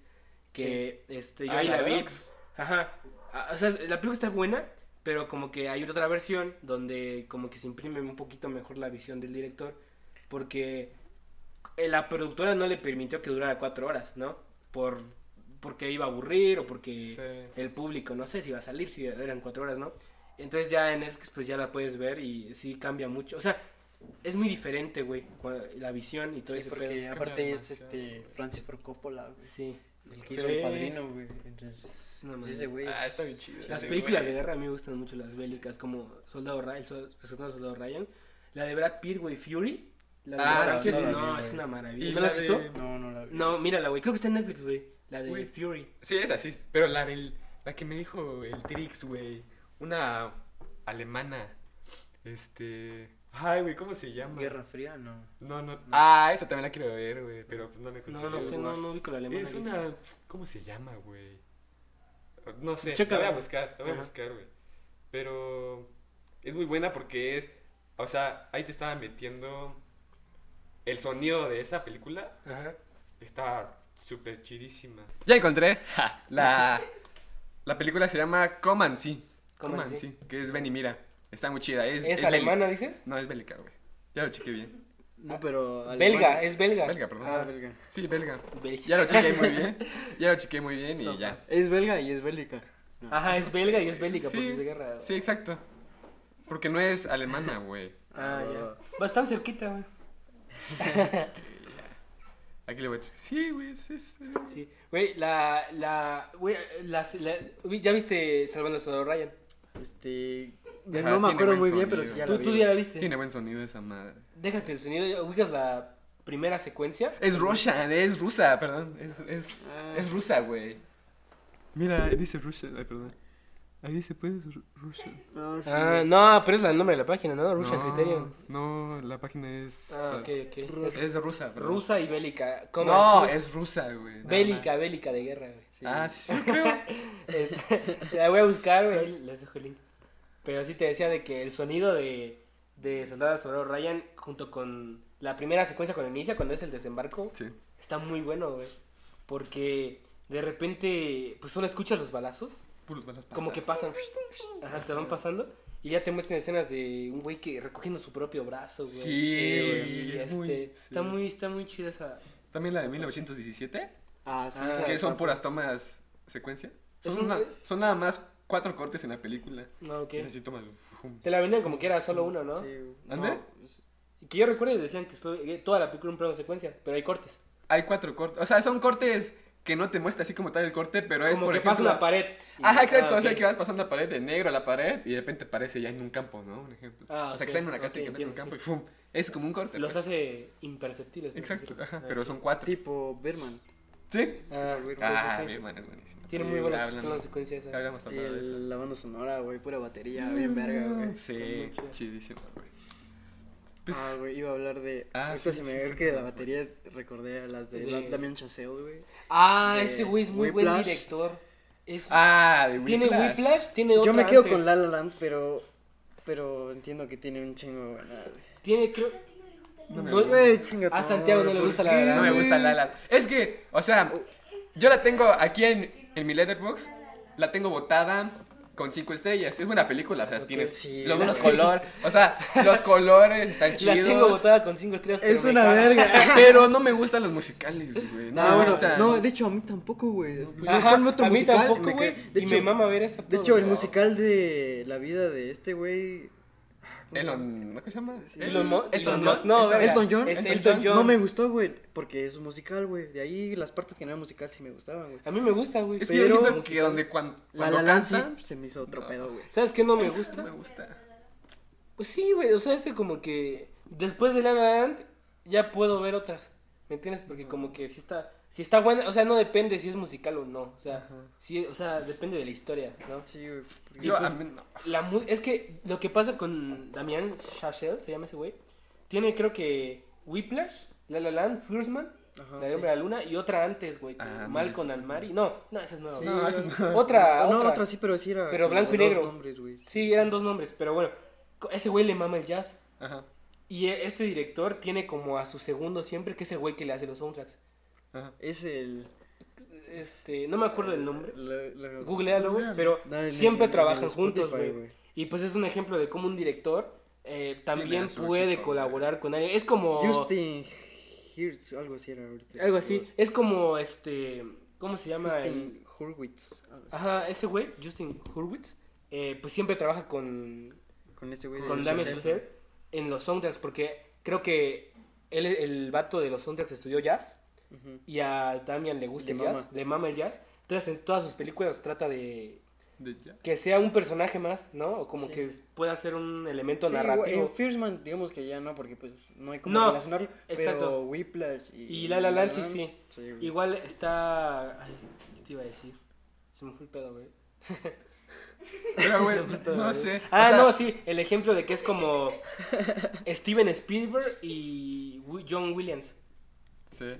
[SPEAKER 3] Que este, yo
[SPEAKER 2] Ah,
[SPEAKER 3] ahí
[SPEAKER 2] ¿la
[SPEAKER 3] la vi.
[SPEAKER 2] Redux?
[SPEAKER 3] Ajá. Ah, O sea, la película está buena, pero como que hay otra versión donde como que se imprime un poquito mejor la visión del director. Porque eh, la productora no le permitió que durara cuatro horas, ¿no? Por, porque iba a aburrir o porque
[SPEAKER 2] Sí. Ah,
[SPEAKER 3] el público, no sé si va a salir, si eran cuatro horas, ¿no? Entonces ya en Netflix pues ya la puedes ver y sí cambia mucho. O sea, es muy diferente, güey, cua- la visión y todo
[SPEAKER 4] Sí,
[SPEAKER 3] ese
[SPEAKER 4] porque
[SPEAKER 3] pedo.
[SPEAKER 4] aparte es
[SPEAKER 2] demasiado,
[SPEAKER 4] este
[SPEAKER 2] güey.
[SPEAKER 4] Francis Ford Coppola, güey.
[SPEAKER 3] Sí.
[SPEAKER 4] El que hizo
[SPEAKER 2] Sí.
[SPEAKER 4] el padrino, güey. Entonces,
[SPEAKER 3] es una
[SPEAKER 4] pues, ese
[SPEAKER 3] maravilla.
[SPEAKER 4] güey. es-
[SPEAKER 2] Ah, está bien chido.
[SPEAKER 3] Las
[SPEAKER 2] ese,
[SPEAKER 3] películas
[SPEAKER 2] güey.
[SPEAKER 3] de guerra a mí me gustan mucho, las bélicas, como Soldado Ryan, el sol- Rescatando al Soldado Ryan. La de Brad Pitt, güey, Fury. La de
[SPEAKER 2] Ah,
[SPEAKER 3] Brad
[SPEAKER 2] sí,
[SPEAKER 3] Pitt,
[SPEAKER 2] no la
[SPEAKER 3] no,
[SPEAKER 4] vi,
[SPEAKER 3] es
[SPEAKER 4] güey.
[SPEAKER 3] una maravilla.
[SPEAKER 2] Y
[SPEAKER 3] ¿No la
[SPEAKER 2] la
[SPEAKER 3] has
[SPEAKER 2] de-
[SPEAKER 3] visto?
[SPEAKER 4] No, no la vi.
[SPEAKER 3] No, mírala, güey. Creo que está en Netflix, güey. La de
[SPEAKER 2] Güey.
[SPEAKER 3] Fury.
[SPEAKER 2] Sí, es así. Pero la del. La que me dijo el Trix, güey. Una alemana. Este. Ay, güey, ¿cómo se llama?
[SPEAKER 4] Guerra Fría, no.
[SPEAKER 2] No, no. Ah, esa también la quiero ver, güey. Pero pues, no me
[SPEAKER 3] No, no
[SPEAKER 2] conseguí,
[SPEAKER 3] sé,
[SPEAKER 2] güey.
[SPEAKER 3] no, no vi con la alemana.
[SPEAKER 2] Es
[SPEAKER 3] que
[SPEAKER 2] una.
[SPEAKER 3] hizo.
[SPEAKER 2] ¿Cómo se llama, güey? No sé.
[SPEAKER 3] Checa,
[SPEAKER 2] la voy a
[SPEAKER 3] güey.
[SPEAKER 2] buscar, la voy
[SPEAKER 3] Ajá.
[SPEAKER 2] a buscar, güey. Pero. Es muy buena porque es. O sea, ahí te estaba metiendo. El sonido de esa película
[SPEAKER 3] Ajá.
[SPEAKER 2] Está súper chidísima. Ya encontré. ja, la, la película se llama Coman, sí.
[SPEAKER 3] Come and
[SPEAKER 2] Coman, sí. Que es Ven y Mira. Está muy chida. Es,
[SPEAKER 3] ¿Es
[SPEAKER 2] bélica.
[SPEAKER 3] alemana, dices?
[SPEAKER 2] No, es bélica, güey. Ya lo chequé bien.
[SPEAKER 4] No, pero.
[SPEAKER 3] Belga, es belga.
[SPEAKER 2] Belga, perdón.
[SPEAKER 4] Ah, belga.
[SPEAKER 2] Sí, belga.
[SPEAKER 3] Belga.
[SPEAKER 2] Ya lo chequé muy bien. Ya lo chequé muy bien y
[SPEAKER 3] Sopas.
[SPEAKER 2] ya.
[SPEAKER 4] Es belga y es bélica. No.
[SPEAKER 3] Ajá, es belga y es bélica
[SPEAKER 2] Sí,
[SPEAKER 3] porque es de guerra.
[SPEAKER 2] Sí, exacto. Porque no es alemana, güey.
[SPEAKER 3] Ah, ya. Bastante cerquita, güey.
[SPEAKER 2] Aquí le voy a checar. Sí, güey, es, es, eh, es-
[SPEAKER 3] Sí. Güey, la, la, güey, las- la, uy, ¿ya viste Salvando al Soldado Ryan?
[SPEAKER 4] Este. de-
[SPEAKER 2] Ajá,
[SPEAKER 4] no me
[SPEAKER 2] tiene
[SPEAKER 4] acuerdo
[SPEAKER 2] buen
[SPEAKER 4] muy bien, pero
[SPEAKER 2] sonido.
[SPEAKER 4] sí ya
[SPEAKER 3] ¿Tú,
[SPEAKER 4] la vi.
[SPEAKER 3] tú
[SPEAKER 4] güey.
[SPEAKER 3] ya la viste?
[SPEAKER 2] Tiene buen sonido esa madre.
[SPEAKER 3] Déjate el sonido, ubicas la primera secuencia.
[SPEAKER 2] Es Russian, es rusa, perdón. Es, es,
[SPEAKER 4] Ah.
[SPEAKER 2] es rusa, güey. Mira, dice Russian, ay, perdón. Ahí dice, pues, Ru- Russian.
[SPEAKER 4] No, sí,
[SPEAKER 3] Ah,
[SPEAKER 4] güey.
[SPEAKER 3] no, pero es la- el nombre de la página, ¿no? Rusia Criterion.
[SPEAKER 2] No, la página es.
[SPEAKER 3] Ah, ok, ok.
[SPEAKER 2] Es, es rusa, perdón.
[SPEAKER 3] Rusa y bélica. ¿Cómo
[SPEAKER 2] No,
[SPEAKER 3] así?
[SPEAKER 2] es rusa, güey.
[SPEAKER 3] Bélica, bélica de guerra, güey.
[SPEAKER 2] Ah, sí, sí, creo.
[SPEAKER 3] Eh, la voy a buscar, güey. ahí Les dejo el link. Pero sí te decía de que el sonido de, de Soldado Sobrero Ryan, junto con la primera secuencia cuando inicia, cuando es el desembarco,
[SPEAKER 2] sí.
[SPEAKER 3] está muy bueno, güey. Porque de repente, pues solo escuchas los balazos,
[SPEAKER 2] Puros balas pasan.
[SPEAKER 3] como que pasan. Ajá, te van pasando. Y ya te muestran escenas de un güey que recogiendo su propio brazo, güey.
[SPEAKER 2] Sí,
[SPEAKER 3] güey, y
[SPEAKER 2] es
[SPEAKER 3] este,
[SPEAKER 2] muy-
[SPEAKER 3] Está
[SPEAKER 2] sí.
[SPEAKER 3] muy, está muy chida esa.
[SPEAKER 2] También la de 1917.
[SPEAKER 4] Ah, sí.
[SPEAKER 3] Ah,
[SPEAKER 4] esa
[SPEAKER 2] que
[SPEAKER 4] está
[SPEAKER 2] son puras tomas secuencia. Son,
[SPEAKER 3] un- eh,
[SPEAKER 2] na- son nada más cuatro cortes en la película.
[SPEAKER 3] No, ok.
[SPEAKER 2] Es así, toma. fum.
[SPEAKER 3] Te la venden como que era solo uno, ¿no?
[SPEAKER 4] Sí, güey.
[SPEAKER 2] ¿Ande?
[SPEAKER 4] No, es-
[SPEAKER 3] Y Que yo recuerdo que decían que estu- que toda la película era un plano secuencia, pero hay cortes.
[SPEAKER 2] Hay cuatro cortes. O sea, son cortes que no te muestra así como tal el corte, pero es
[SPEAKER 3] como
[SPEAKER 2] por
[SPEAKER 3] que
[SPEAKER 2] ejemplo,
[SPEAKER 3] pasa una pared. y-
[SPEAKER 2] Ajá, exacto.
[SPEAKER 3] ah,
[SPEAKER 2] O sea,
[SPEAKER 3] ok.
[SPEAKER 2] que vas pasando la pared de negro a la pared y de repente aparece ya en un campo, ¿no? Un ejemplo.
[SPEAKER 3] Ah,
[SPEAKER 2] o sea,
[SPEAKER 3] ok,
[SPEAKER 2] que está en una casa
[SPEAKER 3] ok,
[SPEAKER 2] y que en un
[SPEAKER 3] entiendo,
[SPEAKER 2] campo y ¡fum! Es como un corte.
[SPEAKER 3] Los
[SPEAKER 2] pues.
[SPEAKER 3] hace imperceptibles. por
[SPEAKER 2] Exacto,
[SPEAKER 3] decirlo.
[SPEAKER 2] ajá.
[SPEAKER 3] Ah,
[SPEAKER 2] Pero
[SPEAKER 3] ok.
[SPEAKER 2] son cuatro.
[SPEAKER 4] Tipo Berman.
[SPEAKER 2] ¿Sí?
[SPEAKER 3] Ah, sí, sí,
[SPEAKER 2] Ah,
[SPEAKER 3] sí.
[SPEAKER 2] mi hermano es buenísimo.
[SPEAKER 3] Tiene
[SPEAKER 2] Sí,
[SPEAKER 3] muy buenas
[SPEAKER 2] hablando-
[SPEAKER 3] planos secuencias. esa.
[SPEAKER 2] Hablamos tanto de eso.
[SPEAKER 4] El- La banda sonora, güey. Pura batería, bien verga,
[SPEAKER 3] Mm,
[SPEAKER 4] güey.
[SPEAKER 2] Sí,
[SPEAKER 3] Está muy chido.
[SPEAKER 2] chidísimo, güey. Pues,
[SPEAKER 4] ah, güey, iba a hablar de.
[SPEAKER 2] Ah,
[SPEAKER 4] ahorita
[SPEAKER 2] sí,
[SPEAKER 4] se
[SPEAKER 2] sí,
[SPEAKER 4] me
[SPEAKER 2] sí,
[SPEAKER 4] ve que de la batería es- recordé a las de,
[SPEAKER 3] De-
[SPEAKER 4] Da- Damien Chazelle, güey.
[SPEAKER 3] Ah,
[SPEAKER 4] de
[SPEAKER 3] ese güey es muy buen
[SPEAKER 4] Whiplash.
[SPEAKER 3] director. Es-
[SPEAKER 2] ah, de
[SPEAKER 3] tiene
[SPEAKER 2] Whiplash.
[SPEAKER 3] Whiplash, tiene
[SPEAKER 4] Yo
[SPEAKER 3] otra
[SPEAKER 4] me quedo
[SPEAKER 3] antes.
[SPEAKER 4] con La La Land, pero. Pero entiendo que tiene un chingo de ganas, güey.
[SPEAKER 3] Tiene, creo...
[SPEAKER 2] No me
[SPEAKER 3] No-
[SPEAKER 2] gusta.
[SPEAKER 4] Güey, chinga tu
[SPEAKER 3] A Santiago no
[SPEAKER 4] madre,
[SPEAKER 3] le
[SPEAKER 4] ¿por
[SPEAKER 3] gusta
[SPEAKER 4] qué?
[SPEAKER 3] la
[SPEAKER 2] No me
[SPEAKER 3] verdad.
[SPEAKER 2] gusta la la. Es que, o sea, yo la tengo aquí en, en mi letterbox. La tengo botada. con cinco estrellas. Es buena película, o sea,
[SPEAKER 3] Ok,
[SPEAKER 2] tienes
[SPEAKER 4] sí,
[SPEAKER 2] los
[SPEAKER 4] la
[SPEAKER 2] buenos
[SPEAKER 4] tengo.
[SPEAKER 2] colores. O sea, los colores están
[SPEAKER 3] La
[SPEAKER 2] chidos.
[SPEAKER 3] tengo botada con cinco estrellas. pero
[SPEAKER 5] Es
[SPEAKER 3] me
[SPEAKER 5] una
[SPEAKER 3] caga.
[SPEAKER 5] verga.
[SPEAKER 2] Pero no me gustan los musicales, güey. No,
[SPEAKER 5] Ah,
[SPEAKER 2] me
[SPEAKER 5] bueno,
[SPEAKER 2] gustan.
[SPEAKER 4] No, de hecho, a mí tampoco, güey.
[SPEAKER 3] Ajá,
[SPEAKER 4] Ponme otro
[SPEAKER 3] a mí
[SPEAKER 4] musical,
[SPEAKER 3] tampoco,
[SPEAKER 4] me
[SPEAKER 3] güey.
[SPEAKER 4] cae. De
[SPEAKER 3] Y me
[SPEAKER 4] hecho,
[SPEAKER 3] mama ver esa
[SPEAKER 4] de
[SPEAKER 3] todo,
[SPEAKER 4] hecho, el
[SPEAKER 3] güey.
[SPEAKER 4] musical de la vida de este güey. ¿cómo se llama?
[SPEAKER 2] Elon, ¿no? ¿Cómo se llama?
[SPEAKER 3] Elon Mu- Elon
[SPEAKER 2] Elton
[SPEAKER 3] Musk,
[SPEAKER 2] John,
[SPEAKER 3] no,
[SPEAKER 2] Elton-
[SPEAKER 3] verga.
[SPEAKER 4] Elton John,
[SPEAKER 3] Este,
[SPEAKER 2] Elton
[SPEAKER 3] Elton
[SPEAKER 4] No
[SPEAKER 3] John.
[SPEAKER 4] me gustó, güey, porque es un musical, güey. De ahí las partes que no eran musical sí me gustaban, güey.
[SPEAKER 3] A mí me gusta, güey.
[SPEAKER 2] Es que yo
[SPEAKER 4] Pero-
[SPEAKER 2] siento que donde cuan-
[SPEAKER 4] La
[SPEAKER 2] cuando
[SPEAKER 4] La Land sí
[SPEAKER 2] cantan,
[SPEAKER 4] se me hizo otro
[SPEAKER 2] No.
[SPEAKER 4] pedo, güey.
[SPEAKER 3] ¿Sabes qué no me
[SPEAKER 2] eso
[SPEAKER 3] gusta?
[SPEAKER 2] no me gusta.
[SPEAKER 3] Pues sí, güey, o sea, es que como que después de La La Land ya puedo ver otras, ¿me entiendes? Porque como que si está, si está buena, o sea, no depende si es musical o no, o sea, sí, o sea, depende de la historia, ¿no?
[SPEAKER 4] Sí, güey. porque-
[SPEAKER 2] Yo, a
[SPEAKER 3] pues-
[SPEAKER 2] mí no.
[SPEAKER 3] La mu- es que lo que pasa con Damián Chazelle, se llama ese güey, tiene creo que Whiplash, La La Land, Flursman,
[SPEAKER 4] Ajá,
[SPEAKER 3] La de Hombre a la Luna y otra antes, güey, que
[SPEAKER 2] Ah, no
[SPEAKER 3] Malcolm and Mary, no, no, esa es nueva,
[SPEAKER 4] Sí,
[SPEAKER 3] güey.
[SPEAKER 2] No, eso no.
[SPEAKER 3] Otra,
[SPEAKER 4] ah, No,
[SPEAKER 3] otra.
[SPEAKER 4] otra sí, pero sí era.
[SPEAKER 3] Pero
[SPEAKER 4] como
[SPEAKER 3] blanco
[SPEAKER 4] de
[SPEAKER 3] y
[SPEAKER 4] dos
[SPEAKER 3] negro.
[SPEAKER 4] nombres, güey.
[SPEAKER 3] Sí, eran dos nombres, pero bueno, co- ese güey le mama el jazz.
[SPEAKER 2] Ajá,
[SPEAKER 3] Y e- este director tiene como a su segundo siempre, que es el güey que le hace los soundtracks.
[SPEAKER 2] ajá.
[SPEAKER 4] Es el.
[SPEAKER 3] Este, no me acuerdo del nombre.
[SPEAKER 4] la- la-
[SPEAKER 3] Googlealo, güey, pero
[SPEAKER 4] No, en-
[SPEAKER 3] siempre
[SPEAKER 4] en- en
[SPEAKER 3] trabajan
[SPEAKER 4] Spotify,
[SPEAKER 3] juntos, güey. Y pues es un ejemplo de cómo un director eh,
[SPEAKER 2] Tiene
[SPEAKER 3] también
[SPEAKER 2] a su
[SPEAKER 3] puede
[SPEAKER 2] equipo,
[SPEAKER 3] colaborar con alguien. Es como...
[SPEAKER 4] Justin Hirsch, algo así era ahorita.
[SPEAKER 3] Algo así. Es como este... ¿Cómo se llama?
[SPEAKER 4] Justin Hurwitz. algo
[SPEAKER 3] El-
[SPEAKER 4] así.
[SPEAKER 3] ajá, ese güey, Justin Hurwitz, eh, pues siempre trabaja con
[SPEAKER 4] Con este güey. de
[SPEAKER 3] con
[SPEAKER 4] los
[SPEAKER 3] Damien
[SPEAKER 4] Simpsons.
[SPEAKER 3] Chazelle en los soundtracks porque creo que él, el vato de los soundtracks estudió jazz
[SPEAKER 4] Ujú.
[SPEAKER 3] y a Damian le gusta
[SPEAKER 4] Le
[SPEAKER 3] el jazz,
[SPEAKER 4] mama.
[SPEAKER 3] le mama el jazz. Entonces en todas sus películas trata de
[SPEAKER 2] De ya.
[SPEAKER 3] que sea un personaje más, ¿no? O como
[SPEAKER 4] Sí.
[SPEAKER 3] que es- pueda ser un elemento
[SPEAKER 4] Sí, güey,
[SPEAKER 3] narrativo.
[SPEAKER 4] en Fierceman digamos que ya no, porque pues no hay como
[SPEAKER 3] No,
[SPEAKER 4] relacionarlo.
[SPEAKER 3] exacto.
[SPEAKER 4] Pero Whiplash y.
[SPEAKER 3] Y La La Land, sí, sí.
[SPEAKER 4] güey.
[SPEAKER 3] Igual está... Ay, ¿Qué te iba a decir? Se me fue el pedo, güey.
[SPEAKER 2] Pero, güey,
[SPEAKER 3] Se me fue el pedo,
[SPEAKER 2] no
[SPEAKER 3] güey.
[SPEAKER 2] sé.
[SPEAKER 3] Ah,
[SPEAKER 2] o sea,
[SPEAKER 3] no, sí. El ejemplo de que es como Steven Spielberg y Wi- John Williams.
[SPEAKER 2] Sí,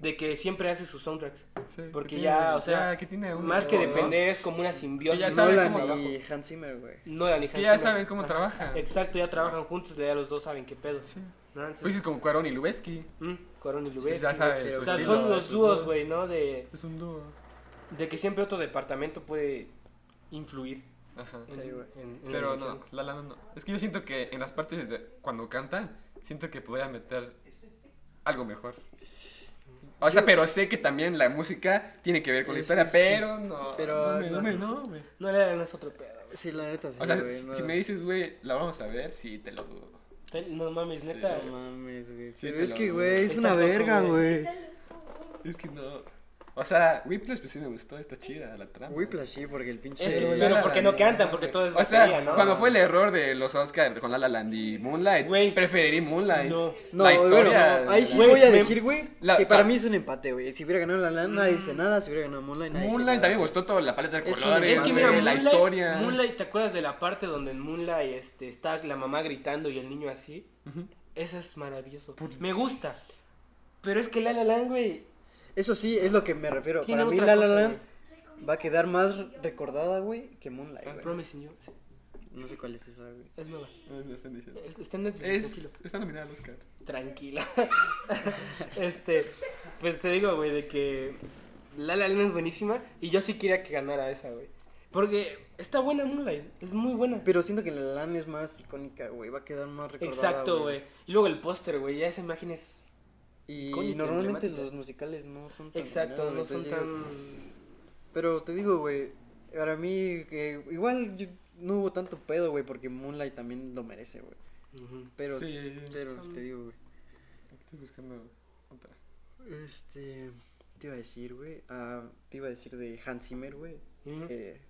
[SPEAKER 3] De que siempre hace sus soundtracks.
[SPEAKER 2] sí, que
[SPEAKER 3] Porque
[SPEAKER 2] tiene-
[SPEAKER 3] ya, o sea,
[SPEAKER 2] que tiene un-
[SPEAKER 3] Más que
[SPEAKER 2] ¿no?
[SPEAKER 3] depender, es como una
[SPEAKER 2] Que
[SPEAKER 3] simbiosis.
[SPEAKER 2] ya
[SPEAKER 3] ¿no?
[SPEAKER 2] saben
[SPEAKER 4] Nolan
[SPEAKER 2] cómo
[SPEAKER 4] y
[SPEAKER 2] trabajo.
[SPEAKER 4] Hans Zimmer, güey.
[SPEAKER 3] Nolan y
[SPEAKER 2] Que
[SPEAKER 3] Hans
[SPEAKER 2] ya
[SPEAKER 3] Zimmer.
[SPEAKER 2] saben cómo
[SPEAKER 3] Ajá.
[SPEAKER 2] trabajan.
[SPEAKER 3] Exacto, ya trabajan juntos, ya los dos saben qué pedo.
[SPEAKER 2] Sí.
[SPEAKER 3] ¿no? Entonces,
[SPEAKER 2] Pues es como Cuarón y Lubeski.
[SPEAKER 3] mm, Cuarón y Lubezki.
[SPEAKER 2] Sí, ya sabes.
[SPEAKER 4] pero-
[SPEAKER 2] su
[SPEAKER 3] o sea,
[SPEAKER 2] estilo,
[SPEAKER 3] son los
[SPEAKER 2] sus
[SPEAKER 3] dúos, güey, ¿no? De,
[SPEAKER 2] Es un dúo.
[SPEAKER 3] de que siempre otro departamento puede influir.
[SPEAKER 2] Ajá.
[SPEAKER 3] en-
[SPEAKER 4] Sí, güey.
[SPEAKER 3] en- en la
[SPEAKER 2] Pero
[SPEAKER 3] elección.
[SPEAKER 2] no, La La Land no. Es que yo siento que en las partes de cuando cantan, siento que podría meter algo mejor. O sea, pero sé que también la música tiene que ver con la
[SPEAKER 4] Sí,
[SPEAKER 2] historia,
[SPEAKER 4] sí,
[SPEAKER 2] pero no. no,
[SPEAKER 4] Pero,
[SPEAKER 2] me- no,
[SPEAKER 4] no.
[SPEAKER 2] me- no, güey.
[SPEAKER 3] No, la Land es otro pedo, güey.
[SPEAKER 4] Sí, la neta, sí.
[SPEAKER 2] O sea,
[SPEAKER 4] güey,
[SPEAKER 2] si
[SPEAKER 4] no.
[SPEAKER 2] me dices, güey, la vamos a ver, sí, te lo dudo.
[SPEAKER 3] Te- No mames,
[SPEAKER 2] Sí,
[SPEAKER 3] neta.
[SPEAKER 4] No mames, güey.
[SPEAKER 2] Sí,
[SPEAKER 4] pero
[SPEAKER 2] te
[SPEAKER 4] es
[SPEAKER 2] lo-
[SPEAKER 4] que, güey, es
[SPEAKER 3] Estás
[SPEAKER 4] una
[SPEAKER 3] loco,
[SPEAKER 4] verga,
[SPEAKER 3] güey.
[SPEAKER 4] güey.
[SPEAKER 2] Es que no. O sea, Whiplash pues sí me gustó, está chida la trama.
[SPEAKER 4] Whiplash, sí, porque el pinche.
[SPEAKER 3] Es
[SPEAKER 2] Sí,
[SPEAKER 3] que,
[SPEAKER 2] La
[SPEAKER 3] pero
[SPEAKER 2] La
[SPEAKER 3] porque
[SPEAKER 2] Land,
[SPEAKER 3] no cantan, porque
[SPEAKER 2] güey.
[SPEAKER 3] todo es
[SPEAKER 2] O sea,
[SPEAKER 3] batería, ¿no?
[SPEAKER 2] cuando fue el error de los Oscar con La La Land y Moonlight,
[SPEAKER 3] Güey.
[SPEAKER 2] preferirí Moonlight.
[SPEAKER 3] No.
[SPEAKER 4] No,
[SPEAKER 2] la
[SPEAKER 4] güey, bueno,
[SPEAKER 2] historia.
[SPEAKER 4] no, ahí sí
[SPEAKER 3] Güey,
[SPEAKER 4] voy a
[SPEAKER 3] me-
[SPEAKER 4] decir, güey,
[SPEAKER 2] la-
[SPEAKER 4] que para
[SPEAKER 2] ca-
[SPEAKER 4] mí es un empate, güey. Si hubiera ganado la
[SPEAKER 3] Mm.
[SPEAKER 4] lana, nadie dice nada. Si hubiera ganado Moonlight, nadie dice
[SPEAKER 2] Moonlight
[SPEAKER 4] nada.
[SPEAKER 2] también me gustó toda la paleta de
[SPEAKER 4] Es un-
[SPEAKER 2] colores,
[SPEAKER 3] Es que mira,
[SPEAKER 2] güey, la
[SPEAKER 3] Moonlight-
[SPEAKER 2] historia.
[SPEAKER 3] Moonlight, ¿te acuerdas de la parte donde en Moonlight este, está la mamá gritando y el niño así?
[SPEAKER 2] Ujú. Pues
[SPEAKER 3] Eso es maravilloso. Me gusta. Pero es que La La Land, güey,
[SPEAKER 4] Eso sí, es lo que me refiero.
[SPEAKER 3] Tiene
[SPEAKER 4] Para mí,
[SPEAKER 3] otra
[SPEAKER 4] La La
[SPEAKER 3] cosa,
[SPEAKER 4] Land va a quedar más recordada, güey, que Moonlight, güey.
[SPEAKER 3] Promising You, sí,
[SPEAKER 4] No sé cuál es esa, güey.
[SPEAKER 3] es nueva.
[SPEAKER 2] Ah, me están diciendo.
[SPEAKER 3] Es- está en Netflix, tranquilo.
[SPEAKER 2] Es, está nominada al Oscar.
[SPEAKER 3] Tranquilo. este, pues te digo, güey, de que La La Land es buenísima y yo sí quería que ganara esa, güey. Porque está buena Moonlight, es muy buena.
[SPEAKER 4] Pero siento que La La Land es más icónica, güey. Va a quedar más recordada.
[SPEAKER 3] Exacto, güey. Y luego el póster, güey, ya esa imagen es
[SPEAKER 4] Y
[SPEAKER 3] Icónica,
[SPEAKER 4] normalmente
[SPEAKER 3] emblemática.
[SPEAKER 4] los musicales no son tan.
[SPEAKER 3] Exacto,
[SPEAKER 4] grandes,
[SPEAKER 3] no son
[SPEAKER 4] entonces digo-
[SPEAKER 3] tan...
[SPEAKER 4] Pero te digo, güey, para mí, que igual yo- no hubo tanto pedo, güey, porque Moonlight también lo merece, güey.
[SPEAKER 3] Ujú.
[SPEAKER 4] Pero,
[SPEAKER 2] sí,
[SPEAKER 4] pero
[SPEAKER 2] está-
[SPEAKER 4] te digo, güey.
[SPEAKER 2] Estoy buscando otra.
[SPEAKER 4] Este, te iba a decir, güey. Ah, te iba a decir de Hans Zimmer, güey.
[SPEAKER 3] Ujú.
[SPEAKER 4] que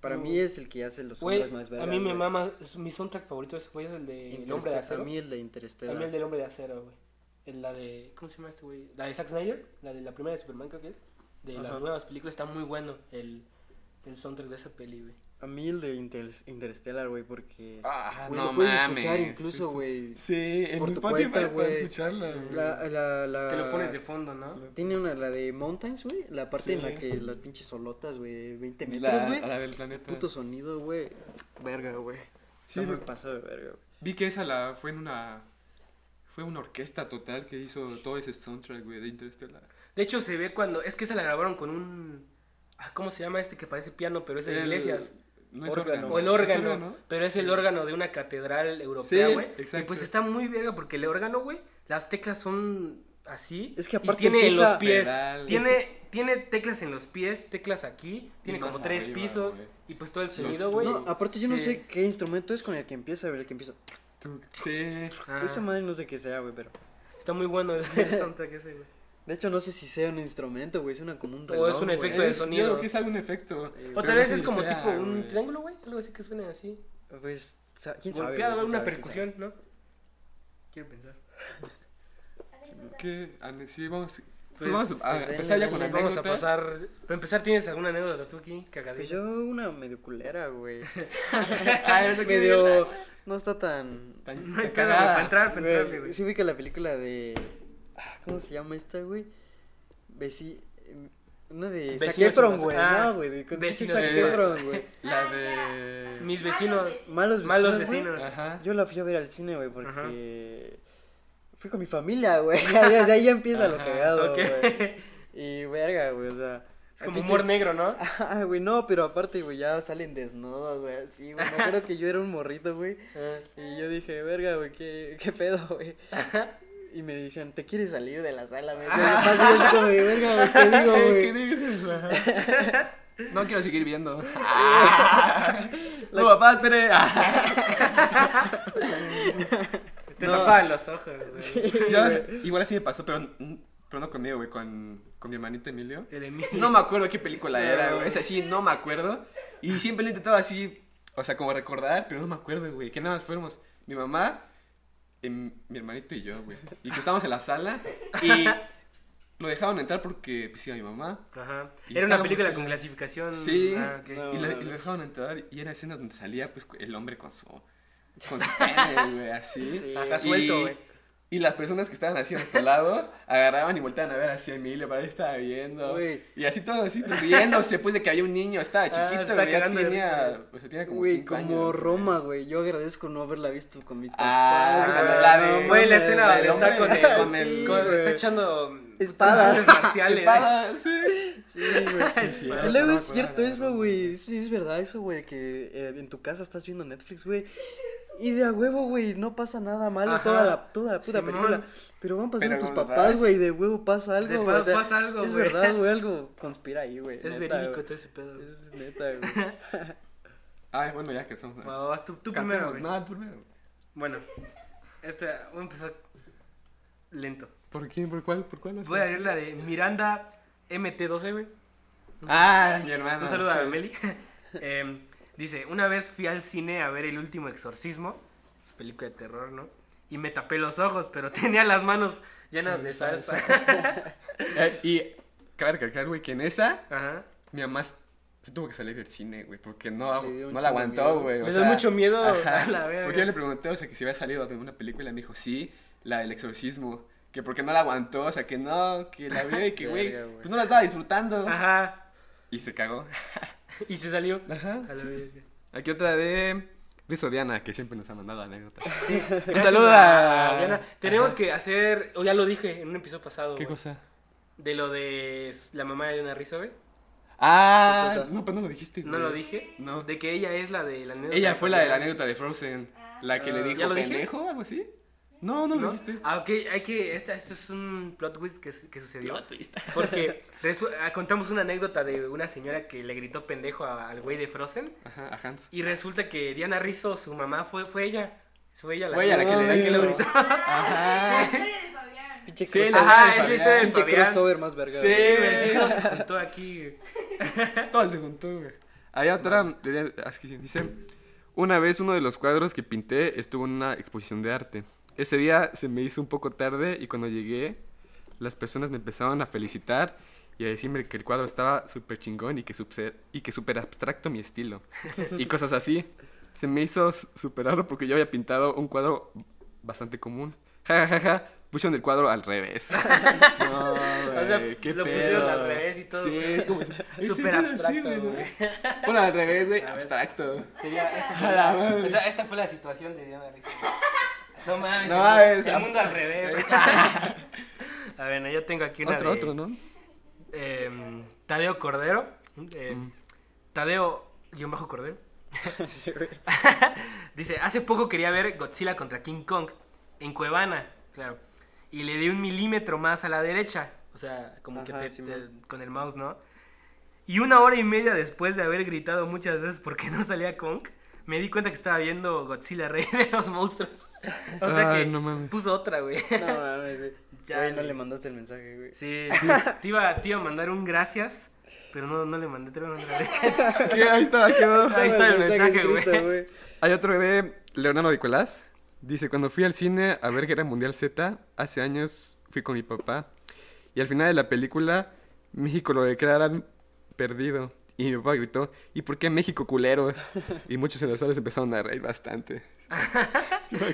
[SPEAKER 4] para
[SPEAKER 3] Mm.
[SPEAKER 4] mí es el que hace los
[SPEAKER 3] Güey,
[SPEAKER 4] hombres Eh, más
[SPEAKER 3] a
[SPEAKER 4] vergas,
[SPEAKER 3] mí me
[SPEAKER 4] güey.
[SPEAKER 3] mama, es- mi soundtrack favorito es, güey, es el de El Hombre de
[SPEAKER 4] Interestelar,
[SPEAKER 3] Acero.
[SPEAKER 4] A mí el de
[SPEAKER 3] A
[SPEAKER 4] Interestelar.
[SPEAKER 3] mí el del Hombre de Acero, güey. El- La de, ¿cómo se llama este güey? La de Zack Snyder, la de la primera de Superman creo que es. De las
[SPEAKER 4] Ajá.
[SPEAKER 3] nuevas películas, está muy bueno el, el soundtrack de esa peli, güey.
[SPEAKER 4] A mí el de Inter- Interestelar, güey, porque...
[SPEAKER 2] Ah,
[SPEAKER 4] güey,
[SPEAKER 2] no
[SPEAKER 4] lo puedes
[SPEAKER 2] mames.
[SPEAKER 4] escuchar incluso, güey.
[SPEAKER 2] Sí, en
[SPEAKER 4] Por tu
[SPEAKER 2] Spotify
[SPEAKER 4] cuenta,
[SPEAKER 2] puedes
[SPEAKER 4] güey.
[SPEAKER 2] escucharla, güey.
[SPEAKER 4] La, la, la...
[SPEAKER 3] Que lo pones de fondo, ¿no?
[SPEAKER 4] Tiene una, la de Mountains, güey. La parte en la
[SPEAKER 2] Sí.
[SPEAKER 4] que las pinches solotas, güey, de 20
[SPEAKER 2] Y
[SPEAKER 4] metros,
[SPEAKER 2] la-
[SPEAKER 4] güey.
[SPEAKER 2] a la del planeta.
[SPEAKER 4] Puto sonido, güey. Verga, güey.
[SPEAKER 2] Sí,
[SPEAKER 4] Sí, me
[SPEAKER 2] güey.
[SPEAKER 4] pasó de verga, güey.
[SPEAKER 2] Vi que esa la fue en una fue una orquesta total que hizo todo ese soundtrack, güey, de Interstellar.
[SPEAKER 3] De hecho, se ve cuando, es que esa la grabaron con un, ah, ¿cómo se llama este que parece piano, pero es de
[SPEAKER 2] El-
[SPEAKER 3] Iglesias?
[SPEAKER 2] No es
[SPEAKER 4] Órgano.
[SPEAKER 2] órgano.
[SPEAKER 3] O el
[SPEAKER 2] ¿Es
[SPEAKER 3] órgano,
[SPEAKER 2] órgano?
[SPEAKER 3] pero es el órgano de una catedral europea,
[SPEAKER 2] Sí,
[SPEAKER 3] güey. y
[SPEAKER 2] exacto.
[SPEAKER 3] pues está muy verga porque el órgano, güey, las teclas son así.
[SPEAKER 4] Es que
[SPEAKER 3] y
[SPEAKER 4] aparte
[SPEAKER 3] tiene en
[SPEAKER 4] empieza-
[SPEAKER 3] los pies.
[SPEAKER 2] Pedal.
[SPEAKER 3] Tiene, tiene teclas en los pies, teclas aquí, tiene
[SPEAKER 2] más
[SPEAKER 3] como tres
[SPEAKER 2] arriba,
[SPEAKER 3] pisos.
[SPEAKER 2] güey.
[SPEAKER 3] Y pues todo el
[SPEAKER 2] Los
[SPEAKER 3] sonido, güey.
[SPEAKER 2] tubos.
[SPEAKER 4] No, aparte yo no
[SPEAKER 3] Sí.
[SPEAKER 4] sé qué instrumento es con el que empieza, güey, el que empieza.
[SPEAKER 2] Sí.
[SPEAKER 3] Ah,
[SPEAKER 4] Esa madre no sé qué sea, güey, pero.
[SPEAKER 3] está muy bueno el el soundtrack ese, güey.
[SPEAKER 4] De hecho, no sé si sea un instrumento, güey, suena como un
[SPEAKER 3] O
[SPEAKER 4] reloj.
[SPEAKER 3] es un
[SPEAKER 4] güey.
[SPEAKER 3] efecto de
[SPEAKER 2] Es- yo
[SPEAKER 3] sonido.
[SPEAKER 2] creo que es algún efecto.
[SPEAKER 4] Sí, güey.
[SPEAKER 3] O
[SPEAKER 2] Pero
[SPEAKER 3] tal
[SPEAKER 2] no
[SPEAKER 3] vez
[SPEAKER 2] sé
[SPEAKER 3] es
[SPEAKER 2] si
[SPEAKER 3] como
[SPEAKER 2] sea,
[SPEAKER 3] tipo un
[SPEAKER 2] güey.
[SPEAKER 3] triángulo, güey. Algo así que suene así.
[SPEAKER 4] Pues, sa- quién
[SPEAKER 3] Golpeado,
[SPEAKER 4] sabe. güey, quién
[SPEAKER 3] alguna
[SPEAKER 4] sabe, quién
[SPEAKER 3] percusión, ¿no? Quiero pensar.
[SPEAKER 2] ¿Qué? Ane- Sí, vamos.
[SPEAKER 3] Pues,
[SPEAKER 2] vamos a
[SPEAKER 4] pues,
[SPEAKER 2] empezar ya
[SPEAKER 4] denle,
[SPEAKER 2] con
[SPEAKER 4] denle,
[SPEAKER 3] Vamos a
[SPEAKER 2] anécdotas.
[SPEAKER 3] pasar. Para empezar, ¿tienes alguna anécdota tú aquí?
[SPEAKER 4] sabe. Pues
[SPEAKER 3] Cagadilla.
[SPEAKER 4] yo, una medio culera, güey.
[SPEAKER 3] Ah, eso que
[SPEAKER 4] medio. No está tan.
[SPEAKER 2] Tan-
[SPEAKER 3] Cagada,
[SPEAKER 2] tan
[SPEAKER 3] para
[SPEAKER 2] cagada.
[SPEAKER 3] entrar, para entrarle, güey.
[SPEAKER 4] Sí, vi que la película de. ah, ¿Cómo se llama esta, güey? Veci... Una de. Zac
[SPEAKER 3] Vecinos
[SPEAKER 4] Efron,
[SPEAKER 3] invasores.
[SPEAKER 4] güey.
[SPEAKER 3] Ah,
[SPEAKER 4] no, güey. Con pinche
[SPEAKER 3] vecinos
[SPEAKER 4] Zac
[SPEAKER 2] invasores.
[SPEAKER 4] Efron, güey.
[SPEAKER 2] La de.
[SPEAKER 3] Mis vecinos.
[SPEAKER 4] Malos vecinos.
[SPEAKER 3] Malos
[SPEAKER 4] güey.
[SPEAKER 3] vecinos.
[SPEAKER 2] Ajá.
[SPEAKER 4] Yo la fui a ver al cine, güey, porque. Fui con mi familia, güey. Desde ahí ya empieza lo
[SPEAKER 2] Ajá,
[SPEAKER 4] cagado,
[SPEAKER 3] ok.
[SPEAKER 4] güey. Y verga, güey, o sea.
[SPEAKER 3] Es como
[SPEAKER 4] pinches-
[SPEAKER 3] humor negro, ¿no?
[SPEAKER 4] Ah, güey, no, pero aparte, güey, ya salen desnudos, güey, así, güey. Me acuerdo que yo era un morrito, güey. Y yo dije, verga, güey, ¿qué, qué pedo, güey. Y me decían, ¿te quieres salir de la sala? Me decían, "Papá", y yo así como de, verga, güey, ¿qué digo,
[SPEAKER 2] ¿Qué,
[SPEAKER 4] güey?
[SPEAKER 2] qué dices? Ajá. No quiero seguir viendo.
[SPEAKER 4] La-
[SPEAKER 2] No, papá, espere.
[SPEAKER 3] Te
[SPEAKER 4] No.
[SPEAKER 3] tapaban los ojos, güey.
[SPEAKER 2] Ya, igual así me pasó, pero, pero no conmigo, güey, con, con mi hermanito Emilio.
[SPEAKER 3] El Emilio.
[SPEAKER 2] No me acuerdo qué película era, güey. Es así, no me acuerdo. Y siempre lo he intentado así, o sea, como recordar, pero no me acuerdo, güey. Que nada más fuéramos mi mamá, em, mi hermanito y yo, güey. Y que estábamos en la sala y lo dejaron entrar porque pues iba mi mamá.
[SPEAKER 3] Ajá.
[SPEAKER 2] Y
[SPEAKER 3] Era una
[SPEAKER 2] estábamos
[SPEAKER 3] película
[SPEAKER 2] en-
[SPEAKER 3] con clasificación.
[SPEAKER 2] Sí,
[SPEAKER 3] Ah, ok.
[SPEAKER 4] no.
[SPEAKER 2] y, la- y lo dejaron entrar y era escenas donde salía pues el hombre con su con su pene, güey, así.
[SPEAKER 4] Sí.
[SPEAKER 3] Ajá,
[SPEAKER 4] Y-
[SPEAKER 3] suelto, güey.
[SPEAKER 2] Y las personas que estaban así a nuestro lado agarraban y volteaban a ver hacia Emilio para ver si estaba viendo.
[SPEAKER 4] Güey.
[SPEAKER 2] Y así todo así, pues, riéndose, pues de que había un niño, estaba chiquito,
[SPEAKER 3] Ah, está
[SPEAKER 2] güey, ya
[SPEAKER 3] cagando de risa,
[SPEAKER 2] tenía, o sea, tenía como
[SPEAKER 4] Güey,
[SPEAKER 2] cinco
[SPEAKER 4] como
[SPEAKER 2] años, güey.
[SPEAKER 4] Roma, güey. Yo agradezco no haberla visto con mi papá.
[SPEAKER 2] Ah,
[SPEAKER 3] güey,
[SPEAKER 2] la de-
[SPEAKER 3] Güey, la escena
[SPEAKER 2] la del
[SPEAKER 3] donde está con
[SPEAKER 2] hombre,
[SPEAKER 3] el.
[SPEAKER 2] con el-
[SPEAKER 4] Sí,
[SPEAKER 3] con-
[SPEAKER 4] güey.
[SPEAKER 3] está echando.
[SPEAKER 4] Espadas.
[SPEAKER 3] artes marciales.
[SPEAKER 2] Espada, sí.
[SPEAKER 4] Sí, güey.
[SPEAKER 2] Sí,
[SPEAKER 4] Y
[SPEAKER 2] cierto,
[SPEAKER 4] Luego
[SPEAKER 2] no
[SPEAKER 4] es
[SPEAKER 2] me
[SPEAKER 4] cierto
[SPEAKER 2] acuerdo,
[SPEAKER 4] eso,
[SPEAKER 2] no,
[SPEAKER 4] güey. Sí, es verdad eso, güey. Que eh, en tu casa estás viendo Netflix, güey. Y de a huevo, güey, no pasa nada malo
[SPEAKER 3] Ajá.
[SPEAKER 4] toda la, toda la puta
[SPEAKER 3] Simón.
[SPEAKER 4] película. Pero van pasando
[SPEAKER 2] Pero
[SPEAKER 4] tus
[SPEAKER 2] cuando
[SPEAKER 4] papás,
[SPEAKER 2] vas-
[SPEAKER 4] güey, y de huevo pasa algo,
[SPEAKER 3] De
[SPEAKER 4] güey. o
[SPEAKER 3] pa-
[SPEAKER 4] sea,
[SPEAKER 3] pasa algo,
[SPEAKER 4] Es
[SPEAKER 3] güey.
[SPEAKER 4] verdad, güey, algo conspira ahí, güey.
[SPEAKER 3] Es
[SPEAKER 4] neta,
[SPEAKER 3] verídico
[SPEAKER 4] güey.
[SPEAKER 3] todo ese pedo. güey.
[SPEAKER 4] Es neta, güey.
[SPEAKER 2] Ay, bueno, ya que somos.
[SPEAKER 3] Bueno, vas tú, tú
[SPEAKER 2] Cantemos,
[SPEAKER 3] primero, güey.
[SPEAKER 2] No, tú primero.
[SPEAKER 3] Bueno, esta, voy a empezar lento.
[SPEAKER 2] ¿Por quién? ¿Por cuál? ¿Por cuál?
[SPEAKER 3] Voy a leer la de Miranda MT12, güey.
[SPEAKER 2] Ah, mi hermana.
[SPEAKER 3] Un saludo a
[SPEAKER 2] sí.
[SPEAKER 3] Meli. Em, dice, una vez fui al cine a ver El Último Exorcismo, película de terror, ¿no? Y me tapé los ojos, pero tenía las manos llenas de salsa.
[SPEAKER 2] Eh, y cabe recalcar, güey, que en esa
[SPEAKER 3] Ajá.
[SPEAKER 2] mi mamá s- se tuvo que salir del cine, güey, porque no,
[SPEAKER 4] Le dio un
[SPEAKER 2] no la
[SPEAKER 4] chingo de miedo.
[SPEAKER 2] aguantó, güey. o
[SPEAKER 3] Me da
[SPEAKER 2] sea,
[SPEAKER 3] mucho miedo
[SPEAKER 2] ajá.
[SPEAKER 3] a la verga.
[SPEAKER 2] Porque yo le pregunté, o sea, que si había salido de una película y me dijo, sí, la del exorcismo. Que porque no la aguantó, o sea, que no, que la vio y que, güey,
[SPEAKER 4] Verga, güey.
[SPEAKER 2] pues no la estaba disfrutando.
[SPEAKER 3] Ajá.
[SPEAKER 2] Y se cagó.
[SPEAKER 3] Y se salió.
[SPEAKER 2] Ajá.
[SPEAKER 3] A la verga.
[SPEAKER 2] Aquí otra de Risodiana, que siempre nos ha mandado anécdotas.
[SPEAKER 3] Gracias
[SPEAKER 2] saludo
[SPEAKER 3] a
[SPEAKER 2] a-
[SPEAKER 3] Diana. Tenemos
[SPEAKER 2] Ajá.
[SPEAKER 3] que hacer, o ya lo dije en un episodio pasado,
[SPEAKER 2] ¿Qué
[SPEAKER 3] güey,
[SPEAKER 2] cosa?
[SPEAKER 3] de lo de la mamá de Diana Rizzo, güey.
[SPEAKER 4] ¿Qué
[SPEAKER 2] Ah,
[SPEAKER 4] cosa?
[SPEAKER 2] no, pero no lo dijiste.
[SPEAKER 3] No
[SPEAKER 2] güey.
[SPEAKER 3] lo dije.
[SPEAKER 2] No.
[SPEAKER 3] De que ella es la de la anécdota
[SPEAKER 2] Ella fue la de la
[SPEAKER 3] familiar.
[SPEAKER 2] anécdota de Frozen, la que le
[SPEAKER 4] Ah.
[SPEAKER 2] dijo,
[SPEAKER 3] ¿Ya lo dije?
[SPEAKER 2] pendejo o algo así. No, no lo
[SPEAKER 3] ¿No?
[SPEAKER 2] dijiste.
[SPEAKER 3] Ah, ok, hay que. Esta, esto es un plot twist que, su- que sucedió.
[SPEAKER 2] Plot twist.
[SPEAKER 3] Porque resu- ah, contamos una anécdota de una señora que le gritó pendejo a- al güey de Frozen.
[SPEAKER 2] Ajá, a Hans.
[SPEAKER 3] Y resulta que Diana Rizzo, su mamá, fue, fue ella. Fue ella la,
[SPEAKER 2] Fue ella la que le
[SPEAKER 3] lo
[SPEAKER 2] dijo.
[SPEAKER 3] gritó.
[SPEAKER 2] Ajá.
[SPEAKER 6] La historia de Fabián.
[SPEAKER 4] Pinche
[SPEAKER 2] Sí, la historia de
[SPEAKER 4] crossover.
[SPEAKER 3] Ajá, es la
[SPEAKER 2] Fabián.
[SPEAKER 3] historia de
[SPEAKER 4] Pinche
[SPEAKER 3] Fabián.
[SPEAKER 4] crossover más verga.
[SPEAKER 2] Sí.
[SPEAKER 4] güey.
[SPEAKER 3] Sí, güey, sí, nos juntó aquí.
[SPEAKER 2] Todo se juntó, güey. Hay otra, de- así que dice, una vez uno de los cuadros que pinté estuvo en una exposición de arte. Ese día se me hizo un poco tarde y cuando llegué, las personas me empezaron a felicitar y a decirme que el cuadro estaba súper chingón y que súper y que súper abstracto mi estilo. Y cosas así. Se me hizo s- súper raro porque yo había pintado un cuadro bastante común. Ja, ja, ja, ja. Pusieron el cuadro al revés. No,
[SPEAKER 3] O sea,
[SPEAKER 2] güey, qué
[SPEAKER 3] lo
[SPEAKER 2] pedo.
[SPEAKER 3] pusieron al revés y todo.
[SPEAKER 2] Sí,
[SPEAKER 3] güey.
[SPEAKER 2] es como...
[SPEAKER 3] Súper abstracto, güey.
[SPEAKER 2] Bueno, al revés, güey,
[SPEAKER 3] A ver.
[SPEAKER 2] abstracto.
[SPEAKER 3] Sería- esta
[SPEAKER 2] A la madre.
[SPEAKER 3] O sea, esta fue la situación de Diana Rizzo. No mames,
[SPEAKER 2] No
[SPEAKER 3] el-
[SPEAKER 2] mames,
[SPEAKER 3] el, mundo
[SPEAKER 2] abstra-
[SPEAKER 3] al revés. A ver, no, yo tengo aquí una
[SPEAKER 2] Otro,
[SPEAKER 3] de,
[SPEAKER 2] otro, ¿no?
[SPEAKER 3] em, Tadeo Cordero. eh,
[SPEAKER 2] Mm.
[SPEAKER 3] Tadeo, guión bajo Cordero.
[SPEAKER 5] Sí, güey.
[SPEAKER 3] Dice, hace poco quería ver Godzilla contra King Kong en Cuevana, claro. Y le di un milímetro más a la derecha. O sea, como que
[SPEAKER 5] Ajá,
[SPEAKER 3] te-
[SPEAKER 5] Simón.
[SPEAKER 3] te- con el mouse, ¿no? Y una hora y media después de haber gritado muchas veces porque no salía Kong, me di cuenta que estaba viendo Godzilla Rey de los Monstruos. O sea
[SPEAKER 2] Ay,
[SPEAKER 3] que
[SPEAKER 2] no mames.
[SPEAKER 3] puso otra, güey.
[SPEAKER 5] No mames, güey.
[SPEAKER 3] Ya,
[SPEAKER 5] Güey, no
[SPEAKER 3] güey.
[SPEAKER 5] le mandaste el mensaje, güey.
[SPEAKER 3] Sí, te, iba, te iba a mandar un gracias, pero no, no le mandé, te lo iba a mandar.
[SPEAKER 2] ¿Qué? Ahí está, quedó.
[SPEAKER 3] Ahí está el mensaje,
[SPEAKER 5] escrito,
[SPEAKER 3] güey.
[SPEAKER 2] Hay otro de Leonardo Nicolás. Dice, cuando fui al cine a ver Guerra Mundial Z, hace años fui con mi papá. Y al final de la película, México lo declaran perdido. Y mi papá gritó, ¿y por qué México culeros? Y muchos en las salas empezaron a reír bastante.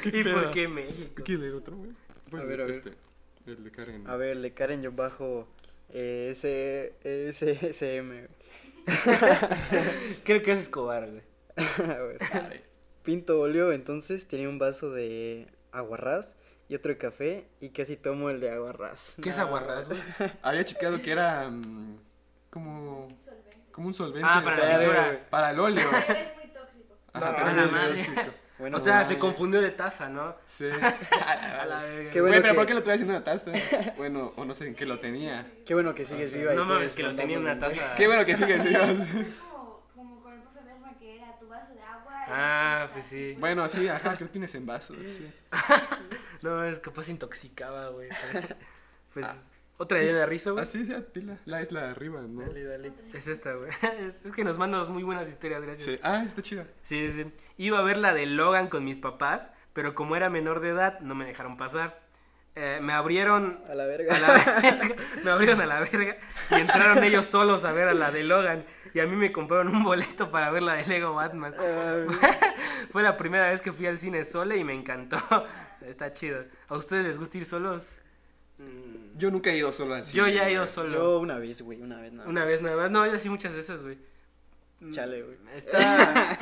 [SPEAKER 3] ¿Y por qué México?
[SPEAKER 2] ¿Qué leer otro, güey? Bueno,
[SPEAKER 5] ver, a ver.
[SPEAKER 2] este, el de Karen.
[SPEAKER 5] A ver, le Karen yo bajo eh, S SSM.
[SPEAKER 3] Creo que es Escobar, güey.
[SPEAKER 5] Ah, güey. Pinto Olio entonces tenía un vaso de aguarrás y otro de café y casi tomo el de aguarrás.
[SPEAKER 3] ¿Qué es
[SPEAKER 5] No,
[SPEAKER 3] aguarrás, güey?
[SPEAKER 2] Había checado que era mm, como, como un solvente.
[SPEAKER 3] Ah, para la
[SPEAKER 5] Verga,
[SPEAKER 3] pintura.
[SPEAKER 5] güey.
[SPEAKER 2] para el óleo.
[SPEAKER 7] Es muy tóxico.
[SPEAKER 2] Ajá,
[SPEAKER 5] No,
[SPEAKER 2] pero
[SPEAKER 5] a
[SPEAKER 2] no
[SPEAKER 5] la
[SPEAKER 2] es
[SPEAKER 3] madre.
[SPEAKER 2] tóxico.
[SPEAKER 5] Bueno,
[SPEAKER 3] O sea,
[SPEAKER 5] bueno,
[SPEAKER 3] se
[SPEAKER 5] bueno.
[SPEAKER 3] confundió de taza, ¿no?
[SPEAKER 2] Sí.
[SPEAKER 3] A la verga.
[SPEAKER 5] Qué
[SPEAKER 2] Güey,
[SPEAKER 5] bueno
[SPEAKER 2] pero
[SPEAKER 5] que-
[SPEAKER 2] ¿por qué lo traes en una taza? Bueno, o no sé en qué lo tenía.
[SPEAKER 5] Qué bueno que sigues viva. y
[SPEAKER 3] No mames,
[SPEAKER 5] puedes
[SPEAKER 3] que lo tenía en una
[SPEAKER 5] mandarnos
[SPEAKER 3] taza.
[SPEAKER 2] Qué bueno que sigues, Dios.
[SPEAKER 7] Es como, como con el profe Berma que era tu vaso de agua. y
[SPEAKER 3] Ah,
[SPEAKER 7] tu
[SPEAKER 3] pues
[SPEAKER 7] taza.
[SPEAKER 3] sí.
[SPEAKER 2] Bueno, sí, ajá, que lo tienes en vaso. Sí.
[SPEAKER 3] No, es capaz intoxicaba, güey. pero- Pues,
[SPEAKER 2] Ah.
[SPEAKER 3] otra idea de rizo, güey.
[SPEAKER 2] Así, Ah, ya, tila. La es la de arriba, ¿no?
[SPEAKER 5] un- Dale, dale.
[SPEAKER 3] Es esta, güey. Es es que nos mandan muy buenas historias, gracias.
[SPEAKER 2] Sí. Ah, está chida.
[SPEAKER 3] Sí, sí. Iba a ver la de Logan con mis papás, pero como era menor de edad, no me dejaron pasar. Eh, me abrieron
[SPEAKER 5] A la verga.
[SPEAKER 3] a la verga, me abrieron a la verga y entraron ellos solos a ver a la de Logan y a mí me compraron un boleto para ver la de Lego Batman.
[SPEAKER 2] Eh,
[SPEAKER 5] Ah, güey.
[SPEAKER 3] Fue la primera vez que fui al cine sola y me encantó. Está chido. ¿A ustedes les gusta ir solos? Mm,
[SPEAKER 2] Yo nunca he ido solo al cine.
[SPEAKER 3] Yo ya he ido
[SPEAKER 2] güey.
[SPEAKER 3] solo.
[SPEAKER 5] Yo una vez, güey, una vez nada.
[SPEAKER 3] Una
[SPEAKER 5] más.
[SPEAKER 3] vez nada más. No, yo sí muchas veces, güey. Mm,
[SPEAKER 5] Chale, güey.
[SPEAKER 3] Está.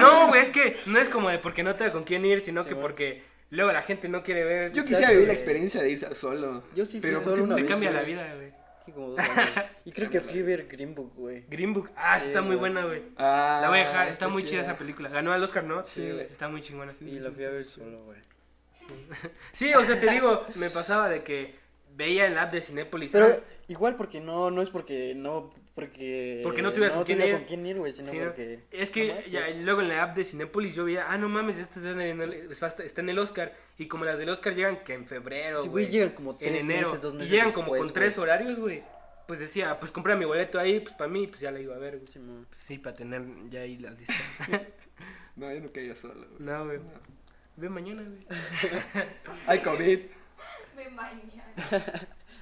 [SPEAKER 3] No, güey, es que no es como de porque no te da con quién ir, sino
[SPEAKER 5] Sí,
[SPEAKER 3] que
[SPEAKER 5] bueno.
[SPEAKER 3] porque luego la gente no quiere ver.
[SPEAKER 2] Yo
[SPEAKER 5] Exacto,
[SPEAKER 2] quisiera vivir la
[SPEAKER 5] güey.
[SPEAKER 2] experiencia de irse solo.
[SPEAKER 5] Yo sí fui
[SPEAKER 2] Pero
[SPEAKER 5] solo una
[SPEAKER 3] te
[SPEAKER 5] vez,
[SPEAKER 3] cambia
[SPEAKER 5] güey.
[SPEAKER 3] la vida, güey.
[SPEAKER 5] Sí, como dos años. Y creo que fui a ver Green Book, güey.
[SPEAKER 3] Green Book. Ah,
[SPEAKER 5] Sí,
[SPEAKER 3] está muy
[SPEAKER 5] güey.
[SPEAKER 3] buena, güey.
[SPEAKER 2] Ah,
[SPEAKER 3] La voy a dejar, está muy chida esa película. Ganó al Oscar, ¿no?
[SPEAKER 2] Sí, güey.
[SPEAKER 3] Está muy chingona.
[SPEAKER 5] Y la fui a ver solo, güey.
[SPEAKER 3] Sí, o sea, te digo, me pasaba de que veía el app de Cinépolis. ah,
[SPEAKER 5] Pero igual porque no, no es porque no, porque...
[SPEAKER 3] Porque no tuvieras con quién
[SPEAKER 5] tenía
[SPEAKER 3] ir.
[SPEAKER 5] con quién ir, güey, sino
[SPEAKER 3] Sí, ¿no?
[SPEAKER 5] porque...
[SPEAKER 3] Es que
[SPEAKER 5] Ajá,
[SPEAKER 3] ya,
[SPEAKER 5] güey.
[SPEAKER 3] luego en la app de Cinépolis yo veía, ah, no mames, esta está en el, está en el Oscar. Y como las del Oscar llegan que en febrero,
[SPEAKER 5] Sí,
[SPEAKER 3] güey.
[SPEAKER 5] güey, llegan como tres
[SPEAKER 3] en enero.
[SPEAKER 5] meses, dos meses
[SPEAKER 3] y llegan como
[SPEAKER 5] después,
[SPEAKER 3] con tres
[SPEAKER 5] güey.
[SPEAKER 3] horarios, güey. Pues decía, pues compra mi boleto ahí, pues para mí, pues ya la iba a ver, güey.
[SPEAKER 5] Sí, mo.
[SPEAKER 3] Sí, para tener ya ahí las listas.
[SPEAKER 2] No, yo nunca he ido solo. güey.
[SPEAKER 3] no, güey. Ve mañana, güey.
[SPEAKER 2] Hay COVID.
[SPEAKER 7] Me bañan.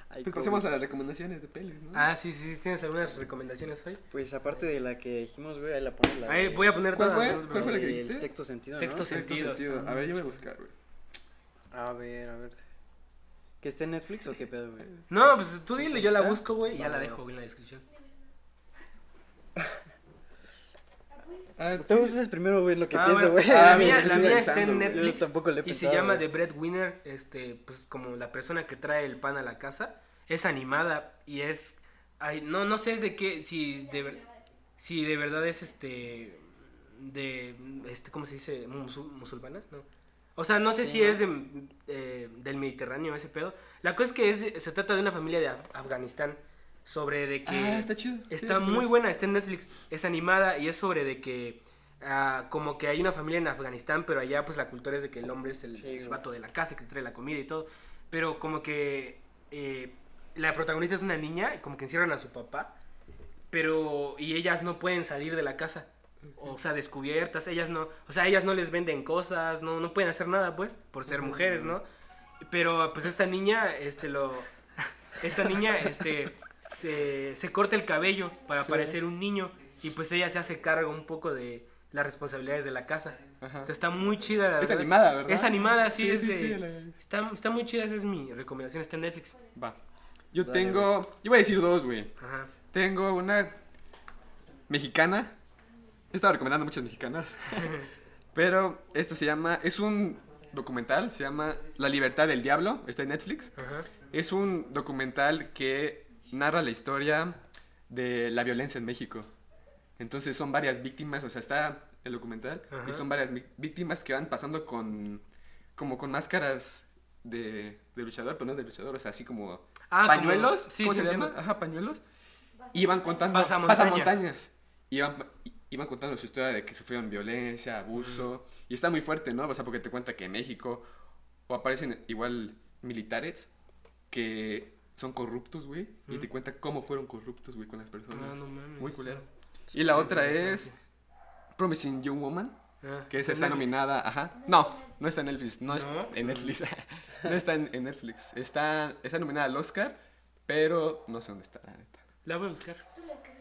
[SPEAKER 5] Ay,
[SPEAKER 2] Pues
[SPEAKER 5] cómo-
[SPEAKER 2] pasemos a las recomendaciones de pelis, ¿no?
[SPEAKER 3] Ah, sí, sí, sí, ¿tienes algunas recomendaciones hoy?
[SPEAKER 5] Pues aparte de la que dijimos, güey, ahí la pones la...
[SPEAKER 3] Ahí
[SPEAKER 5] de-
[SPEAKER 3] voy a poner
[SPEAKER 2] ¿Cuál
[SPEAKER 3] todas,
[SPEAKER 2] fue?
[SPEAKER 3] pero-
[SPEAKER 2] ¿Cuál fue la que
[SPEAKER 5] del
[SPEAKER 2] dijiste?
[SPEAKER 5] Sexto sentido,
[SPEAKER 3] Sexto
[SPEAKER 5] ¿no?
[SPEAKER 3] sen-
[SPEAKER 2] Sexto
[SPEAKER 3] sentido.
[SPEAKER 2] sentido. A ver, yo voy a buscar, güey.
[SPEAKER 5] A ver, a ver. ¿Que esté en Netflix o qué pedo, güey?
[SPEAKER 3] No, pues tú dile, yo la busco, güey, y ya
[SPEAKER 5] Va,
[SPEAKER 3] la
[SPEAKER 5] va.
[SPEAKER 3] dejo en la descripción.
[SPEAKER 2] Ah,
[SPEAKER 5] Tú ustedes primero, güey, lo que
[SPEAKER 3] Ah,
[SPEAKER 5] pienso,
[SPEAKER 3] bueno.
[SPEAKER 5] güey.
[SPEAKER 2] Ah,
[SPEAKER 3] La mía,
[SPEAKER 2] porque
[SPEAKER 3] la
[SPEAKER 2] estoy
[SPEAKER 3] mía está en
[SPEAKER 2] pensando, güey.
[SPEAKER 3] Netflix
[SPEAKER 5] Yo tampoco le he
[SPEAKER 3] y se
[SPEAKER 5] pensado,
[SPEAKER 3] llama The
[SPEAKER 5] güey.
[SPEAKER 3] Breadwinner, este, pues como la persona que trae el pan a la casa. Es animada y es, ay, no, no sé es de qué, si de, ver- si de verdad es este, de, este, ¿cómo se dice? Musu- musulmana, ¿no? O sea, no sé
[SPEAKER 5] Sí,
[SPEAKER 3] si
[SPEAKER 5] ¿no?
[SPEAKER 3] es de, eh, del Mediterráneo ese pedo. La cosa es que es de- se trata de una familia de Af- Afganistán sobre de que
[SPEAKER 2] Ah, está chido. Sí,
[SPEAKER 3] Está
[SPEAKER 2] sí,
[SPEAKER 3] muy
[SPEAKER 2] sí.
[SPEAKER 3] buena, está en Netflix, es animada y es sobre de que ah, como que hay una familia en Afganistán, pero allá pues la cultura es de que el hombre es el,
[SPEAKER 5] Sí,
[SPEAKER 3] el
[SPEAKER 5] güey.
[SPEAKER 3] vato de la casa que trae la comida y todo, pero como que eh, la protagonista es una niña, y como que encierran a su papá, pero y ellas no pueden salir de la casa, o sea, descubiertas, ellas no, o sea, ellas no les venden cosas, no, no pueden hacer nada pues, por ser mujeres, ¿no? Pero pues esta niña, este lo. Esta niña, este. Se, se corta el cabello para
[SPEAKER 5] Sí.
[SPEAKER 3] parecer un niño. Y pues ella se hace cargo un poco de las responsabilidades de la casa.
[SPEAKER 2] Ajá.
[SPEAKER 3] Entonces está muy chida la
[SPEAKER 2] Es
[SPEAKER 3] verdad.
[SPEAKER 2] animada, ¿verdad?
[SPEAKER 3] Es animada, sí,
[SPEAKER 2] Sí,
[SPEAKER 3] es
[SPEAKER 2] sí,
[SPEAKER 3] de-
[SPEAKER 2] sí, la-
[SPEAKER 3] está, está muy chida, esa es mi recomendación, está en Netflix.
[SPEAKER 2] Va. Yo
[SPEAKER 5] Dale,
[SPEAKER 2] tengo. Yo voy a decir dos, güey.
[SPEAKER 3] Ajá.
[SPEAKER 2] Tengo una mexicana. He estado recomendando muchas mexicanas. Pero esta se llama. Es un documental. Se llama La libertad del diablo. Está en Netflix.
[SPEAKER 3] Ajá.
[SPEAKER 2] Es un documental que narra la historia de la violencia en México. Entonces son varias víctimas, o sea, está el documental
[SPEAKER 3] Ajá.
[SPEAKER 2] y son varias mi- víctimas que van pasando con como con máscaras de, de luchador, pero no de luchador, o sea, así como
[SPEAKER 3] Ah, como-
[SPEAKER 2] pañuelos,
[SPEAKER 3] sí,
[SPEAKER 2] ¿cómo
[SPEAKER 3] sí,
[SPEAKER 2] se
[SPEAKER 3] entiendo.
[SPEAKER 2] llama? Ajá, pañuelos. Y van contando
[SPEAKER 3] Pasamontañas.
[SPEAKER 2] pasamontañas. Y van, y- y van contando su historia de que sufrieron violencia, abuso. Y está muy fuerte, ¿no? O sea, porque te cuenta que en México o aparecen igual militares que son corruptos, güey. Y te cuenta cómo fueron corruptos, güey, con las personas.
[SPEAKER 3] Ah, no mames.
[SPEAKER 2] muy culero. Y la otra es Promising Young Woman,
[SPEAKER 3] Ah,
[SPEAKER 2] que esa
[SPEAKER 3] en
[SPEAKER 2] está
[SPEAKER 3] Netflix.
[SPEAKER 2] nominada, ajá. No, no está en Netflix, no, es-
[SPEAKER 3] ¿No?
[SPEAKER 2] en Netflix. no está en, en Netflix. Está, está nominada al Oscar, pero no sé dónde está, la neta.
[SPEAKER 3] La voy a buscar.
[SPEAKER 7] Tú la escoges.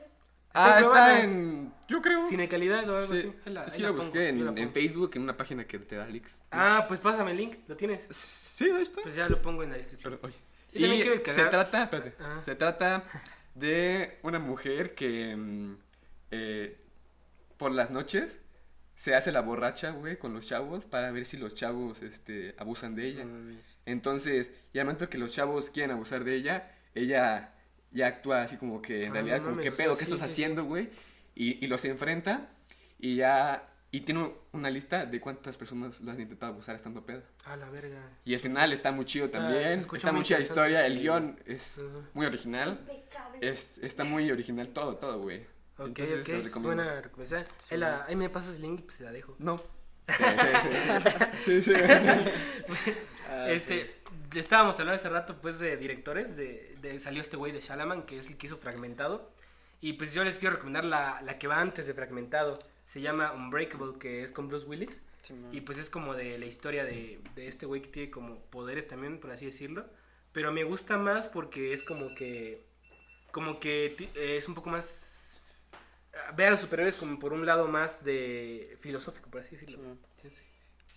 [SPEAKER 2] Ah,
[SPEAKER 3] en
[SPEAKER 2] está
[SPEAKER 3] Cuevana.
[SPEAKER 2] en. Yo creo.
[SPEAKER 3] Cine calidad o algo
[SPEAKER 2] Sí.
[SPEAKER 3] así. Ahí la-
[SPEAKER 2] es
[SPEAKER 3] ahí
[SPEAKER 2] que yo
[SPEAKER 3] la
[SPEAKER 2] lo
[SPEAKER 3] pongo,
[SPEAKER 2] busqué en,
[SPEAKER 3] yo la
[SPEAKER 2] en
[SPEAKER 3] pongo.
[SPEAKER 2] Facebook, en una página que te da leaks.
[SPEAKER 3] Ah, pues pásame el link, ¿lo tienes?
[SPEAKER 2] Sí, ahí está.
[SPEAKER 3] Pues ya lo pongo en la descripción.
[SPEAKER 2] Pero, oye.
[SPEAKER 3] Yo
[SPEAKER 2] Y,
[SPEAKER 3] también quiero
[SPEAKER 2] se
[SPEAKER 3] cagar.
[SPEAKER 2] trata, espérate,
[SPEAKER 3] Ah.
[SPEAKER 2] se trata de una mujer que mm, eh, por las noches se hace la borracha, güey, con los chavos para ver si los chavos este, abusan de
[SPEAKER 3] Ah.
[SPEAKER 2] ella. Entonces, y al momento que los chavos quieren abusar de ella, ella ya actúa así como que en
[SPEAKER 3] Ah,
[SPEAKER 2] realidad,
[SPEAKER 3] no
[SPEAKER 2] como,
[SPEAKER 3] mames,
[SPEAKER 2] ¿qué
[SPEAKER 3] o sea,
[SPEAKER 2] pedo? ¿Qué
[SPEAKER 3] sí,
[SPEAKER 2] estás
[SPEAKER 3] sí, sí.
[SPEAKER 2] haciendo, güey? Y, y los enfrenta y ya. Y tiene una lista de cuántas personas lo han intentado abusar estando peda.
[SPEAKER 3] A la verga.
[SPEAKER 2] Y el final está muy chido
[SPEAKER 3] Está-
[SPEAKER 2] también.
[SPEAKER 3] Ah, se escucha
[SPEAKER 2] está
[SPEAKER 3] muy
[SPEAKER 2] muy chida la
[SPEAKER 3] interesante.
[SPEAKER 2] historia. El guión es
[SPEAKER 3] Ujú.
[SPEAKER 2] muy original.
[SPEAKER 7] Impecable.
[SPEAKER 2] Es, está muy original todo, todo, güey.
[SPEAKER 3] Ok,
[SPEAKER 2] Entonces, se
[SPEAKER 3] ok.
[SPEAKER 2] recomiendo.
[SPEAKER 3] Buena recomendación. Ahí, la- ahí me pasas el link y pues la dejo.
[SPEAKER 2] No. Sí, sí, sí. Sí, sí, sí. Ah,
[SPEAKER 3] este, estábamos hablando hace rato, pues, de directores. De, de- salió este güey de Shalaman, que es el que hizo Fragmentado. Y pues yo les quiero recomendar la, la que va antes de Fragmentado. Se llama Unbreakable, que es con Bruce Willis. Y pues es como de la historia de, de este güey que tiene como poderes también, por así decirlo. Pero me gusta más porque es como que. Como que ti- eh, es un poco más. ah, Ve a los superhéroes como por un lado más de filosófico, por así decirlo.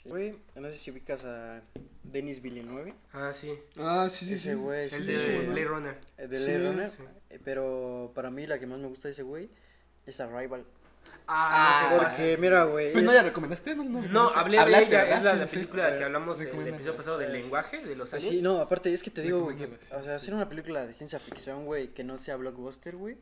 [SPEAKER 4] Güey, no sé si ubicas a Denis Villeneuve.
[SPEAKER 3] Ah, sí.
[SPEAKER 2] Ah, sí, sí,
[SPEAKER 4] Ese
[SPEAKER 2] sí.
[SPEAKER 4] güey.
[SPEAKER 3] El
[SPEAKER 4] sí,
[SPEAKER 3] de
[SPEAKER 4] güey.
[SPEAKER 3] Blade Runner.
[SPEAKER 4] Eh, de
[SPEAKER 2] Sí,
[SPEAKER 4] Blade Runner,
[SPEAKER 3] sí.
[SPEAKER 4] eh, Pero para mí la que más me gusta de ese güey es Arrival.
[SPEAKER 3] Ah, no, te pases.
[SPEAKER 4] Porque, mira, güey.
[SPEAKER 2] Pues no
[SPEAKER 4] es-
[SPEAKER 2] la recomendaste, no, no. la
[SPEAKER 3] No,
[SPEAKER 2] recomendaste.
[SPEAKER 3] hablé
[SPEAKER 2] Hablaste,
[SPEAKER 3] de ella,
[SPEAKER 2] ¿verdad?
[SPEAKER 3] es la,
[SPEAKER 2] Sí,
[SPEAKER 3] la
[SPEAKER 2] sí.
[SPEAKER 3] película que hablamos en el
[SPEAKER 2] Recomiéndala.
[SPEAKER 3] episodio pasado del lenguaje, de los aliens.
[SPEAKER 4] Ah. Sí, no, aparte, es que te digo, güey, que,
[SPEAKER 2] Recomiéndala, sí,
[SPEAKER 4] o sea, hacer una película de ciencia ficción, güey, que no sea blockbuster, güey.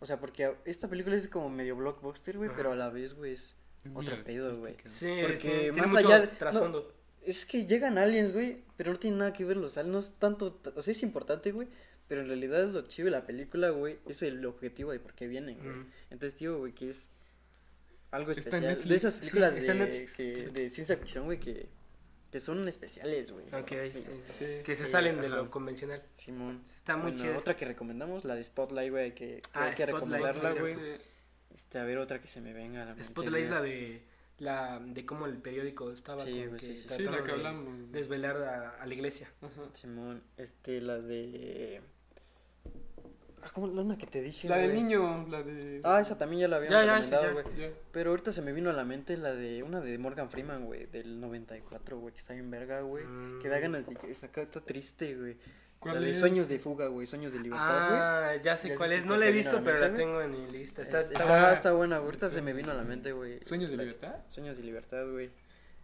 [SPEAKER 4] O sea, porque esta película es como medio blockbuster, güey,
[SPEAKER 3] Ajá.
[SPEAKER 4] pero a la vez, güey, es
[SPEAKER 2] Es muy
[SPEAKER 4] otro pedo, güey.
[SPEAKER 2] artística.
[SPEAKER 3] Sí,
[SPEAKER 4] Porque
[SPEAKER 3] tiene, tiene
[SPEAKER 4] más
[SPEAKER 3] mucho
[SPEAKER 4] allá de- no.
[SPEAKER 3] trasfondo.
[SPEAKER 4] Es que llegan aliens, güey, pero no tiene nada que ver los aliens, no es tanto, t- o sea, es importante, güey, pero en realidad lo chido de la película, güey, es el objetivo de por qué vienen, güey.
[SPEAKER 3] Mm.
[SPEAKER 4] Entonces, tío, güey, que es algo
[SPEAKER 2] Está en
[SPEAKER 4] especial. de
[SPEAKER 2] Netflix.
[SPEAKER 4] esas
[SPEAKER 2] Sí,
[SPEAKER 4] películas
[SPEAKER 3] está en
[SPEAKER 4] de,
[SPEAKER 3] Netflix.
[SPEAKER 4] que- de ciencia ficción, güey, que, que son especiales, güey.
[SPEAKER 3] Ok,
[SPEAKER 4] Sí.
[SPEAKER 3] sí, sí.
[SPEAKER 2] Sí.
[SPEAKER 3] que se
[SPEAKER 4] sí,
[SPEAKER 3] salen de
[SPEAKER 4] ajá.
[SPEAKER 3] lo convencional.
[SPEAKER 4] Simón.
[SPEAKER 3] Está muy
[SPEAKER 4] Bueno,
[SPEAKER 3] chida.
[SPEAKER 4] Otra que recomendamos, la de Spotlight, güey, que que
[SPEAKER 3] Ah,
[SPEAKER 4] hay que
[SPEAKER 3] Spotlight,
[SPEAKER 4] recomendarla,
[SPEAKER 3] sí,
[SPEAKER 4] güey.
[SPEAKER 3] sí.
[SPEAKER 4] Este, a ver, otra que se me venga a la mente.
[SPEAKER 3] Spotlight es
[SPEAKER 4] güey.
[SPEAKER 3] la de la de cómo el periódico estaba
[SPEAKER 4] Sí,
[SPEAKER 3] como
[SPEAKER 4] güey,
[SPEAKER 3] que
[SPEAKER 4] sí, sí, sí.
[SPEAKER 2] Sí,
[SPEAKER 3] tratando
[SPEAKER 2] la que
[SPEAKER 3] de
[SPEAKER 2] hablamos.
[SPEAKER 3] desvelar a, a la iglesia.
[SPEAKER 2] Ajá.
[SPEAKER 4] Simón, este, la de... Ah, ¿cómo? La una que te dije,
[SPEAKER 2] La del
[SPEAKER 4] güey.
[SPEAKER 2] niño, la de.
[SPEAKER 4] Ah, esa también ya la habíamos
[SPEAKER 3] Ya, ya, esa
[SPEAKER 4] recomendado,
[SPEAKER 3] ya.
[SPEAKER 4] güey.
[SPEAKER 2] Ya.
[SPEAKER 4] Pero ahorita se me vino a la mente la de una de Morgan Freeman, güey, del 94, güey, que está bien verga, güey. Que da
[SPEAKER 3] Mm.
[SPEAKER 4] ganas de que acá está triste, güey.
[SPEAKER 2] ¿Cuál
[SPEAKER 4] la de
[SPEAKER 2] es?
[SPEAKER 4] Sueños de fuga, güey, Sueños de libertad, güey.
[SPEAKER 3] Ah, ya sé
[SPEAKER 4] Ya
[SPEAKER 3] cuál
[SPEAKER 4] sé
[SPEAKER 3] es.
[SPEAKER 4] si
[SPEAKER 3] No
[SPEAKER 4] te
[SPEAKER 3] la he
[SPEAKER 4] termina
[SPEAKER 3] visto,
[SPEAKER 4] la
[SPEAKER 3] pero la
[SPEAKER 4] mente, güey.
[SPEAKER 3] tengo en mi lista. Está, está,
[SPEAKER 4] Está, está,
[SPEAKER 3] buena.
[SPEAKER 4] buena. está buena, güey. Ahorita se me vino a la mente, güey.
[SPEAKER 2] ¿Sueños de
[SPEAKER 4] La-
[SPEAKER 2] libertad?
[SPEAKER 4] Sueños de libertad, güey.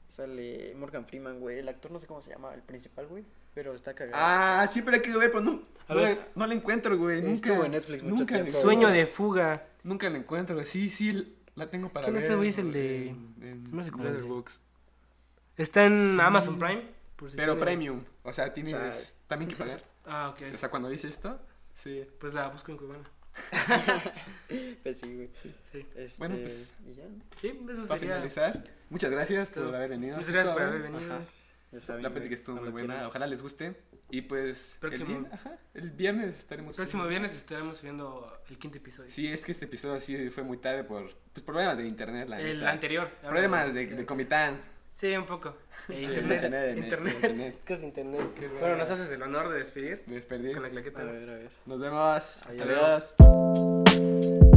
[SPEAKER 4] Sale Morgan Freeman, güey. El actor no sé cómo se llama, el principal, güey. Pero está cagado.
[SPEAKER 2] Ah, siempre la he querido ver, pero no,
[SPEAKER 3] A
[SPEAKER 2] no,
[SPEAKER 3] ver.
[SPEAKER 2] la, no la encuentro, güey. Nunca.
[SPEAKER 4] Estuvo en Netflix mucho
[SPEAKER 2] nunca la
[SPEAKER 4] tiempo.
[SPEAKER 2] encuentro.
[SPEAKER 3] Sueño de fuga.
[SPEAKER 2] Nunca la encuentro, güey. Sí, sí, la tengo para
[SPEAKER 3] ¿Quién
[SPEAKER 2] ver.
[SPEAKER 3] es ese güey? Es el de-
[SPEAKER 2] en- en
[SPEAKER 3] se me hace como el de-
[SPEAKER 2] Letterboxd.
[SPEAKER 3] Está en
[SPEAKER 2] Sí.
[SPEAKER 3] Amazon Prime. por si
[SPEAKER 2] Pero
[SPEAKER 3] tiene-
[SPEAKER 2] premium. O sea, tienes
[SPEAKER 4] O sea,
[SPEAKER 2] también que pagar.
[SPEAKER 3] Ah, ok.
[SPEAKER 2] O sea, cuando dice esto, sí.
[SPEAKER 3] Pues la busco en cubana.
[SPEAKER 4] Pues sí, güey.
[SPEAKER 3] Sí.
[SPEAKER 4] Este,
[SPEAKER 2] Bueno, pues,
[SPEAKER 4] Y ya,
[SPEAKER 3] Sí, eso
[SPEAKER 2] Para
[SPEAKER 3] sería.
[SPEAKER 2] finalizar, muchas gracias
[SPEAKER 3] todo.
[SPEAKER 2] por haber venido.
[SPEAKER 3] Muchas
[SPEAKER 2] Sí,
[SPEAKER 3] gracias
[SPEAKER 2] estuvo
[SPEAKER 3] por haber
[SPEAKER 2] bueno.
[SPEAKER 3] venido.
[SPEAKER 2] Ajá.
[SPEAKER 4] ya saben,
[SPEAKER 2] La
[SPEAKER 4] güey,
[SPEAKER 2] plática estuvo muy
[SPEAKER 4] cuando
[SPEAKER 2] buena.
[SPEAKER 4] quieran.
[SPEAKER 2] Ojalá les guste. Y pues,
[SPEAKER 3] Próximo.
[SPEAKER 2] El, viernes, ajá, el viernes estaremos.
[SPEAKER 3] El próximo
[SPEAKER 2] subiendo.
[SPEAKER 3] viernes estaremos subiendo el quinto episodio.
[SPEAKER 2] Sí, es que este episodio sí fue muy tarde por pues, problemas de internet. La
[SPEAKER 3] el
[SPEAKER 2] neta.
[SPEAKER 3] anterior.
[SPEAKER 2] Problemas de, de Comitán.
[SPEAKER 3] Sí, un poco. Eh,
[SPEAKER 2] de
[SPEAKER 3] internet.
[SPEAKER 2] internet, de
[SPEAKER 3] internet.
[SPEAKER 2] internet.
[SPEAKER 3] Cosas de internet.
[SPEAKER 2] bueno.
[SPEAKER 3] Bueno, nos haces el honor de despedir
[SPEAKER 2] Me Desperdí.
[SPEAKER 3] con la claqueta.
[SPEAKER 4] A ver, a ver.
[SPEAKER 2] Nos vemos. Hasta
[SPEAKER 4] Adiós.
[SPEAKER 2] luego.